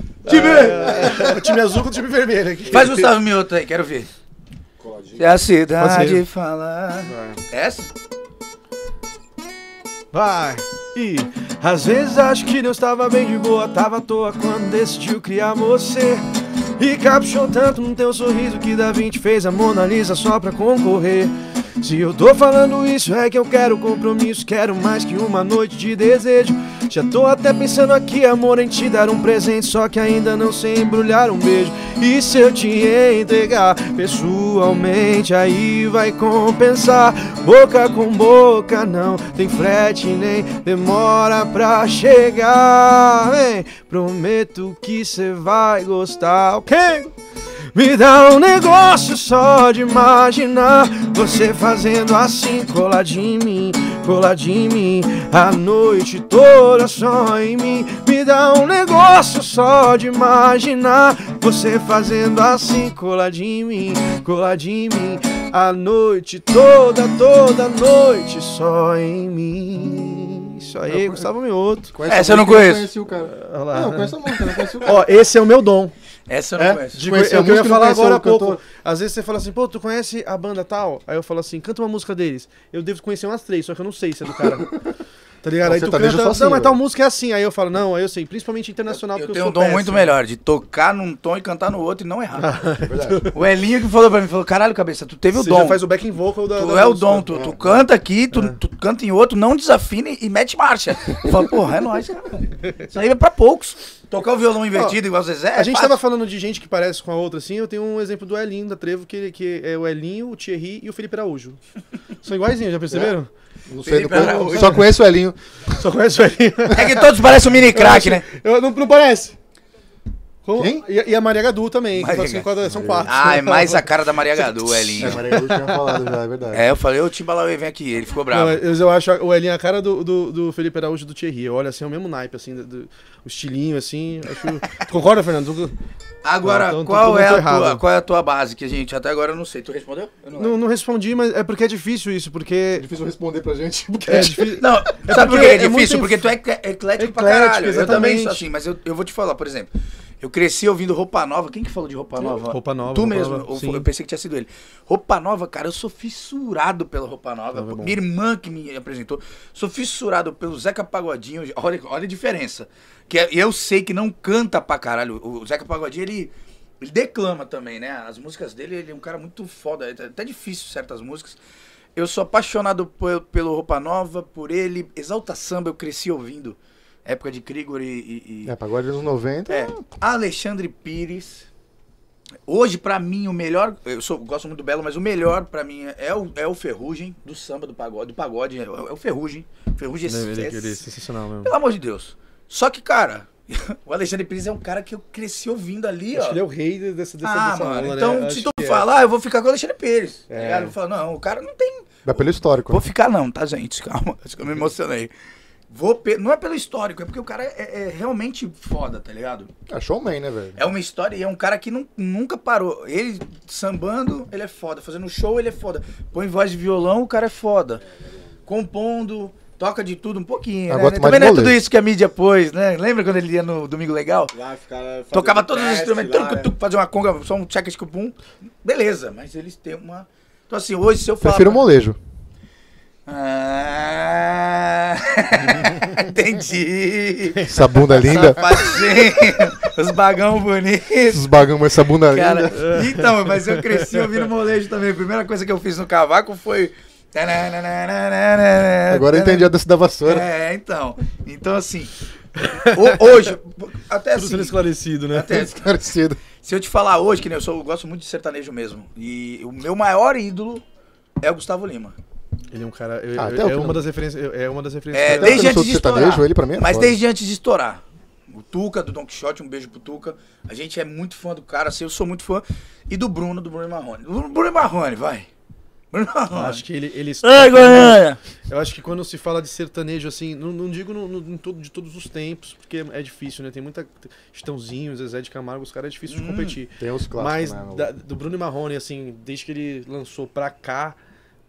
O time azul com o time vermelho aqui.
Faz Gustavo Mioto aí, quero ver. Se a cidade falar. É Essa?
Vai! E às vezes acho que Deus tava bem de boa, tava à toa quando decidiu criar você. E caprichou tanto no teu sorriso que Da Vinci fez a Mona Lisa só pra concorrer. Se eu tô falando isso é que eu quero compromisso, quero mais que uma noite de desejo. Já tô até pensando aqui, amor, em te dar um presente, só que ainda não sei embrulhar um beijo. E se eu te entregar pessoalmente, aí vai compensar. Boca com boca não tem frete nem demora pra chegar. Hein? Prometo que cê vai gostar, ok?
Me dá um negócio só de imaginar você fazendo assim, colar de mim, colar de mim, a noite toda só em mim. Me dá um negócio só de imaginar você fazendo assim, colar de mim, colar de mim, a noite toda, toda noite só em mim. Isso
É,
aí, Gustavo Mioto.
Conhece
Essa eu não
alguém que
conheço.
conheci o cara.
Olha lá.
Não, eu conheço a música, eu não conheci o cara.
Ó, esse é o meu dom.
Essa eu não
É,
conheço.
de
Conhecer
conhe- é
a
o que eu ia
música e não
falar
conhecer
agora
o
há pouco.
cantor.
Às vezes você fala assim, pô, tu conhece a banda tal? Aí eu falo assim, canta uma música deles. Eu devo conhecer umas três, só que eu não sei se é do cara. Tá ligado?
Não,
aí tu
sertanejo
canta,
eu sou assim,
não, mas tal
velho."
música é assim. Aí eu falo, não, aí eu sei, principalmente internacional,
Eu
porque
tenho um
sou
dom
péssimo.
muito melhor, de tocar num tom e cantar no outro e não errar.
É verdade.
o Elinho que falou pra mim, falou, caralho, cabeça, tu teve o
Você
dom.
já faz o backing vocal da.
Tu
da
é o
música. É.
dom, tu, tu canta aqui, tu, tu canta em outro, não desafina e mete marcha. Eu falo, porra, é nóis, cara. Isso aí é pra poucos. Tocar o violão invertido igual o Zezé.
É.
é
A gente
fácil.
tava falando de gente que parece com a outra, assim. Eu tenho um exemplo do Elinho da Trevo, que, que é o Elinho, o Thierry e o Felipe Araújo. São iguaizinhos, já perceberam?
Não sei,
Felipe
não conheço,
Araújo.
só conheço o Elinho.
Só conhece o Elinho.
É que todos parecem um mini crack, né?
Eu- não, não parece? Como-
Quem?
E, e a Maria Gadu também, que
Maria
fala assim, quadra- são quatro.
Ah, é mais a cara da Maria Gadu, o
É,
Elinho.
Maria Gaúcho tinha falado já, é verdade.
É, eu falei, ô Timbalauê, vem aqui. Ele ficou
Não, é-
bravo.
eu, eu acho a- o Elinho a cara do, do, do Felipe Araújo e do Thierry. Eu olho assim, é o mesmo naipe, assim, do, do- o estilinho, assim. acho- Tu concorda, Fernando? Tu-
Agora,
Então, tô-
qual,
tô
é a
errado.
tua, qual é a tua base? Que a gente até agora eu não sei. Tu respondeu? Eu não,
Não, não respondi, mas é porque é difícil isso,
É
porque.
difícil responder pra gente, porque
É difícil.
Não, sabe por
porque
que é
é muito
difícil?
inf-
Porque tu é eclé- eclético pra
Eclético,
caralho. Eu também
exatamente.
sou assim, mas eu, eu vou te falar, por exemplo. Eu cresci ouvindo Roupa Nova. Quem que falou de Roupa Nova?
Roupa Nova,
Tu
Roupa
mesmo.
Nova,
Ou foi-
sim.
eu pensei que tinha sido ele. Roupa Nova, cara, eu sou fissurado pela Roupa Nova.
Nova é bom.
Minha irmã que me apresentou. Sou fissurado pelo Zeca Pagodinho. Olha, olha a diferença. Que é- eu sei que não canta pra caralho. O Zeca Pagodinho, ele... Ele declama também, né? As músicas dele, ele é um cara muito foda. É até difícil certas músicas. Eu sou apaixonado pe- pelo Roupa Nova, por ele. Exalta Samba, eu cresci ouvindo. Época de Krigor e. e- e-
É, pagode dos 90.
É. Alexandre Pires. Hoje, pra mim, o melhor. Eu sou- gosto muito do Belo, mas o melhor pra mim é o, é o Ferrugem, do samba, do pagode. Do pagode é, o é o Ferrugem. Ferrugem é,
Ele- ele
é,
é sensacional mesmo.
Pelo amor de Deus. Só que, cara, o Alexandre Pires é um cara que eu cresci ouvindo ali, ó.
Acho que ele é o rei dessa, dessa,
Ah,
dessa
mano,
aula, né?
então
Acho
se tu
que é.
falar, eu vou ficar com o Alexandre Pires. tá ligado? Eu vou falar, não, o cara não tem
Vai É pelo histórico. né?
Vou ficar não, tá, gente? Calma, acho que eu me emocionei. Vou pe- Não é pelo histórico, é porque o cara é, é realmente foda, tá ligado?
É showman, né, velho?
É uma história e é um cara que nun- nunca parou. Ele sambando, ele é foda. Fazendo show, ele é foda. Põe voz de violão, o cara é foda. Compondo, toca de tudo um pouquinho, né?
Agora tu
Também
Ah, mais
não é
moleza.
tudo isso que a mídia pôs, né? Lembra quando ele ia no Domingo Legal?
Lá ficava. fazendo
um
Tocava todos os
teste
instrumentos,
lá,
tudo,
né?
tudo,
é.
fazer uma conga, só um check pum Beleza, mas eles têm uma... Então assim, hoje se eu falar...
Prefiro o molejo.
Ah, entendi.
Essa bunda linda.
Safadinho, os bagão bonitos.
Esses bagulho, essa bunda
Cara,
linda.
então, mas eu cresci ouvindo molejo também. A primeira coisa que eu fiz no cavaco foi.
Agora eu entendi a dança da vassoura.
É, então. Então, assim. ho- Hoje, até
Tudo sendo
assim.
esclarecido, né?
Até,
Esclarecido.
se eu te falar hoje, que nem eu sou, eu gosto muito de sertanejo mesmo. E o meu maior ídolo é o Gustavo Lima.
Ele é um cara. eu-
Ah,
eu-
até o
é,
que
uma
não-
das referências, eu- é uma das referências.
É,
Até
desde
porque eu não
antes
sou
de
do sertanejo,
estourar.
ele pra mim é
mas
foda.
desde antes de estourar. O Tuca, do Don Quixote, um beijo pro Tuca. A gente é muito fã do cara, assim, eu sou muito fã. E do Bruno, do Bruno Marrone. Do Bruno Marrone, vai. Bruno
Eu
Marrone.
Acho que ele. ele
Ai, Goiânia!
Eu acho que quando se fala de sertanejo, assim, não, não digo no, no- em todo- de todos os tempos, porque é difícil, né? Tem muita. Estãozinho, Zezé de Camargo, os caras é difícil de competir.
Tem
Mas
os clássicos, Hum, né?
da- do Bruno e Marrone, assim, desde que ele lançou pra cá,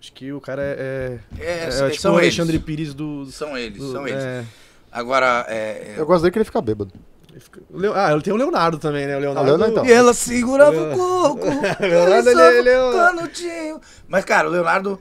acho que o cara é. É,
É,
é
são
tipo o
eles.
Alexandre Pires do. do-
São eles,
do-
são eles.
é.
Agora, é.
Eu gosto dele que ele fica bêbado.
Ele fica- o Leo- Ah, tem o Leonardo também, né? O Leonardo.
Leonardo, então.
E ela segurava o coco.
Leonardo,
ele,
É.
ele,
ele- ele é o-
canudinho. Mas, cara, o Leonardo,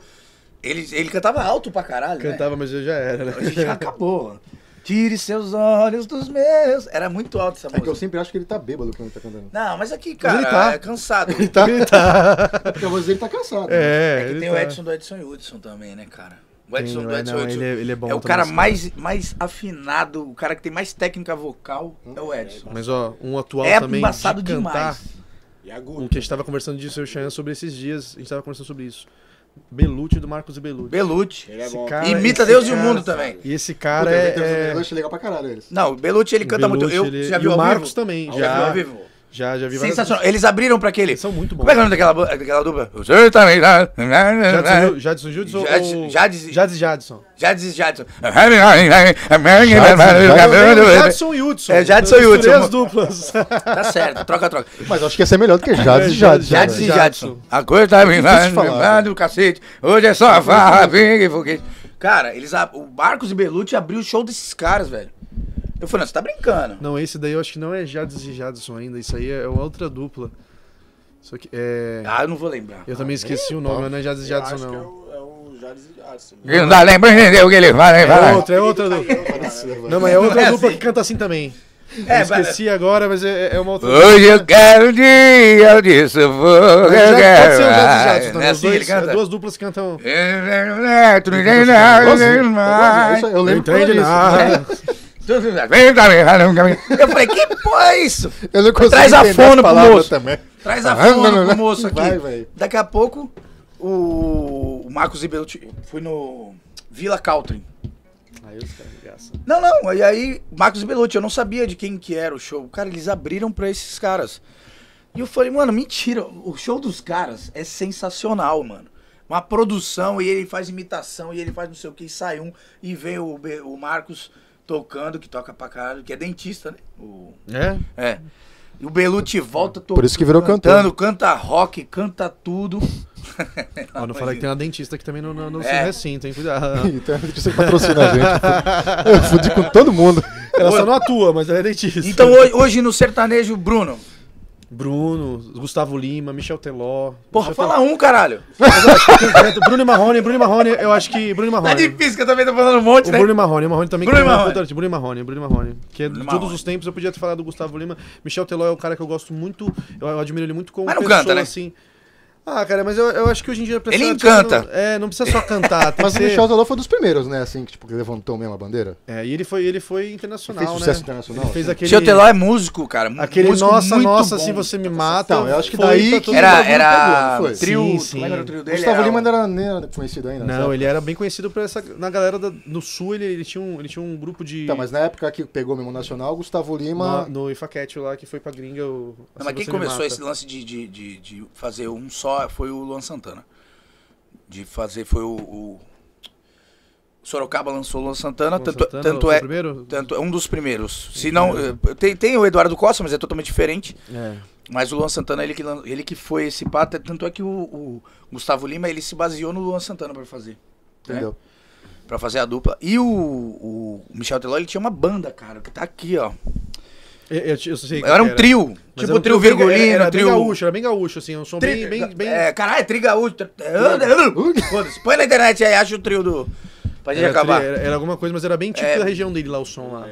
ele, ele cantava alto pra caralho. né?
Cantava, mas já era, né?
Hoje já acabou. Tire seus olhos dos meus. Era muito alto essa
É que
música.
eu sempre acho que ele tá bêbado quando ele tá cantando.
Não, mas aqui, cara,
ele tá.
é cansado.
É porque a voz dele tá cansada. né?
É,
É que
ele
tem o
tá-
Edson do Edson e Hudson também, né, cara? O
Tem,
Edson do
é,
Edson
não,
e Hudson.
ele é- ele é bom
o
também,
cara
esse cara.
mais, mais afinado, o cara que tem mais técnica vocal é o Edson.
Mas ó, um atual
é
também
embaçado
de cantar.
demais.
E agudo.
Um que a gente tava conversando disso, eu e o Cheyenne, sobre esses dias. A gente tava conversando sobre isso. Belucci do Marcos e Belucci.
Belucci.
Ele é
Esse
bom.
cara-
Imita
esse
Deus e o
cara- tá-
mundo também.
E esse
Puta,
cara
eu vi que tem uns
é.
negócios, achei legal pra caralho eles.
Não, o Belucci ele canta muito. Eu
Belucci, ele- é
já
e
viu
o
ao
Marcos
vivo?
também.
Já viu
Já.
ao vivo?
Já, já vi várias
Sensacional. Eles abriram pra aquele.
Eles são muito bons.
Como é que é o nome daquela, bu- daquela dupla? O sertanejo.
Jadson, Jadson Judson
é? Jadson- Jadson-
ou... Jadson Jadson.
Jadson Jadson.
Jadson e Hudson.
É, Jadson e
Eu misturei
Hudson.
as duplas.
Tá certo, troca, troca.
Mas acho que essa é melhor do que Jades
É,
e Jades.
Jades
Jadson
Jades
e
Jadson.
Jadson. A coisa tá me
difícil de falar,
lá do cacete. Hoje é só a farra, pingue e foguete. Cara, eles, ab- o Marcos e Belucci abriu o show desses caras, velho. Eu falei, não, você tá brincando.
Não, esse daí eu acho que não é Jadson e Jadson ainda. Isso aí é outra dupla. Só que é...
Ah, eu não vou lembrar.
Eu também esqueci o nome, mas não é Jadson e
Eu
Jadson
acho que é
não.
o, é o Jades e Jadson.
Ele não dá lembrando entender o que ele fala, hein?
É
Fala.
outra, é outra dupla. Não, mas é
Não é
outra dupla
assim.
que canta assim também.
É,
Eu esqueci agora, mas é, é uma outra
Hoje eu quero dia de sufoco, eu
Mas já-
quero...
Pode ser o Jadson e Jadson
Não é
também. né? os
assim, ele
dois,
canta?
duas duplas que cantam.
Tu não entende nada, não entende mais.
Eu lembro
Não
quando era
entende
isso.
nada.
Eu falei, que porra é isso?
Eu não consigo
Traz a
entender
fono
as
pro
palavras
moço.
também.
Traz a
Ah, não,
fome
não,
pro
não.
moço aqui.
Vai, vai.
Daqui a pouco, o, o Marcos Ibelucci foi no Vila Caltrin.
Aí os caras engraçam.
Não, não, e aí, Marcos Belucci, eu não sabia de quem que era o show. Cara, eles abriram pra esses caras. E eu falei, mano, mentira, o show dos caras é sensacional, mano. Uma produção, e ele faz imitação, e ele faz não sei o que, e sai um, e vem o, Be- o Marcos tocando, que toca pra caralho, que é dentista, né? O-
É?
é. E o Belucci volta tocando.
Por isso que virou
cantando. Canta rock, canta tudo.
Ó, não fala que tem uma dentista aqui também no, no, no
É.
recinto, hein? Cuidado.
Então, você patrocina a gente. Eu fudi com todo mundo.
Ela só não atua, mas ela é dentista.
Então hoje, hoje no sertanejo, Bruno.
Bruno, Gustavo Lima, Michel Teló.
Porra,
Michel
fala um, caralho.
Teló. Bruno e Marrone, Bruno e Marrone, eu acho que Bruno e
Tá
Marrone.
difícil, que eu também tô falando um monte,
O
né?
Bruno e Marrone, o Marrone também
Bruno
que
e
é um
Marrone.
importante. Bruno e Marrone, Bruno e Marrone. Que é de
Bruno e
todos
Marrone.
os tempos eu podia ter falado do Gustavo Lima. Michel Teló é um cara que eu gosto muito, eu, eu admiro ele muito como
Mas não
pessoa,
canta, né?
assim. Ah, cara, mas eu, eu acho que hoje em dia... a pessoa,
Ele
tipo,
encanta.
não- é, não precisa só cantar, tem
Mas
que
o
ser-
Michel Teló foi dos primeiros, né? Assim, que, tipo, que levantou mesmo a bandeira.
É, e ele foi, ele foi internacional,
Ele fez sucesso
né?
internacional,
Ele fez
assim.
aquele...
Tio Teló é músico, cara. mu-
Aquele
músico
nossa,
muito
nossa,
bom.
assim você me mata.
Então, eu acho que
foi
daí
pra
que
todo
Era,
mundo.
era
pegou, não foi?
trio,
Sim,
como é que era o
sim.
trio dele?
Gustavo
Era
Lima
o-
ainda era, nem era conhecido ainda.
Não,
sabe?
ele era bem conhecido por essa, na galera da- no sul, ele, ele tinha um, ele tinha um grupo de...
Tá, mas na época que pegou mesmo o Nacional, Gustavo Lima...
no, no Ifaquete lá, que foi pra gringa o...
Não,
Assim
mas quem
Você Me
começou
Mata.
esse lance de, de, de, de fazer um só foi o Luan Santana. De fazer, foi o. o... Sorocaba lançou o Luan Santana,
Luan
tanto,
Santana
tanto
foi o
é.
primeiro?
Tanto é um dos primeiros. Se não.
Uhum.
eh, Tem, tem o Eduardo Costa, mas é totalmente diferente.
É.
Mas o Luan Santana, ele que, lan- ele que foi esse pata, tanto é que o, o Gustavo Lima, ele se baseou no Luan Santana pra fazer.
Entendeu?
Pra fazer a dupla. E o, o Michel Teló, ele tinha uma banda, cara, que tá aqui, ó.
Eu, É, eu, eu sei que
Era um trio.
Mas
tipo
era um
trio
bem-
virgulino,
era, era
trio.
bem gaúcho, era bem gaúcho, assim, um som
Tri...
bem, bem, bem...
É, caralho, tri gaúcho. Foda-se. Põe na internet aí, acha o trio do. Pra gente
era, tri-
acabar.
era- era alguma coisa, mas era bem típico
É.
da região dele lá, o som lá.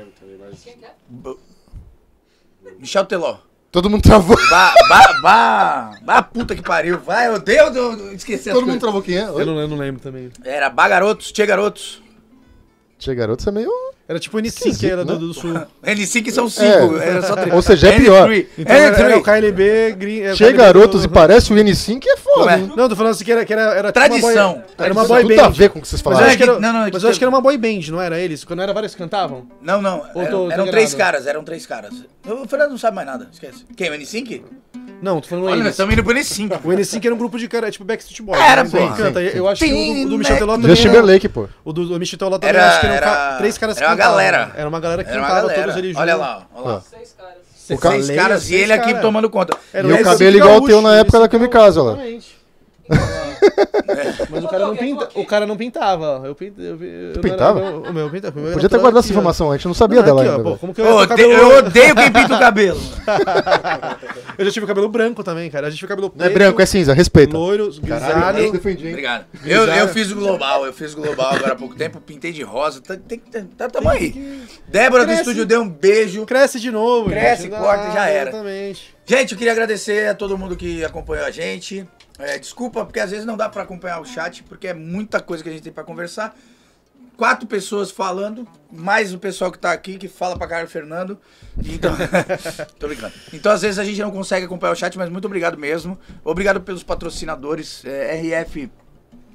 Michel Teló.
Todo mundo travou.
Bah, bah, bah. Bah, puta que pariu. Vai, meu Deus, eu eu esqueci as
Todo mundo
coisas.
travou quem é?
Eu não, eu não lembro também.
Era bah, garotos, tchê, garotos.
Tia Garoto, você é meio...
Era tipo o N5, que era
né?
do, do sul.
É, N5 que são cinco.
É.
Era só três.
Ou seja, é pior.
N3.
Então era, era o
N3.
KLB... Grin, era o
Tia
KLB
Garotos e
do-
parece o N5
Como
é foda,
é?
hein?
é
é
Não, tô falando assim que era... Que era, era tipo
Tradição.
Uma boy, era uma
Tradição.
boy
Tudo a
band.
ver com o que vocês
Mas eu
Não, é
falaram.
acho que era,
que- não, não, é que
mas eu acho
teve-
que era uma boy band, não era eles? Quando era vários que cantavam?
Não, não.
Ou
era-
tô- tô
eram três
enganado.
caras, eram três caras. O Fernando não sabe mais nada, esquece. Quem? O N5?
Não, tô falando
Olha, nós
eles.
estamos indo pro N5.
O N5 era um grupo de cara, tipo Backstreet Boys.
Era,
né? Então,
porra.
canta. Eu eu acho que o do- do Michel
Sim.
Teló também
Justin
era- um
Timberlake, pô.
O do, do Michel Teló também
Era-
acho que eram ca-
era-
três caras que
era uma
cantavam.
galera.
Era uma galera que
Era uma
cantava,
galera.
todos eles
Olha
juntos.
lá, ó, olha
Ah.
lá.
Seis caras.
Seis
ca-
caras e
seis
ele aqui
cara.
tomando conta.
Era
E o
esse
cabelo igual o teu na
gaúcho,
época da
esse
Kamikaze, olha lá.
Exatamente. Mas o cara não, pinta, o cara não pintava. Eu pintava. Eu, eu não
pintava?
Era, o meu pintava. o meu era
Podia ter
atrás
guardado essa
aqui, ó.
informação, a gente não sabia
Não,
dela
aqui, ó,
ainda.
pô,
velho.
como que
Eu,
eu,
ode-
o cabelo,
eu odeio quem pinta o cabelo.
eu já tive o cabelo branco também, cara. Eu já tive o cabelo preto,
Não é branco, é cinza, respeita.
loiro,
eu
grisalho.
defendi, hein?
Obrigado. Eu, eu fiz o global, eu fiz o global agora há pouco tempo, pintei de rosa, tá, tem, que- tá, tamo aí. Débora do
Cresce.
estúdio deu um beijo.
Cresce de novo.
Cresce,
gente.
corta e já era.
Exatamente.
Gente, eu queria agradecer a todo mundo que acompanhou a gente. É, desculpa, porque às vezes não dá pra acompanhar o chat, porque é muita coisa que a gente tem pra conversar. Quatro pessoas falando, mais o pessoal que tá aqui, que fala pra caralho, Fernando. Então, tô brincando. Então, às vezes a gente não consegue acompanhar o chat, mas muito obrigado mesmo. Obrigado pelos patrocinadores, é, RF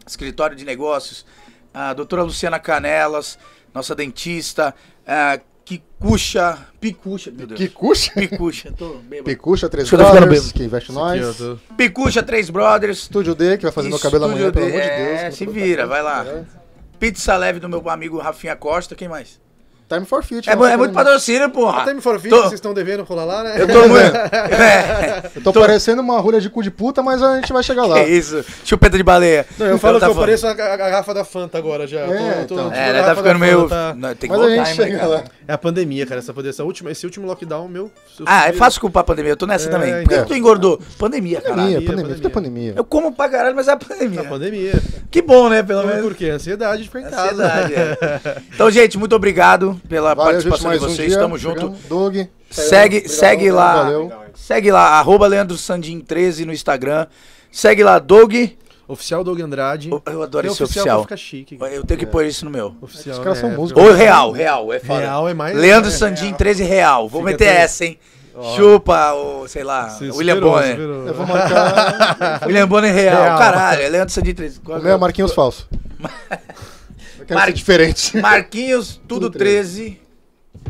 escritório de negócios, a doutora Luciana Canelas, nossa dentista, a Kikucha, Picucha, meu Deus.
Kikucha?
Picucha, tô bêbado.
Picucha, três
Deixa eu ficar
Brothers,
bêbado.
que investe nós.
Picucha, Três Brothers.
Estúdio D, que vai fazer meu cabelo amanhã,
Estúdio
pelo
D,
amor de Deus.
é,
Vou
se
botar
vira,
aqui.
vai lá.
É.
Pizza leve do meu amigo Rafinha Costa, quem mais?
Time for Fit.
É,
né?
mu- é muito patrocínio, porra.
Até me foram
Ah,
vídeo,
Tô-
vocês estão devendo rolar lá, né?
Eu tô muito. É,
Eu tô parecendo uma rolha de cu de puta, mas a gente vai chegar lá.
que isso, chupeta de baleia.
Não, eu falo que
Tá
eu
falando.
pareço a ga- garrafa da Fanta agora já. Eu
É,
tô- tô-
É,
tô na
então.
né,
garrafa
tá ficando
da
meio.
Fanta.
Não, tem que
Mas a
voltar,
gente
hein, né,
chega
cara?
lá.
É a pandemia, cara. Essa, essa última, esse último lockdown, meu. eu
Ah, é
sofri.
fácil culpar a pandemia, eu tô nessa
É,
também. Por que
então.
que tu engordou? Pandemia, caralho.
Pandemia, Tá pandemia, tudo é pandemia.
Eu como pra caralho, mas é a pandemia.
A pandemia.
Que bom, né, pelo
Mas
menos.
por quê? Ansiedade de ficar em casa.
Ansiedade, é. Então, gente, muito obrigado pela
Valeu, gente,
participação
mais
de
um
vocês.
dia.
Tamo junto.
Chegamos. Doug.
Tá,
Segue,
Obrigadão,
segue lá.
Valeu.
Segue lá, arroba Leandro Sandin 13 no Instagram. Segue lá, Doug.
Oficial Doug Andrade.
é. Eu, eu adoro
Tem
esse
pra
oficial.
Ficar chique.
Eu tenho que pôr isso no meu.
Oficial,
Os caras são
né?
músicos.
Ou real, real, é foda.
Real é mais-
Leandro
é,
Sandin, 13 real. Vou
Fica
meter
até-
essa, hein? Chupa o, sei lá,
Se
William
superou,
Bonner.
superou.
Eu vou marcar.
William Bonner real.
Real.
Caralho, é Leandro Sandin 13. Qual
O
é?
meu é Marquinhos Falso. Eu quero
Mar-
ser diferente.
Marquinhos, tudo,
Tudo
13.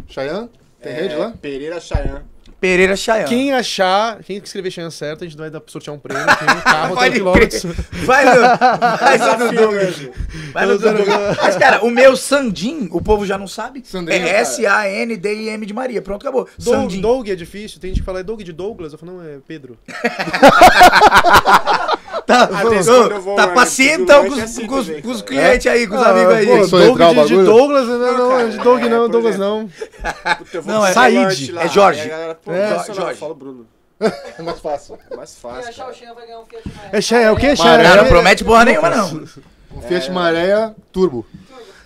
Cheyenne? Tem
É,
rede lá?
Pereira Chayan.
Pereira Chayan.
Quem achar, quem escrever Xan certo, a gente vai dar, sortear um prêmio. Tem um carro,
Pode
tem quilômetros.
crer. Vai no, vai só no
Desafio
Douglas.
mesmo.
Vai no Douglas. Mas, cara, o meu Sandim, o povo já não sabe. é S-A-N-D-I-M de Maria. Pronto, acabou.
Doug,
Sandim.
Doug é difícil, tem gente que fala é Doug de Douglas, eu falo, não, é Pedro. Ah,
Tá,
Às vezes,
ô,
quando eu vou
tá
lá,
paciente
no
então
lanche
com,
é
os-
assim
com os-
também,
com os
cara.
clientes aí, com os amigos Tá, aí.
Ah, pô, Doug
Sou entrar o
de, de
bagulho?
Douglas, não, não, não, de Doug
é,
não,
por
Douglas
exemplo.
não.
Puta, eu vou
Não,
pro
é
Said,
Jorge,
lá.
é Jorge.
Aí a galera, pô,
É,
não sei lá,
Jorge.
Fala Bruno.
É mais fácil.
É mais
Quem
fácil.
achar o
cara.
Xen vai ganhar um Fiat Maré.
É Xé, é o quê, Xé?
Maré,
Cara, não
É-
promete porra nenhuma, não.
Um Fiat Maréia Turbo.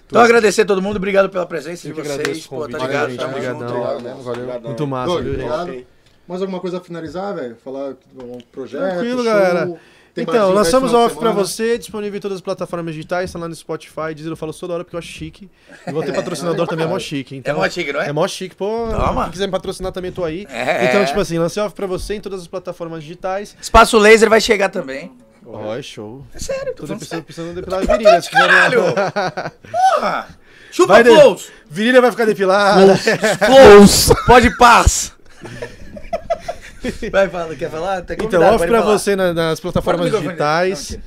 Então, agradecer a todo mundo. Obrigado pela presença
Eu
de
que agradeço
vocês.
o
Pô, tá
convite.
ligado?
Valeu,
é
Tamo
gente.
junto.
Obrigadão.
Obrigado mesmo, valeu.
né? Obrigadão.
Muito massa,
Doug,
viu, gente?
obrigado. Mais alguma coisa a finalizar, velho? Falar um projeto,
Tranquilo,
show,
galera.
tem
então,
barzinho aberto
lançamos
final de
off pra
semana.
você, disponível em todas as plataformas digitais, tá lá no Spotify, Deezer, eu falo toda hora porque eu acho chique. E vou ter patrocinador também, é mó chique.
É
Então,
mó tigre, não
É
é?
mó chique, pô.
Toma.
Se quiser me patrocinar também, tô aí.
É.
Então, tipo assim, lancei off pra você em todas as plataformas digitais.
Espaço laser vai chegar também.
Ó, é show.
É sério, tô
Tô
falando sério.
precisando, precisando depilar a virilha. se quiser-
Caralho! Porra! Chupa
Vai, Dave.
flows!
Virilha vai ficar depilada.
Flows! Pode paz! Vai, fala, quer falar? Tá
Então,
convidado,
off
pode
pra
falar.
você na- nas plataformas
Fala no microfone.
digitais.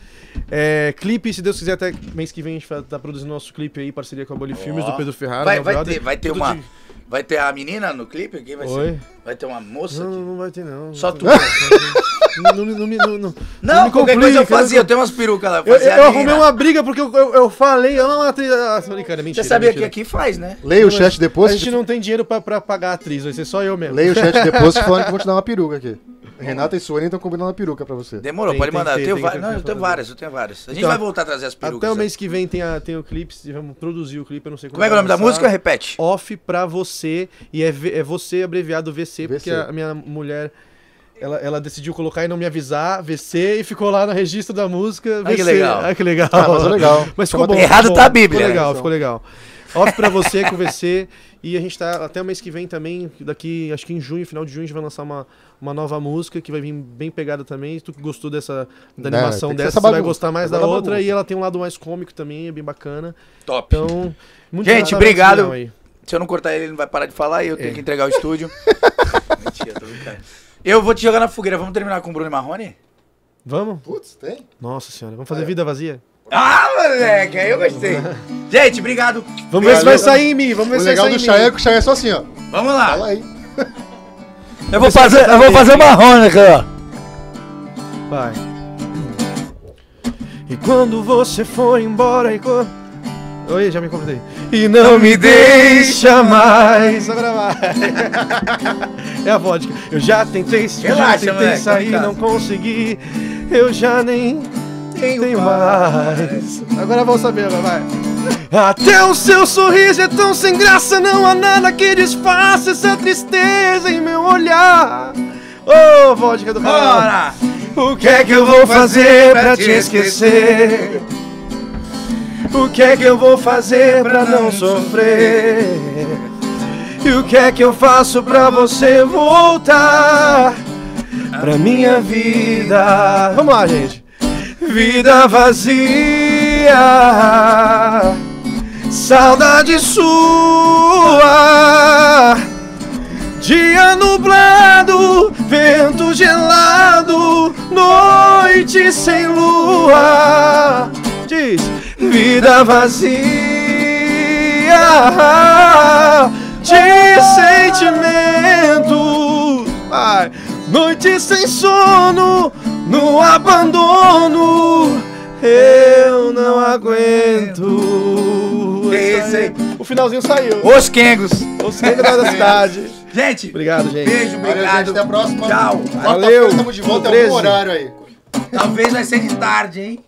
É, clipe, se Deus quiser, até mês que vem a gente vai- tá produzindo nosso clipe aí, parceria com a Boli Filmes, do Pedro Ferrara.
Vai,
meu
vai
brother.
ter, vai ter
Tudo
uma.
de-
Vai ter a menina no clipe? Quem vai
Oi?
ser? Vai ter uma moça
Não,
aqui?
não vai ter não.
Só tu.
Não, não, me- não, me- não, não,
Não,
me
qualquer
complica,
coisa eu
não-
fazia, eu tenho umas perucas lá.
Eu,
fazia né? a
eu
menina.
arrumei uma briga porque eu, eu, eu falei, eu não atriz. Ah, tô brincando, é mentira.
Você sabia
mentira.
que aqui faz, né?
Leia o chat
A
depois.
gente não tem dinheiro pra, pra pagar a atriz, vai ser só eu mesmo.
Leia o chat depois falando que eu vou te dar uma peruca aqui. Renata e Suene estão combinando uma peruca pra você.
Demorou,
Tem-
pode
tem
mandar.
que
eu
ter,
tenho,
tem que
va-
ter
não, eu
pra
tenho
fazer.
várias, eu tenho várias. A gente
Então,
vai voltar a trazer as perucas.
Até o
né?
mês que vem tem, a, tem o clipe, se vamos produzir o clipe, eu não sei
Como é que é o nome da
vai lançar.
música? Repete.
Off pra você, e é, V- é você abreviado VC, porque
VC.
a minha mulher. Ela, ela decidiu colocar e não me avisar, VC, e ficou lá no registro da música.
Ai, que
VC.
legal.
Ai, que legal.
Ah, mas é legal.
Mas ficou
Chama
bom.
atenção.
Errado
ficou
tá a
bom,
Bíblia,
Ficou legal,
né?
ficou legal. Off pra você com o VC. E a gente tá até o mês que vem também. Daqui, acho que em junho, final de junho, a gente vai lançar uma, uma nova música que vai vir bem pegada também. Se tu gostou dessa da
É,
animação
tem que ser
dessa,
essa
você vai
bagunça,
gostar mais
essa
da
bagunça.
outra. E ela tem um lado mais cômico também, é bem bacana.
Top.
Então, muito
Gente,
obrigado.
obrigado. Se eu não cortar ele, ele não vai parar de falar e eu
É.
tenho que entregar o estúdio. Mentira, tô brincando. Eu vou te jogar na fogueira. Vamos terminar com o Bruno e Marrone?
Vamos?
Putz, tem?
Nossa senhora, vamos fazer vida vazia?
Ah, moleque, aí eu gostei. Gente, obrigado.
Vamos ver se vai
Valeu.
sair em mim, vamos ver
né? O
se vai
legal
sair
do
em
Chayé é
mim.
que o Chayé é só assim, ó.
Vamos lá.
Fala aí.
Eu vou fazer, eu vou fazer uma rônica, ó.
Vai. E quando você for embora e co... Oi, já me completei. E não me deixa mais. Agora vai. É a vodka. Eu já tentei, eu
Relaxa,
já tentei
moleque,
sair,
tá em
não consegui. Eu já nem
Tenho
tenho
paz.
mais. Agora vão saber, agora vai. Até o seu sorriso é tão sem graça, não há nada que disfarce essa tristeza em meu olhar. Ô, vodka do
Bora!
caralho. O que é que eu vou fazer pra te esquecer? O que é que eu vou fazer pra não sofrer? E o que é que eu faço pra você voltar pra minha vida? Vamos lá, gente. Vida vazia, saudade sua. noite sem lua. Diz, vida vazia de sentimentos. Vai. Noite sem sono, no abandono. Eu não aguento.
Que
É isso aí.
isso,
O finalzinho saiu.
Os Kengos.
O segredo da cidade.
Gente,
Obrigado, gente.
beijo,
Valeu,
obrigado.
gente, até a próxima.
Tchau.
Quarta-feira
Valeu.
Tamo de volta, é um
13.
bom horário aí.
Talvez vai ser de tarde, hein?